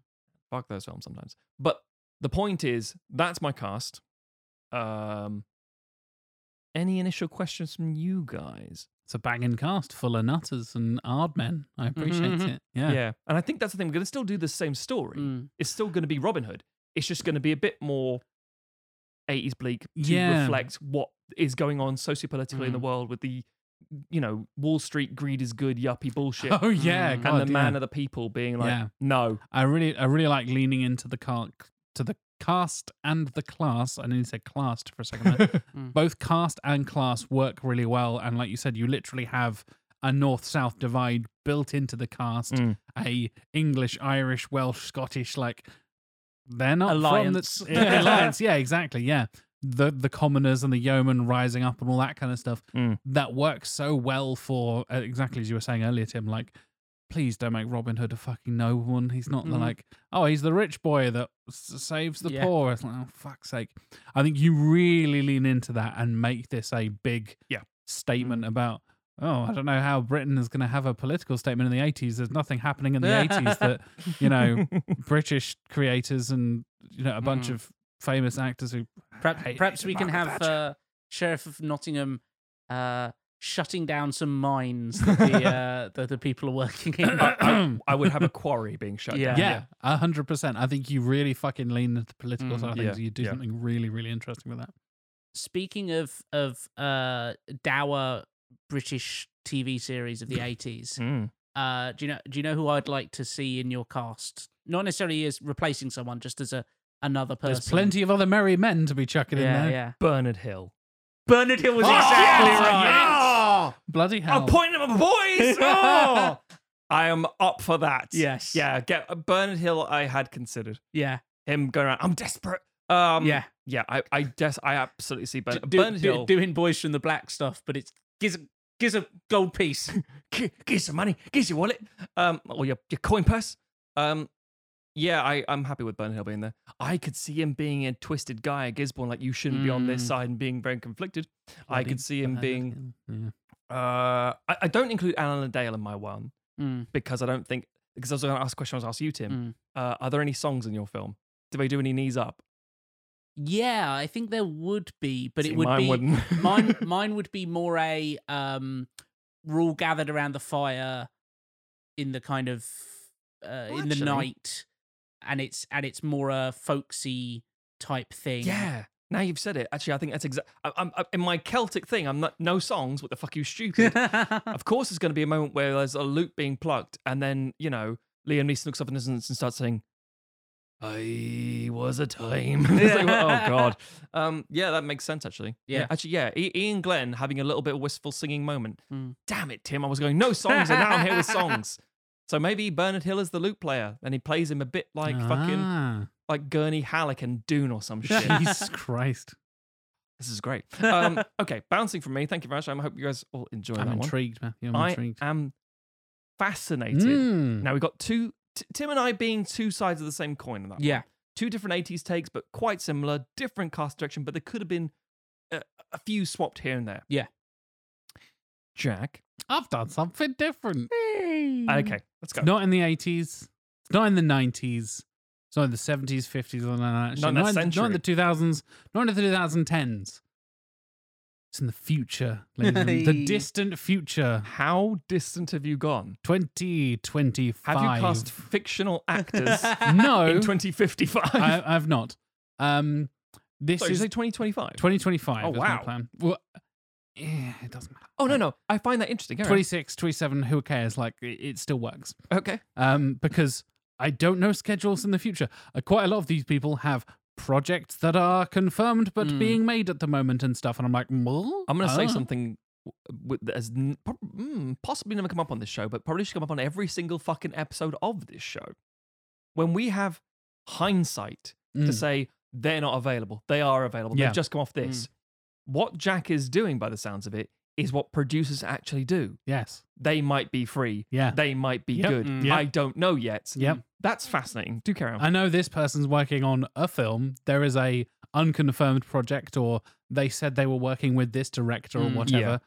Fuck those films sometimes. But the point is, that's my cast. Um, any initial questions from you guys? It's a banging cast full of nutters and ard men. I Mm-hmm, appreciate mhm. it. Yeah. And I think that's the thing. We're going to still do the same story. Mm. It's still going to be Robin Hood. It's just going to be a bit more 80s bleak to Yeah. Mm. reflect what is going on sociopolitically in the world with the, you know, Wall Street greed is [laughs] good, yuppie bullshit. Oh yeah, Mm. and God, yeah. the man of the people being like, Yeah. no. I really, I really like leaning into the car to the cast and the class. I nearly said classed for a second. there. Both cast and class work really well, and like you said, you literally have a north-south divide built into the cast. Mm. A English, Irish, Welsh, Scottish, like they're not Alliance. from the yeah. alliance. Yeah, exactly. Yeah. The, the commoners and the yeomen rising up and all that kind of stuff Mm. that works so well for uh, exactly as you were saying earlier, Tim. Like please don't make Robin Hood a fucking nobleman. He's not the Mhm. like, oh, he's the rich boy that s- saves the Yeah. poor. It's like, oh, fuck's sake. I think you really lean into that and make this a big Yeah. Mm. statement about, oh, I don't know how Britain is going to have a political statement in the 80s. There's nothing happening in the 80s that, you [laughs] know, British creators and, you know, a bunch Mhm. of famous actors who. Perhaps, hate- perhaps hated we can Margaret have Thatcher. uh, Sheriff of Nottingham uh, shutting down some mines that [laughs] the, uh, that the people are working [coughs] in. uh, [clears throat] I would [laughs] have a quarry being shut Yeah. down. Yeah, a hundred percent. I think you really fucking lean into the political Mm. side of Yeah, things. You do yeah. something really, really interesting with that. Speaking of of uh, dour British TV series of the eighties, Mm. uh, do you know do you know who I'd like to see in your cast? Not necessarily as replacing someone, just as a another person. There's plenty of other merry men to be chucking in Yeah, there. yeah. Bernard Hill. Bernard Hill Oh, was right. Bloody hell! [laughs] I'm pointing at my boys. Oh! I am up for that. Yes. Yeah. Get Bernard Hill. I had considered Yeah, him going around. I'm desperate. Um, yeah. Yeah. I. I des- I absolutely see Bernard, Do- Bernard do- Hill. doing boys from the black stuff, but it's gives a, gives a gold piece. G- give some money. Give your wallet. Um. Or your your coin purse. Um. Yeah. I. I'm happy with Bernard Hill being there. I could see him being a twisted guy at Gisborne. Like you shouldn't be on this Mm. side and being very conflicted. I Bloody could see him Bernard being. Hill. Yeah. Uh. I, I don't include Alan Dale in my one. Mm. because I don't think because I was going to ask a question I was going to ask you, Tim. Mm. Uh, are there any songs in your film? Do they do any knees up? Yeah, I think there would be, but See, it would mine be wouldn't. [laughs] mine. Mine would be more a um, we're all gathered around the fire in the kind of uh, Well, in the actually- night, and it's and it's more a folksy type thing. Yeah. Now you've said it. Actually, I think that's exactly. I'm, i in my Celtic thing. I'm not no songs. What the fuck, you [laughs] stupid? of course, there's going to be a moment where there's a loop being plucked, and then you know Liam Neeson looks up in the distance and starts saying, "I was a time." [laughs] It's like, oh god. Um. Yeah, that makes sense. Actually. Yeah. Actually, yeah. I- Ian Glenn having a little bit of wistful singing moment. Mm. Damn it, Tim! I was going no songs, and now I'm here with songs. So maybe Bernard Hill is the loop player, and he plays him a bit like fucking Ah, like Gurney Halleck and Dune [laughs] or some shit. [laughs] Jesus Christ! This [laughs] is great. Um, okay, bouncing from me. Thank you very much. I hope you guys all enjoy I'm that intrigued, Matthew. I'm one. I intrigued. am fascinated. Mm. Now we've got two T- Tim and I being two sides of the same coin. In that one. [laughs] Yeah. two different 80s takes, but quite similar, different cast direction, but there could have been a, a few swapped here and there. Yeah. Jack. I've done something different. Okay, let's go. Not in the 80s. It's not in the 90s. It's not in the 70s, 50s, or none of that shit. Not in that not in the century. 2000s. Not in the 2010s. It's in the future, ladies and gentlemen. the distant future, How distant have you gone? 2025. Have you cast fictional actors [laughs] in No, 2055? [laughs] I, I've not. Um, this Sorry, is say 2025? 2025. Oh, is my wow. plan. Well, eh, it doesn't matter. oh, no, no. I find that interesting. Carry on. 26, 27, who cares? Like, it, it still works. Okay. um, because I don't know schedules in the future. Uh, quite a lot of these people have projects that are confirmed but Mm. being made at the moment and stuff. And I'm like, "Well, Hmm. I'm going to say ah." something w- w- that has n- prob- mm, possibly never come up on this show, but probably should come up on every single fucking episode of this show. When we have hindsight to Mm. say they're not available, they are available, Yeah. Mm. they've just come off this. What Jack is doing, by the sounds of it, is what producers actually do. Yes. They might be free. Yeah. They might be Yep. good. Mm. Yep. I don't know yet. Yep. Uh, That's fascinating. Do carry on. I know this person's working on a film. There is a unconfirmed project, or they said they were working with this director or Hmm, Mm, yeah. whatever.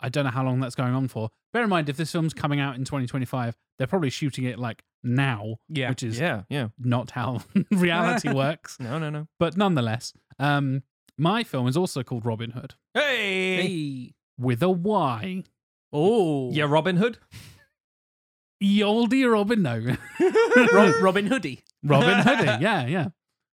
I don't know how long that's going on for. Bear in mind, if this film's coming out in 2025, they're probably shooting it like now, Yeah. which is yeah, yeah. not how [laughs] [laughs] reality works. No, no, no. But nonetheless, um, my film is also called Robin Hood Hey! with a Y. Oh. Yeah, Robin Hood. [laughs] Ye olde Robin, no. Ro- Robin Hoodie. [laughs] Robin [laughs] Hoodie, yeah, yeah.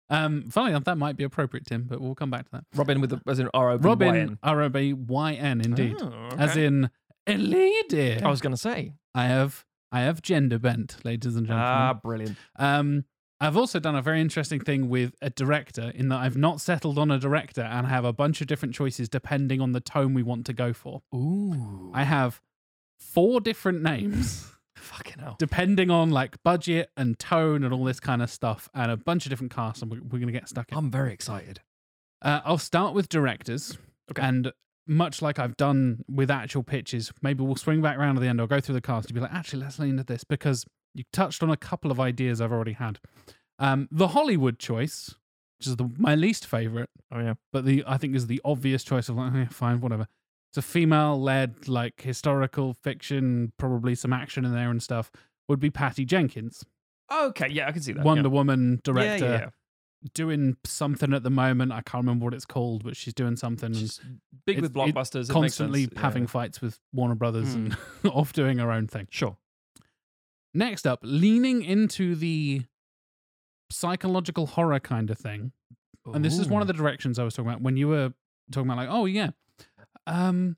Um, funny enough, that might be appropriate, Tim, but we'll come back to that. Robin with a, as in R O B Y Robin, N. R O B Y N, indeed. Oh, As okay. Oh, in, a lady. I was going to say. I have, I have gender bent, ladies and gentlemen. Ah, brilliant. Um, I've also done a very interesting thing with a director in that I've not settled on a director and have a bunch of different choices depending on the tone we want to go for. Ooh. I have four different names [laughs] fucking hell. depending on like budget and tone and all this kind of stuff and a bunch of different casts and we're, we're going to get stuck in. I'm very excited. Uh, I'll start with directors. Okay. And much like I've done with actual pitches, maybe we'll swing back around at the end. I'll go through the cast and be like, actually, let's lean into this because you touched on a couple of ideas I've already had. Um, the Hollywood choice, which is the, my least favorite, Oh, yeah. but the I think is the obvious choice of like, eh, fine, whatever. It's a female-led, like historical fiction, probably some action in there and stuff. Would be Patty Jenkins, Okay, yeah, I can see that. Wonder yeah. Woman director, Yeah, yeah, yeah. doing something at the moment. I can't remember what it's called, but she's doing something. and She's big with It's- it blockbusters. it makes sense, constantly yeah. Hmm. having fights with Warner Brothers and [laughs] off doing her own thing. Sure. Next up, leaning into the psychological horror kind of thing. And this is one of the directions I was talking about when you were talking about like, oh yeah. Um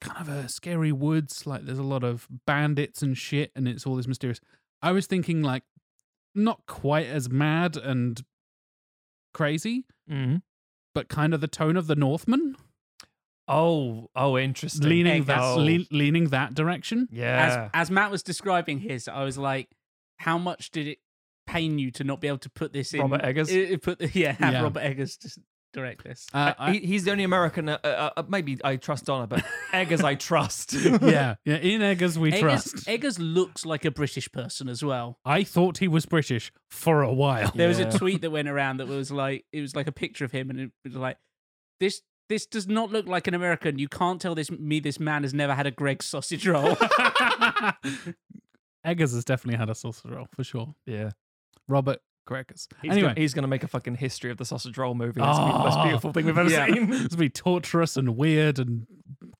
kind of a scary woods, like there's a lot of bandits and shit and it's all this mysterious. I was thinking like not quite as mad and crazy, Mhm. but kind of the tone of the Northman, Oh, oh, interesting. leaning that Oh. le- leaning that direction. yeah. As, as Matt was describing his, I was like, how much did it pain you to not be able to put this in? Robert Eggers? i- i- put the, [laughs] yeah, have Yeah. Robert Eggers just direct this. Uh, I- he, he's the only American. Uh, uh, uh, maybe I trust Donna, but Eggers I [laughs] trust. yeah, yeah. Ian Eggers, we Eggers, trust. Eggers looks like a British person as well. I thought he was British for a while. There was Yeah. a tweet that went around that was like it was like a picture of him, and it was like this. This does not look like an American. You can't tell this me. This man has never had a Greg [laughs] sausage roll. [laughs] Eggers has definitely had a sausage roll for sure. Yeah. Robert Gregers. [laughs] He's anyway, gonna, he's gonna make a fucking history of the sausage roll movie. That's the most Oh. beautiful thing we've ever Yeah. seen. [laughs] it's gonna be torturous and weird and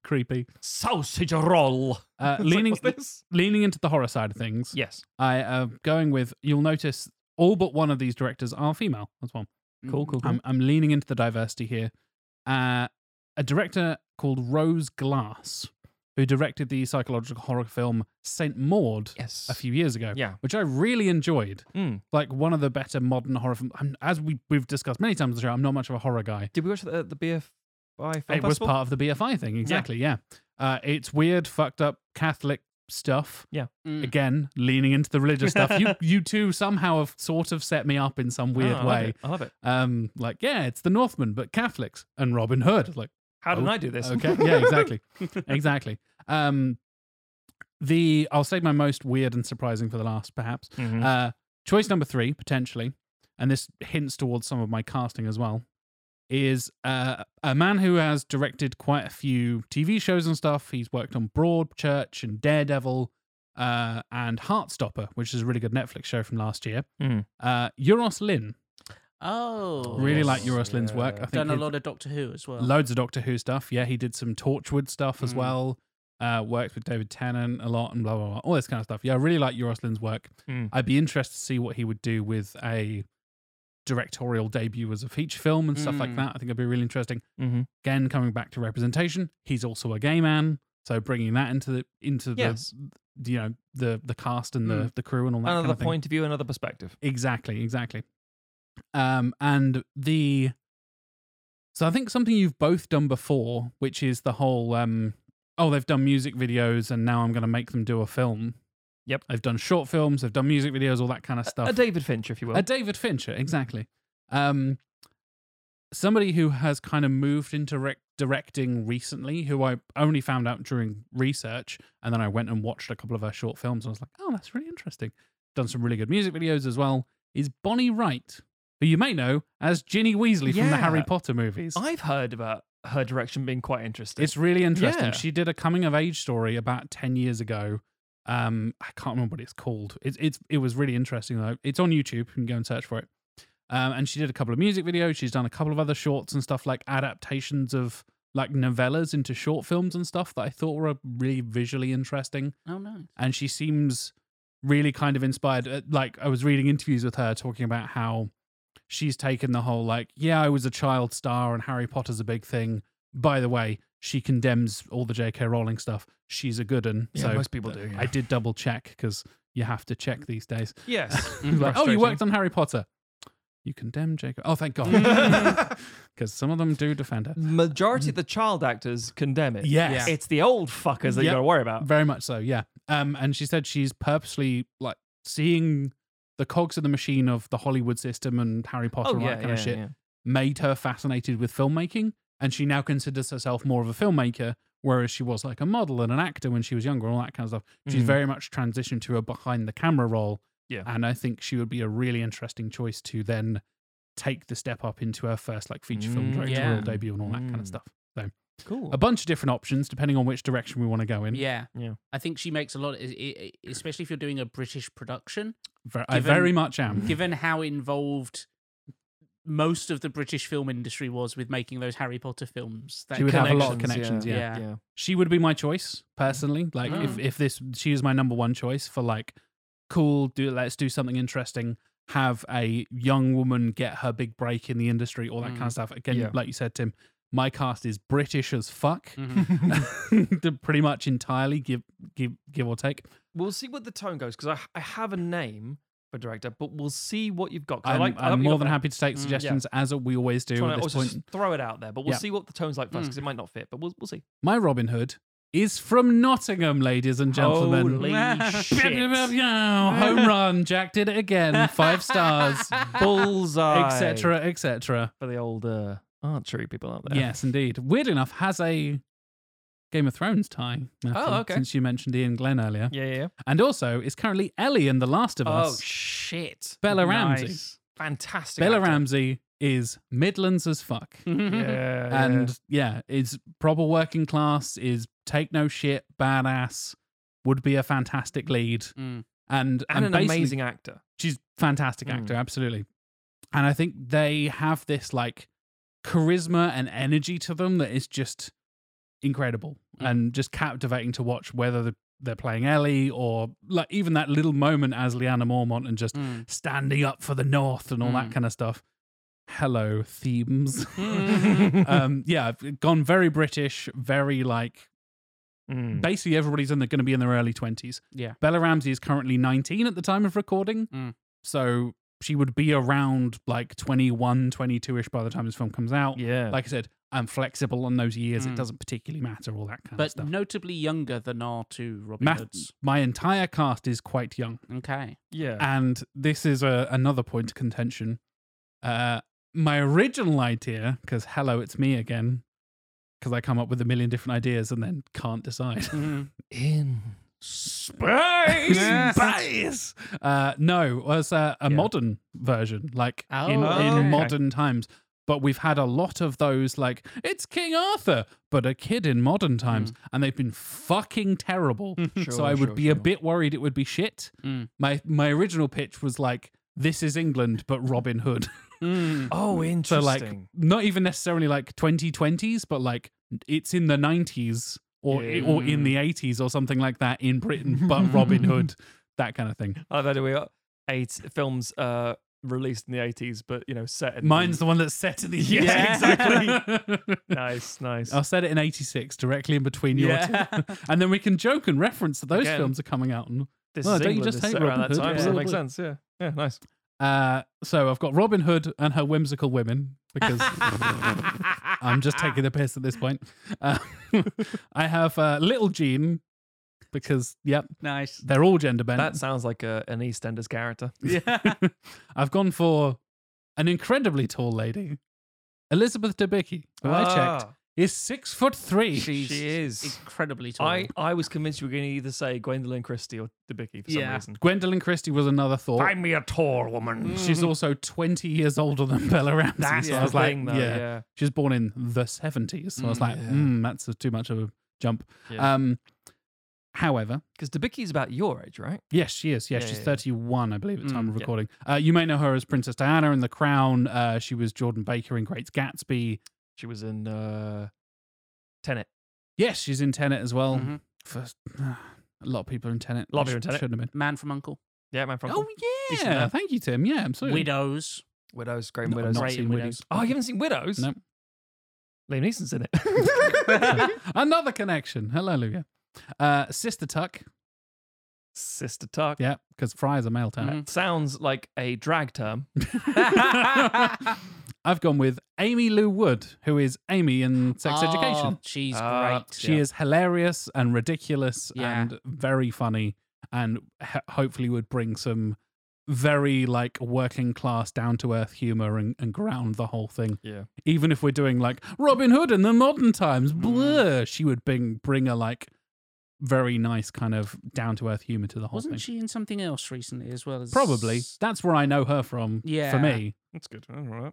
creepy. Sausage roll. Uh, [laughs] It's like, leaning what's this? leaning into the horror side of things. Yes. I am going with. You'll notice all but one of these directors are female as well. Cool, cool, cool. I'm, I'm leaning into the diversity here. Uh, a director called Rose Glass, who directed the psychological horror film Saint Maud yes. a few years ago, Yeah. which I really enjoyed. Mm. Like one of the better modern horror films. I'm, as we, we've discussed many times on the show, I'm not much of a horror guy. Did we watch the the BFI film it was festival? part of the BFI thing, exactly. Yeah. Uh, it's weird, fucked up Catholic stuff. Yeah. Mm. Again, leaning into the religious stuff. [laughs] You, you two somehow have sort of set me up in some weird Oh, I love way it. I love it. um, like, yeah, it's the Northmen, but Catholics and Robin Hood. Like, How did Oh, [laughs] I do this? okay, yeah, exactly, exactly. Um, the I'll say my most weird and surprising for the last, perhaps. Mhm. Uh, choice number three, potentially, and this hints towards some of my casting as well, is uh, a man who has directed quite a few TV shows and stuff. He's worked on Broadchurch and Daredevil uh, and Heartstopper, which is a really good Netflix show from last year. Mm. Uh, Euros Lynn. Oh, Really yes. like Euros Lynn's work. I think Done a he- lot of Doctor Who as well. loads of Doctor Who stuff. Yeah, he did some Torchwood stuff as Mm. well. Uh, worked with David Tennant a lot and blah blah blah, all this kind of stuff. Yeah, I really like Euroslin's work. Mm. I'd be interested to see what he would do with a directorial debut as a feature film and stuff like Mm. that. I think it'd be really interesting. Mhm. Again, coming back to representation, he's also a gay man, so bringing that into the into Yes. Mm. the you know the the cast and the the crew and all that kind Another of thing. point of view, another perspective. Exactly, exactly. Um, and the so I think something you've both done before, which is the whole um, oh they've done music videos and now I'm going to make them do a film. Yep. Uh, they've done short films, they've done music videos, all that kind of stuff. A David Fincher, if you will. A David Fincher, exactly. Um, somebody who has kind of moved into rec- directing recently, who I only found out during research, and then I went and watched a couple of her short films, and I was like, oh, that's really interesting. Done some really good music videos as well. Is Bonnie Wright, who you may know as Ginny Weasley from the Yeah. Harry Potter movies. I've heard about her direction being quite interesting. It's really interesting. Yeah. She did a coming of age story about ten years ago. Um, I can't remember what it's called. It's it's it was really interesting though. It's on YouTube. You can go and search for it. Um, and she did a couple of music videos. She's done a couple of other shorts and stuff like adaptations of like novellas into short films and stuff that I thought were really visually interesting Oh no. and she seems really kind of inspired. Uh, Like I was reading interviews with her talking about how she's taken the whole like, yeah, I was a child star and Harry Potter's a big thing. By the way, she condemns all the J.K. Rowling stuff. She's a good un. Yeah, most people do, yeah. I did double check because you have to check these days. [laughs] [laughs] yes. [laughs] Like, oh, you Frustrating. worked [laughs] on Harry Potter. You condemn J.K. Oh, thank [laughs] God, [laughs] because some of them do defend her. Majority of the child actors condemn it. Yes. It's the old fuckers that you Yep. got to worry about. Very much so, yeah. Um, and she said she's purposely like seeing the cogs of the machine of the Hollywood system and Harry Potter Oh, and all yeah, that kind yeah, of shit yeah. made her fascinated with filmmaking, and she now considers herself more of a filmmaker, whereas she was like a model and an actor when she was younger and all that kind of stuff. She's Mhm. very much transitioned to a behind the camera role, Yeah. And I think she would be a really interesting choice to then take the step up into her first like feature film Mm, directorial yeah. debut and all that kind of Mm. stuff. So Cool. a bunch of different options depending on which direction we want to go in. Yeah. Yeah. I think she makes a lot, e- e- e- especially if you're doing a British production. Ver- I Given- very much am. Given how involved most of the British film industry was with making those Harry Potter films, that She would have a lot of connections, Connections, yeah. yeah. yeah. She would be my choice personally. Like if, Ah. Mm. if this she is my number one choice for like cool, do let's do something interesting, have a young woman get her big break in the industry, all that kind of stuff. Again, Mm. Yeah. like you said, Tim, my cast is British as fuck. Mhm. Mm-hmm. [laughs] They're pretty much entirely give give give or take. We'll see what the tone goes because I, I have a name for director, but we'll see what you've got. 'cause I I'm, like, I I'm like more you than got happy to take Mm. Yeah. suggestions as we always that. do Trying at to this also point. just throw it out there, but we'll Yeah. see what the tone's like first Mm. because it might not fit, but we'll, we'll see. My Robin Hood is from Nottingham, ladies and gentlemen. Holy shit. Home run, Jack did it again. Five stars, [laughs] Bullseye. etc., etc. For the old uh, archery people out there. Yes, indeed. Weird enough, has a Game of Thrones tie. Matthew, Oh, okay. Since you mentioned Ian Glenn earlier, Yeah, yeah, yeah. and also is currently Ellie in The Last of Oh, Us. shit. Bella Ramsey. Nice. Fantastic. Bella actor. Ramsey is Midlands as fuck. Yeah. yeah. and yeah, is proper working class, is take no shit, badass, would be a fantastic lead, Mm. and and, an basically- [laughs] amazing actor. She's fantastic actor, absolutely. And I think they have this like charisma and energy to them that is just incredible and just captivating to watch. Whether the- they're playing Ellie or like even that little moment as Leanna Mormont and just Mm. standing up for the North and all that Mm. kind of stuff. Hello, themes. [laughs] um, yeah, I've gone very British, very like Mm. basically everybody's in the going to be in their early 20s. Yeah. Bella Ramsey is currently 19 at the time of recording. Mm. So she would be around like 21, 22ish by the time this film comes out. Yeah. Like I said, I'm flexible on those years. It Mm. doesn't particularly matter, all that kind of but stuff. notably younger than our two Robin Ma- Hoods. my entire cast is quite young. Okay. yeah. And this is a, another point of contention. Uh, my original idea, because hello, it's me Mm-hmm. again, because I come up with a million different ideas and then can't decide. In Space! Space. Uh, no, it was uh, a Yeah. modern version, like Oh, in, okay. in modern times. But we've had a lot of those, like it's King Arthur, but a kid in modern times, and they've been fucking terrible. so Sure, I would sure, be a sure. bit worried it would be shit. Mm. My my original pitch was like, "This is England, but Robin Hood." Oh, so interesting. like, not even necessarily like 2020s, but like it's in the 90s or Yeah. or in the 80s or something like that in Britain, [laughs] but Robin Hood, that kind of thing. oh, there we are. Eight films uh, released in the 80s, but, you know, set in. Mine's the one that's set in the [laughs] [laughs] Yeah, exactly. Nice, nice. I'll set it in '86, directly in between Yeah. your two, [laughs] and then we can joke and reference that those Again. films are coming out. And, This Well, is don't you England just is hate set Robin around that Hood? time, so that Yeah. makes sense. Yeah, yeah, nice. uh, so I've got Robin Hood and her whimsical women [laughs] because I'm just taking the piss at this point. Uh, [laughs] I have uh, Little Jean because yep, Nice. they're all gender bent. That sounds like a, an EastEnders character. Yeah. I've gone for an incredibly tall lady, Elizabeth Debicki, who I checked Ah, is six foot three. She's She is. incredibly tall. I, I was convinced you were going to either say Gwendolyn Christie or Debicki for some Yeah. reason. Gwendolyn Christie was another thought. Find me a tall woman. She's also 20 years older than Bella Ramsey. Mm. That's so I the was like, thing, though. yeah. Yeah. She was born in the 70s. So I was Mm, like, yeah. mm, that's a, too much of a jump. Yeah. Um, however, Because Debicki's about your age, right? yes, she is. Yes, Yeah, she's yeah, yeah. 31, I believe, at the time of Mm, yeah. recording. Uh, you may know her as Princess Diana in The Crown. Uh, she was Jordan Baker in Great Gatsby. She was in uh, Tenet. Yes, she's in Tenet as well. Mhm. First, a lot of people are in Tenet. A Mm-hmm. lot of people in Sh- Tenet. Shouldn't have been. Man from Uncle. Yeah, man from Oh, Decent yeah. enough. Thank you, Tim. Yeah, absolutely. [laughs] Widows. Widows, Graham No, I've Widows. not Great seen Widows. Widows. Oh, you haven't seen Widows? No. Liam Neeson's in it. [laughs] [laughs] Another connection. Hallelujah. Uh, Sister Tuck. Sister Tuck. Yeah, Mm-hmm. because Fry is a male term. That sounds like a drag term. Mm-hmm. [laughs] [laughs] I've gone with Amy Lou Wood, who is Amy in Sex Oh, Education. She's Ah, great. She is hilarious and ridiculous Yeah. and very funny, and ho- hopefully would bring some very like working class down to earth humor and, and ground the whole thing. Yeah. Even if we're doing like Robin Hood in the modern times, Mm. blur, she would bring bring a like very nice kind of down to earth humor to the whole Wasn't thing. she in something else recently as well as Probably that's where I know her from. Yeah. for me. That's good. All right.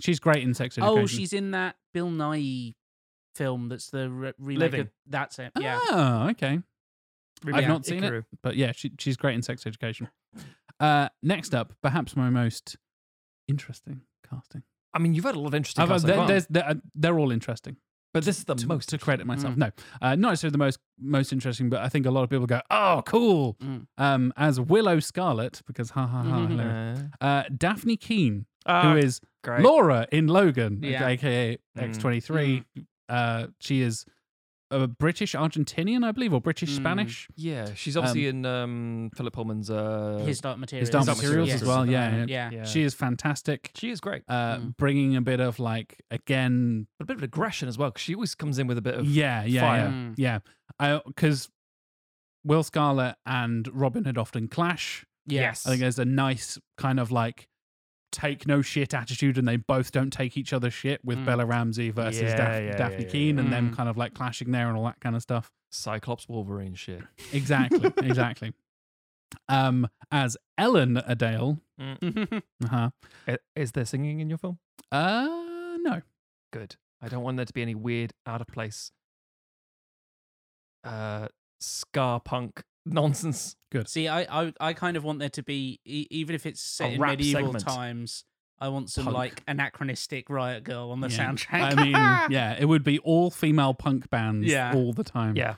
She's great in Sex Education. Oh, she's in that Bill Nye film that's the re- remake of Living. That's It. Yeah. Oh, okay. Remake I've not seen Ikaru. it, but yeah, she, she's great in Sex Education. Uh, next up, perhaps my most interesting casting. I mean, you've had a lot of interesting I've- casts so they're, far, there's- they're, uh, they're all interesting. but this is the To, most. to credit myself, no, uh, not necessarily the most most interesting, but I think a lot of people go, "Oh, cool." Mm. Um, as Willow Scarlet, because ha ha ha. Mhm. Mm-hmm. hilarious. Uh, Daphne Keane, Ah, who is great. Laura in Logan, Yeah. aka Mm. X23. Uh, she is a British Argentinian, I believe, or British Mm. Spanish. Yeah, she's obviously in um, Philip Pullman's. Uh, His Dark Materials. Dark His Dark Materials Yes, as well, at the yeah, moment, yeah. Yeah. yeah. She is fantastic. she is great, Uh, Mm. Bringing a bit of like, again, but a bit of aggression as well because she always comes in with a bit of. yeah, yeah, fire. Mm. yeah, yeah. Because Will Scarlet and Robin had often clash. Yes. I think there's a nice kind of like take no shit attitude, and they both don't take each other's shit with Mm. Bella Ramsey versus Yeah, Daph- yeah, Daphne yeah, Keane, and them Mm. kind of like clashing there and all that kind of stuff. Cyclops Wolverine shit. Exactly, exactly. Um, as Ellen Adale, uh-huh. I- Is there singing in your film? uh, no, Good. I don't want there to be any weird, out of place, uh, scar punk nonsense. [laughs] See, I, I, I kind of want there to be, e- even if it's set A in rap medieval segment. times, I want some Punk. like anachronistic Riot Girl on the Yeah. soundtrack. I mean, [laughs] yeah, it would be all female punk bands Yeah. all the time. Yeah,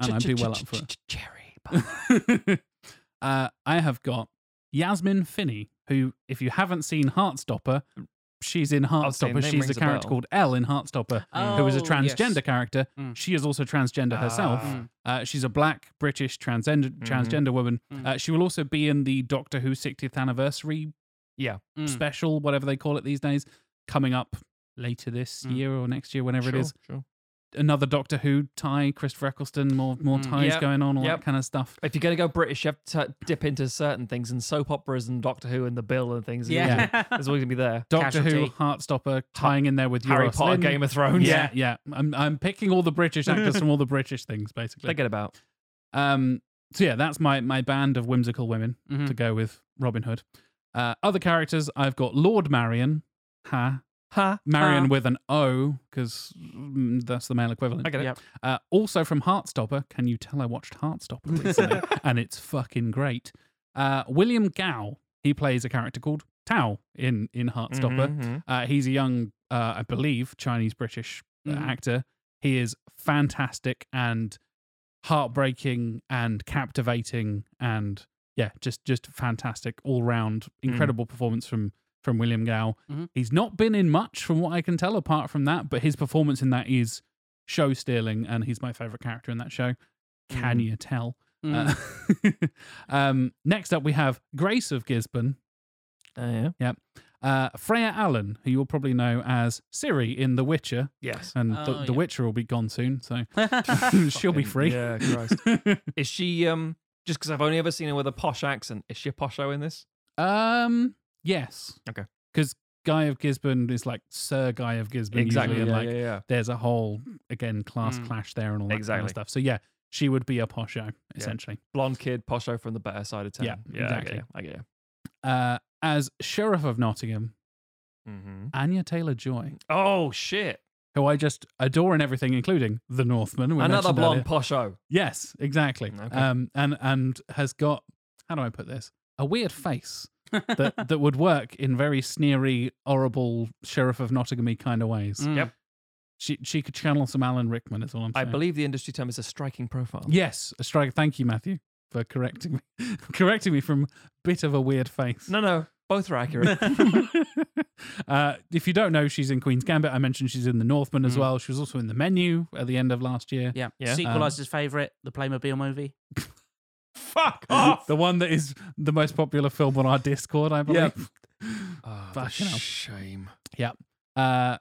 and I'd be well up for Cherry. it. uh, I have got Yasmin Finney, who, if you haven't seen Heartstopper, she's in I've seen, Heartstopper. name She's rings a a character bell. called Elle in Heartstopper, who is a Oh, yes. transgender character. Mm. She is also transgender herself. Ah. Uh, she's a black British transgender transgender woman. Mm. Uh, she will also be in the Doctor Who 60th anniversary Yeah. Mm. special, whatever they call it these days, coming up later this Mm. year or next year, whenever Hmm. Sure, it is. sure. Another Doctor Who tie, Christopher Eccleston, more more ties Mm. Hmm, Yep, going on, all yep. that kind of stuff. If you're gonna go British, you have to dip into certain things, and soap operas and Doctor Who and The Bill and things. [laughs] yeah. there's always gonna be there. Doctor Who, Casualty. Heartstopper, tying in there with Harry Euros Potter, Lynn. Game of Thrones. Yeah, yeah. I'm I'm picking all the British actors from all the British things, basically. Forget about. Um, so yeah, that's my my band of whimsical women Mm-hmm. Mhm. to go with Robin Hood. Uh, other characters, I've got Lord Marion, ha Ha. Marion ha. with an O because that's the male equivalent. I get it. Yep. Uh, also from Heartstopper, can you tell I watched Heartstopper recently? and it's fucking great. Uh, William Gow, he plays a character called Tao in in Heartstopper. Mhm, Uh, he's a young, uh, I believe, Chinese British uh, Mhm. actor. He is fantastic and heartbreaking and captivating and yeah, just just fantastic all round, incredible performance from from William Gow. Mhm. He's not been in much from what I can tell apart from that, but his performance in that is show stealing, and he's my favorite character in that show. Can you tell? Uh, [laughs] um, next up, we have Grace of Gisborne. mhm. Uh, yeah. Uh, Freya Allen, who you'll probably know as Siri in The Witcher, [laughs] Yes. and Oh, the, the yeah. Witcher will be gone soon, [laughs] so Uh, [laughs] she'll be Fucking- free. Yeah, Christ. [laughs] is she um just because I've only ever seen her with a posh accent, is she a posho in this? um, yes. Okay. Because Guy of Gisborne is like Sir Guy of Gisborne, usually, and Yeah, like yeah, yeah. there's a whole again class Mm. clash there and all that kind Exactly. of stuff. So yeah, she would be a posho essentially. Blonde kid, posho from the better side of town. Yeah, exactly. I get you. Uh, as Sheriff of Nottingham, I get you. Mhm. Anya Taylor Joy, Oh shit! who I just adore in everything, including The Northman. we Another mentioned earlier. blonde posho. Yes, exactly. Mm, Okay. Um, and and has got how do I put this? A weird face [laughs] that that would work in very sneery, horrible sheriff of Nottingham kind of ways. Mm. Yep. She she could channel some Alan Rickman. Is all I'm I saying. believe the industry term is a striking profile. Yes, a strike. Thank you, Matthew, for correcting me, [laughs] correcting me from bit of a weird face. No, [laughs] no, both are accurate. [laughs] uh, if you don't know, she's in Queen's Gambit. I mentioned she's in The Northman Mm. as well. She was also in The Menu at the end of last year. yeah. Yeah. Sequelizer's favourite, the Playmobil movie. [laughs] [laughs] Fuck off. [gasps] The one that is the most popular film on our Discord, I believe. Yep. the Fucking hell. shame. Uh,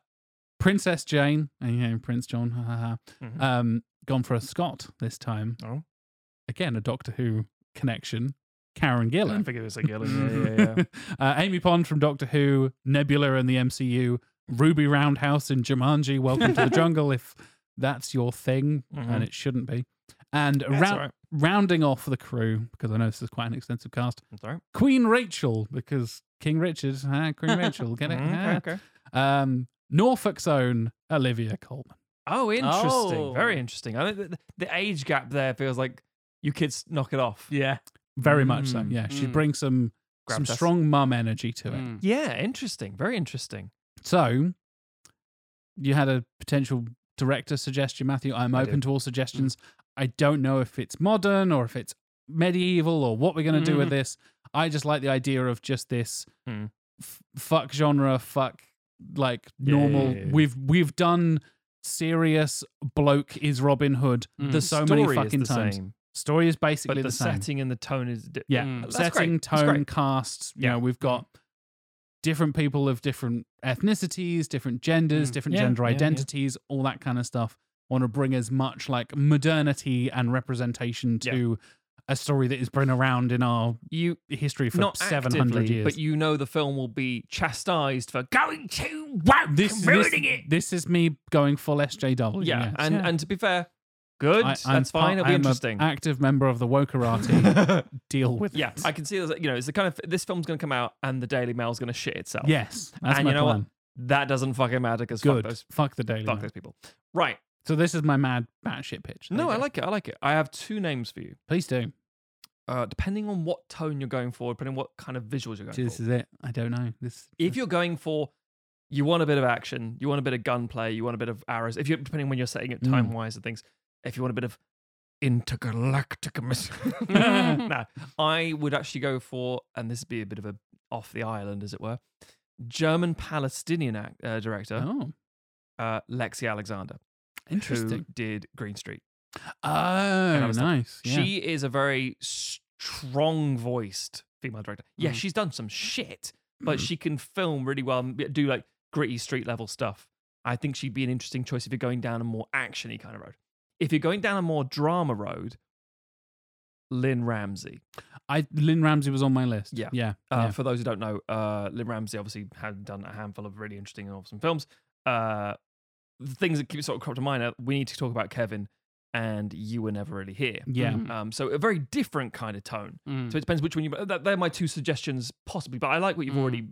Princess Jane, and you know, Prince John, ha, ha, ha, Mhm. um, gone for a Scot this time. Oh. Again, a Doctor Who connection. Karen Gillan. figured it was a Gillen. Yeah, yeah, [laughs] yeah. [laughs] uh, Amy Pond from Doctor Who, Nebula in the MCU, Ruby Roundhouse in Jumanji, Welcome [laughs] to the Jungle, if that's your thing, and Mhm. it shouldn't be. And That's rou- all right. rounding off the crew, because I know this is quite an extensive cast, That's all right. Queen Rachel, because King Richard, ah, Queen Rachel, get it? Ah. Mhm, Okay, okay. Um, Norfolk's own Olivia Colman. Oh, interesting. Very Oh. interesting. I think the, the age gap there feels like you kids knock it off. Yeah. Very much so. Mm, Yeah, she mm. brings some some Gravitas. strong mum energy to it. Mm. Yeah, interesting. Very interesting. So, you had a potential director suggestion, Matthew. I'm I Mm. open to all suggestions. I don't know if it's modern or if it's medieval or what we're going to do with this. I just like the idea of just this Mm. f- fuck genre, fuck like Yeah, normal. yeah, yeah. We've we've done serious bloke is Robin Hood. Mm. There's so Story many is fucking the times. same, Story is but basically the, the, same. setting and the tone is. Di- Yeah. Mm. That's setting, great. That's tone, great. cast. You Yeah. know, we've got different people of different ethnicities, different genders, Mm. different Yeah, gender yeah, yeah. identities, all that kind of stuff. Want to bring as much like modernity and representation Yeah. to a story that has been around in our You history for not seven actively, hundred years. but you know the film will be chastised for going too woke, this, this, ruining it. this is me going full SJW. Yeah, yes. and and to be fair, good. I- I'm that's fine. part- It'll be I'm a interesting. active member of the wokerati. [laughs] Deal with yeah, it. I can see. This, you know, it's the kind of this film's going to come out, and the Daily Mail's going to shit itself. yes, that's And my you know what? plan. that doesn't fucking matter because fuck Good. those, the daily. fuck Mail. those people. Right? So this is my mad batshit pitch. There No, you I go. like it. I like it. I have two names for you. Please do. Uh, depending on what tone you're going for, depending on what kind of visuals you're going See, for. this is it. I don't know. This if you're going for you want a bit of action, you want a bit of gunplay, you want a bit of arrows. If you're depending when you're setting it Mm. time wise and things, if you want a bit of [laughs] intergalactic [laughs] miss- no, I would actually go for, and this would be a bit of a off the island as it were, German Palestinian act, uh, director oh uh, Lexi Alexander, who interesting. did Green Street. Oh, other stuff. nice. Yeah. She is a very strong voiced female director. Yeah, Mm-hmm. Mm. she's done some shit, but she can film really well and do like gritty street level stuff. I think she'd be an interesting choice if you're going down a more actiony kind of road. If you're going down a more drama road, Lynn Ramsey. I Lynn Ramsey was on my list. Yeah. Yeah. Uh, yeah. For those who don't know, uh, Lynn Ramsey obviously had done a handful of really interesting and awesome films. Uh, the things that keep sort of crop to mind are we need to talk about Kevin. and You Were Never Really Here. Yeah. Mhm. Um, so a very different kind of tone. Mm. So it depends which one you. That, they're my two suggestions, possibly. But I like what you've Mm. already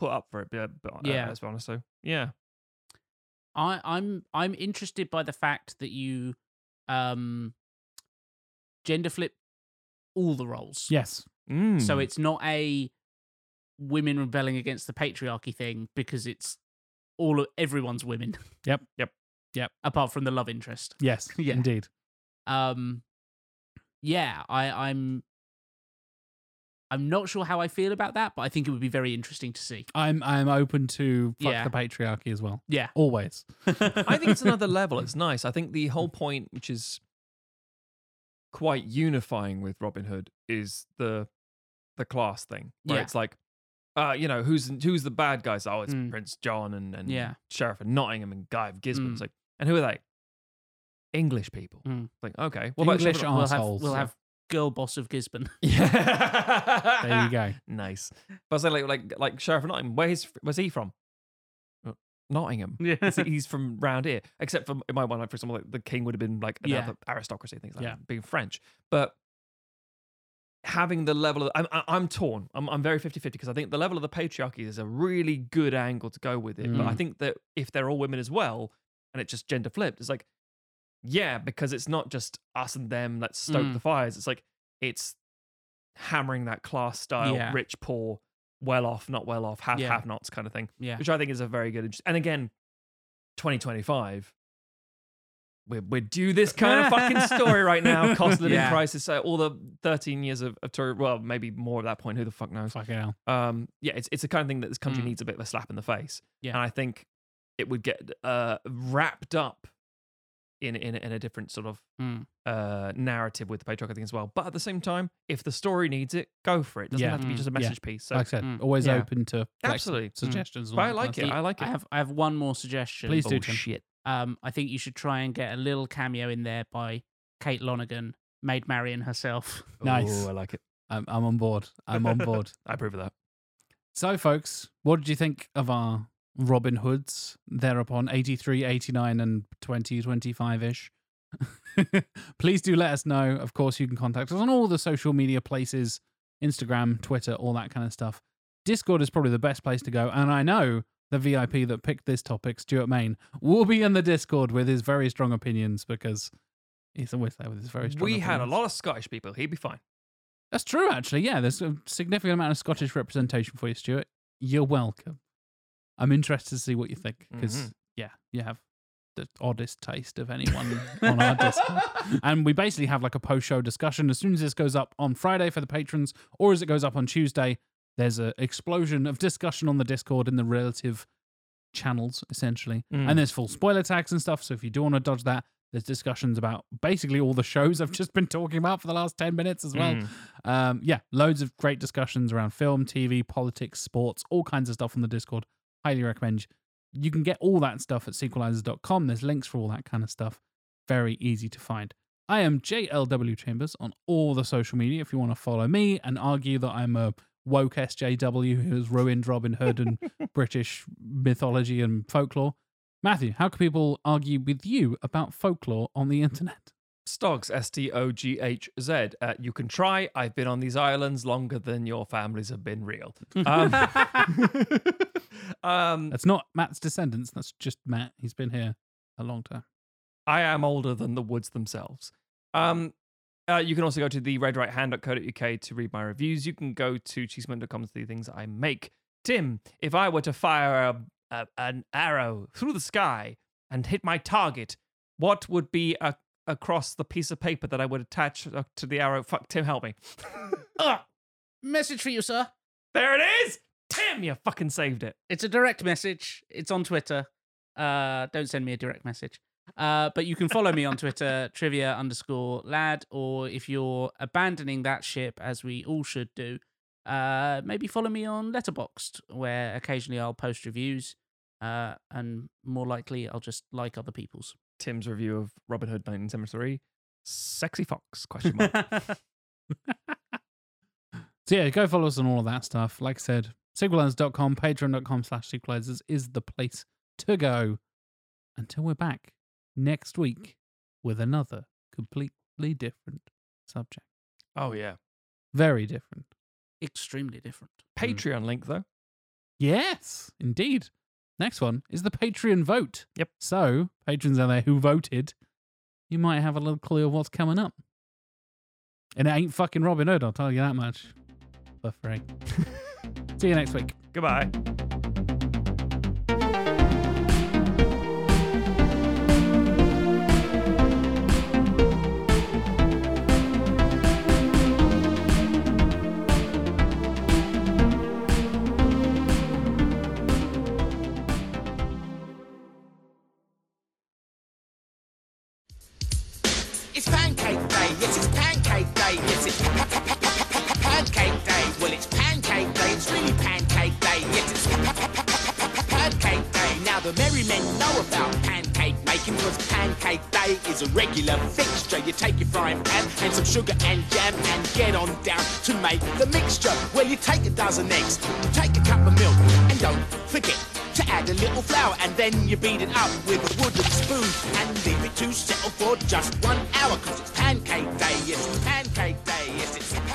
put up for it. Yeah. But, uh, Yeah. As well, so yeah. I, I'm I'm interested by the fact that you um gender flip all the roles. Yes. Mm. So it's not a women rebelling against the patriarchy thing because it's all of everyone's women. Yep. Yep. Yep. [laughs] Apart from the love interest. [laughs] Yes. Yeah. Indeed. Um yeah, I, I'm I'm not sure how I feel about that, but I think it would be very interesting to see. I'm I'm open to fuck Yeah. the patriarchy as well. Yeah. Always. [laughs] [laughs] I think it's [laughs] another level. It's nice. I think the whole point, which is quite unifying with Robin Hood, is the the class thing. Where Yeah. it's like, uh, you know, who's who's the bad guys? Oh, it's Mm. Prince John and, and Yeah. Sheriff of Nottingham and Guy of Gisborne. Mm. It's like, and who are they? English people. Mm. Like, okay. What about English Sheriff are- of- We'll have Arseholes, we'll yeah. have girl boss of Gisborne. [laughs] [laughs] Yeah. [laughs] There you [laughs] go. Nice. But I say like like like Sheriff of Nottingham. Where's where's he from? Uh, Nottingham. Yeah. He's- [laughs] he's from round here. Except for in my one, like, for example, like, the king would have been like Yeah. another aristocracy things like Yeah. that, being French. But having the level of I'm I- I'm torn. I'm I'm very 50-50 because I think the level of the patriarchy is a really good angle to go with it. But I Mm. think that if they're all women as well, and it's just gender flipped, it's like yeah, because it's not just us and them. Let's stoke Mm. the fires. It's like it's hammering that class style, Yeah. rich, poor, well off, not well off, have Yeah. have nots kind of thing, yeah. which I think is a very good. interest- And again, 2025, we're, we're due this kind of fucking story right [laughs] now. Cost of living Yeah. crisis, uh, all the 13 years of, of Tory, well, maybe more at that point, who the fuck knows? Fucking hell. um, yeah, it's it's the kind of thing that this country Mm. needs a bit of a slap in the face. Yeah. and I think it would get uh, wrapped up in in in a different sort of Mm. uh, narrative with the patriarchy thing as well. But at the same time, if the story needs it, go for it. Doesn't Yeah. have to be Mm. just a Yeah. message piece. So like I said, Mm. always Yeah. open to flex- Absolutely. Mm. suggestions. and But all I that like kind it. I like it. I have I have one more suggestion. Please do, Tim. Oh, shit. Um, I think you should try and get a little cameo in there by Kate Lonergan, Maid Marian herself. [laughs] Nice. Ooh, I like it. of stuff. I'm, I'm on board. I'm on [laughs] board. I approve of that. So, folks, what did you think of our Robin Hoods thereupon 83, 89, and 20, 25 ish? [laughs] Please do let us know. Of course, you can contact us on all the social media places Instagram, Twitter, all that kind of stuff. Discord is probably the best place to go. And I know the VIP that picked this topic, Stuart Main, will be in the Discord with his very strong opinions because he's always there with his very strong We had a opinions. lot of Scottish people. He'd be fine. That's true, actually. Yeah, there's a significant amount of Scottish representation for you, Stuart. You're welcome. I'm interested to see what you think because, Mhm. yeah, you have the oddest taste of anyone on our Discord. And we basically have like a post show discussion. As soon as this goes up on Friday for the patrons or as it goes up on Tuesday, there's an explosion of discussion on the Discord in the relative channels, essentially. Mm. And there's full spoiler tags and stuff. So if you do want to dodge that, there's discussions about basically all the shows I've [laughs] just been talking about for the last 10 minutes as well. Mm. Um, yeah, loads of great discussions around film, TV, politics, sports, all kinds of stuff on the Discord. Highly recommend. You can get all that stuff at sequelizers.com. There's links for all that kind of stuff. Very easy to find. I am JLW Chambers on all the social media if you want to follow me and argue that I'm a woke SJW who has ruined Robin Hood and British mythology and folklore. Matthew, how can people argue with you about folklore on the internet? Stogs, S T O G H Z. Uh, you can try. I've been on these islands longer than your families have been real. [laughs] Um, [laughs] um, That's not Matt's descendants. That's just Matt. He's been here a long time. I am older than the woods themselves. Um, uh, you can also go to the redrighthand.co.uk to read my reviews. You can go to cheeseman.com to see things I make. Tim, if I were to fire a, a, an arrow through the sky and hit my target, what would be a, across the piece of paper that I would attach uh, to the arrow? Fuck, Tim, help me. Ah, Message for you, sir. there it is! Tim, you fucking saved it. It's a direct message. It's on Twitter. Uh, don't send me a direct message. Uh, but you can follow me on Twitter, trivia underscore lad, or if you're abandoning that ship, as we all should do, uh, maybe follow me on Letterboxd, where occasionally I'll post reviews, uh, and more likely I'll just like other people's. Tim's review of Robin Hood 1973. Sexy fox? Question mark. So yeah, go follow us on all of that stuff. Like I said, sequelizers.com, patreon.com slash sequelizers is the place to go until we're back next week with another completely different subject. [laughs] Oh yeah. Very different. Extremely different. Patreon link though. Yes, indeed. Next one is the Patreon vote. Yep. So, patrons out there who voted, you might have a little clue of what's coming up. And it ain't fucking Robin Hood, I'll tell you that much. For free. [laughs] See you next week. Goodbye. It's pancake day, yes, it's pancake day, yes, it's pa- pa- pa- pa- pa- pa- pancake day. Well, it's pancake day, it's really pancake day, yes, it's pa- pa- pa- pa- pa- pa- pa- pancake day. Now, the merry men know about pancake making, because pancake day is a regular fixture. You take your frying pan and some sugar and jam and get on down to make the mixture. Well, you take a dozen eggs, take a cup of milk, and don't forget to add a little flour and then you beat it up with a wooden spoon and leave it to settle for just one hour because it's pancake day, yes, it's pancake day, yes, it's pancake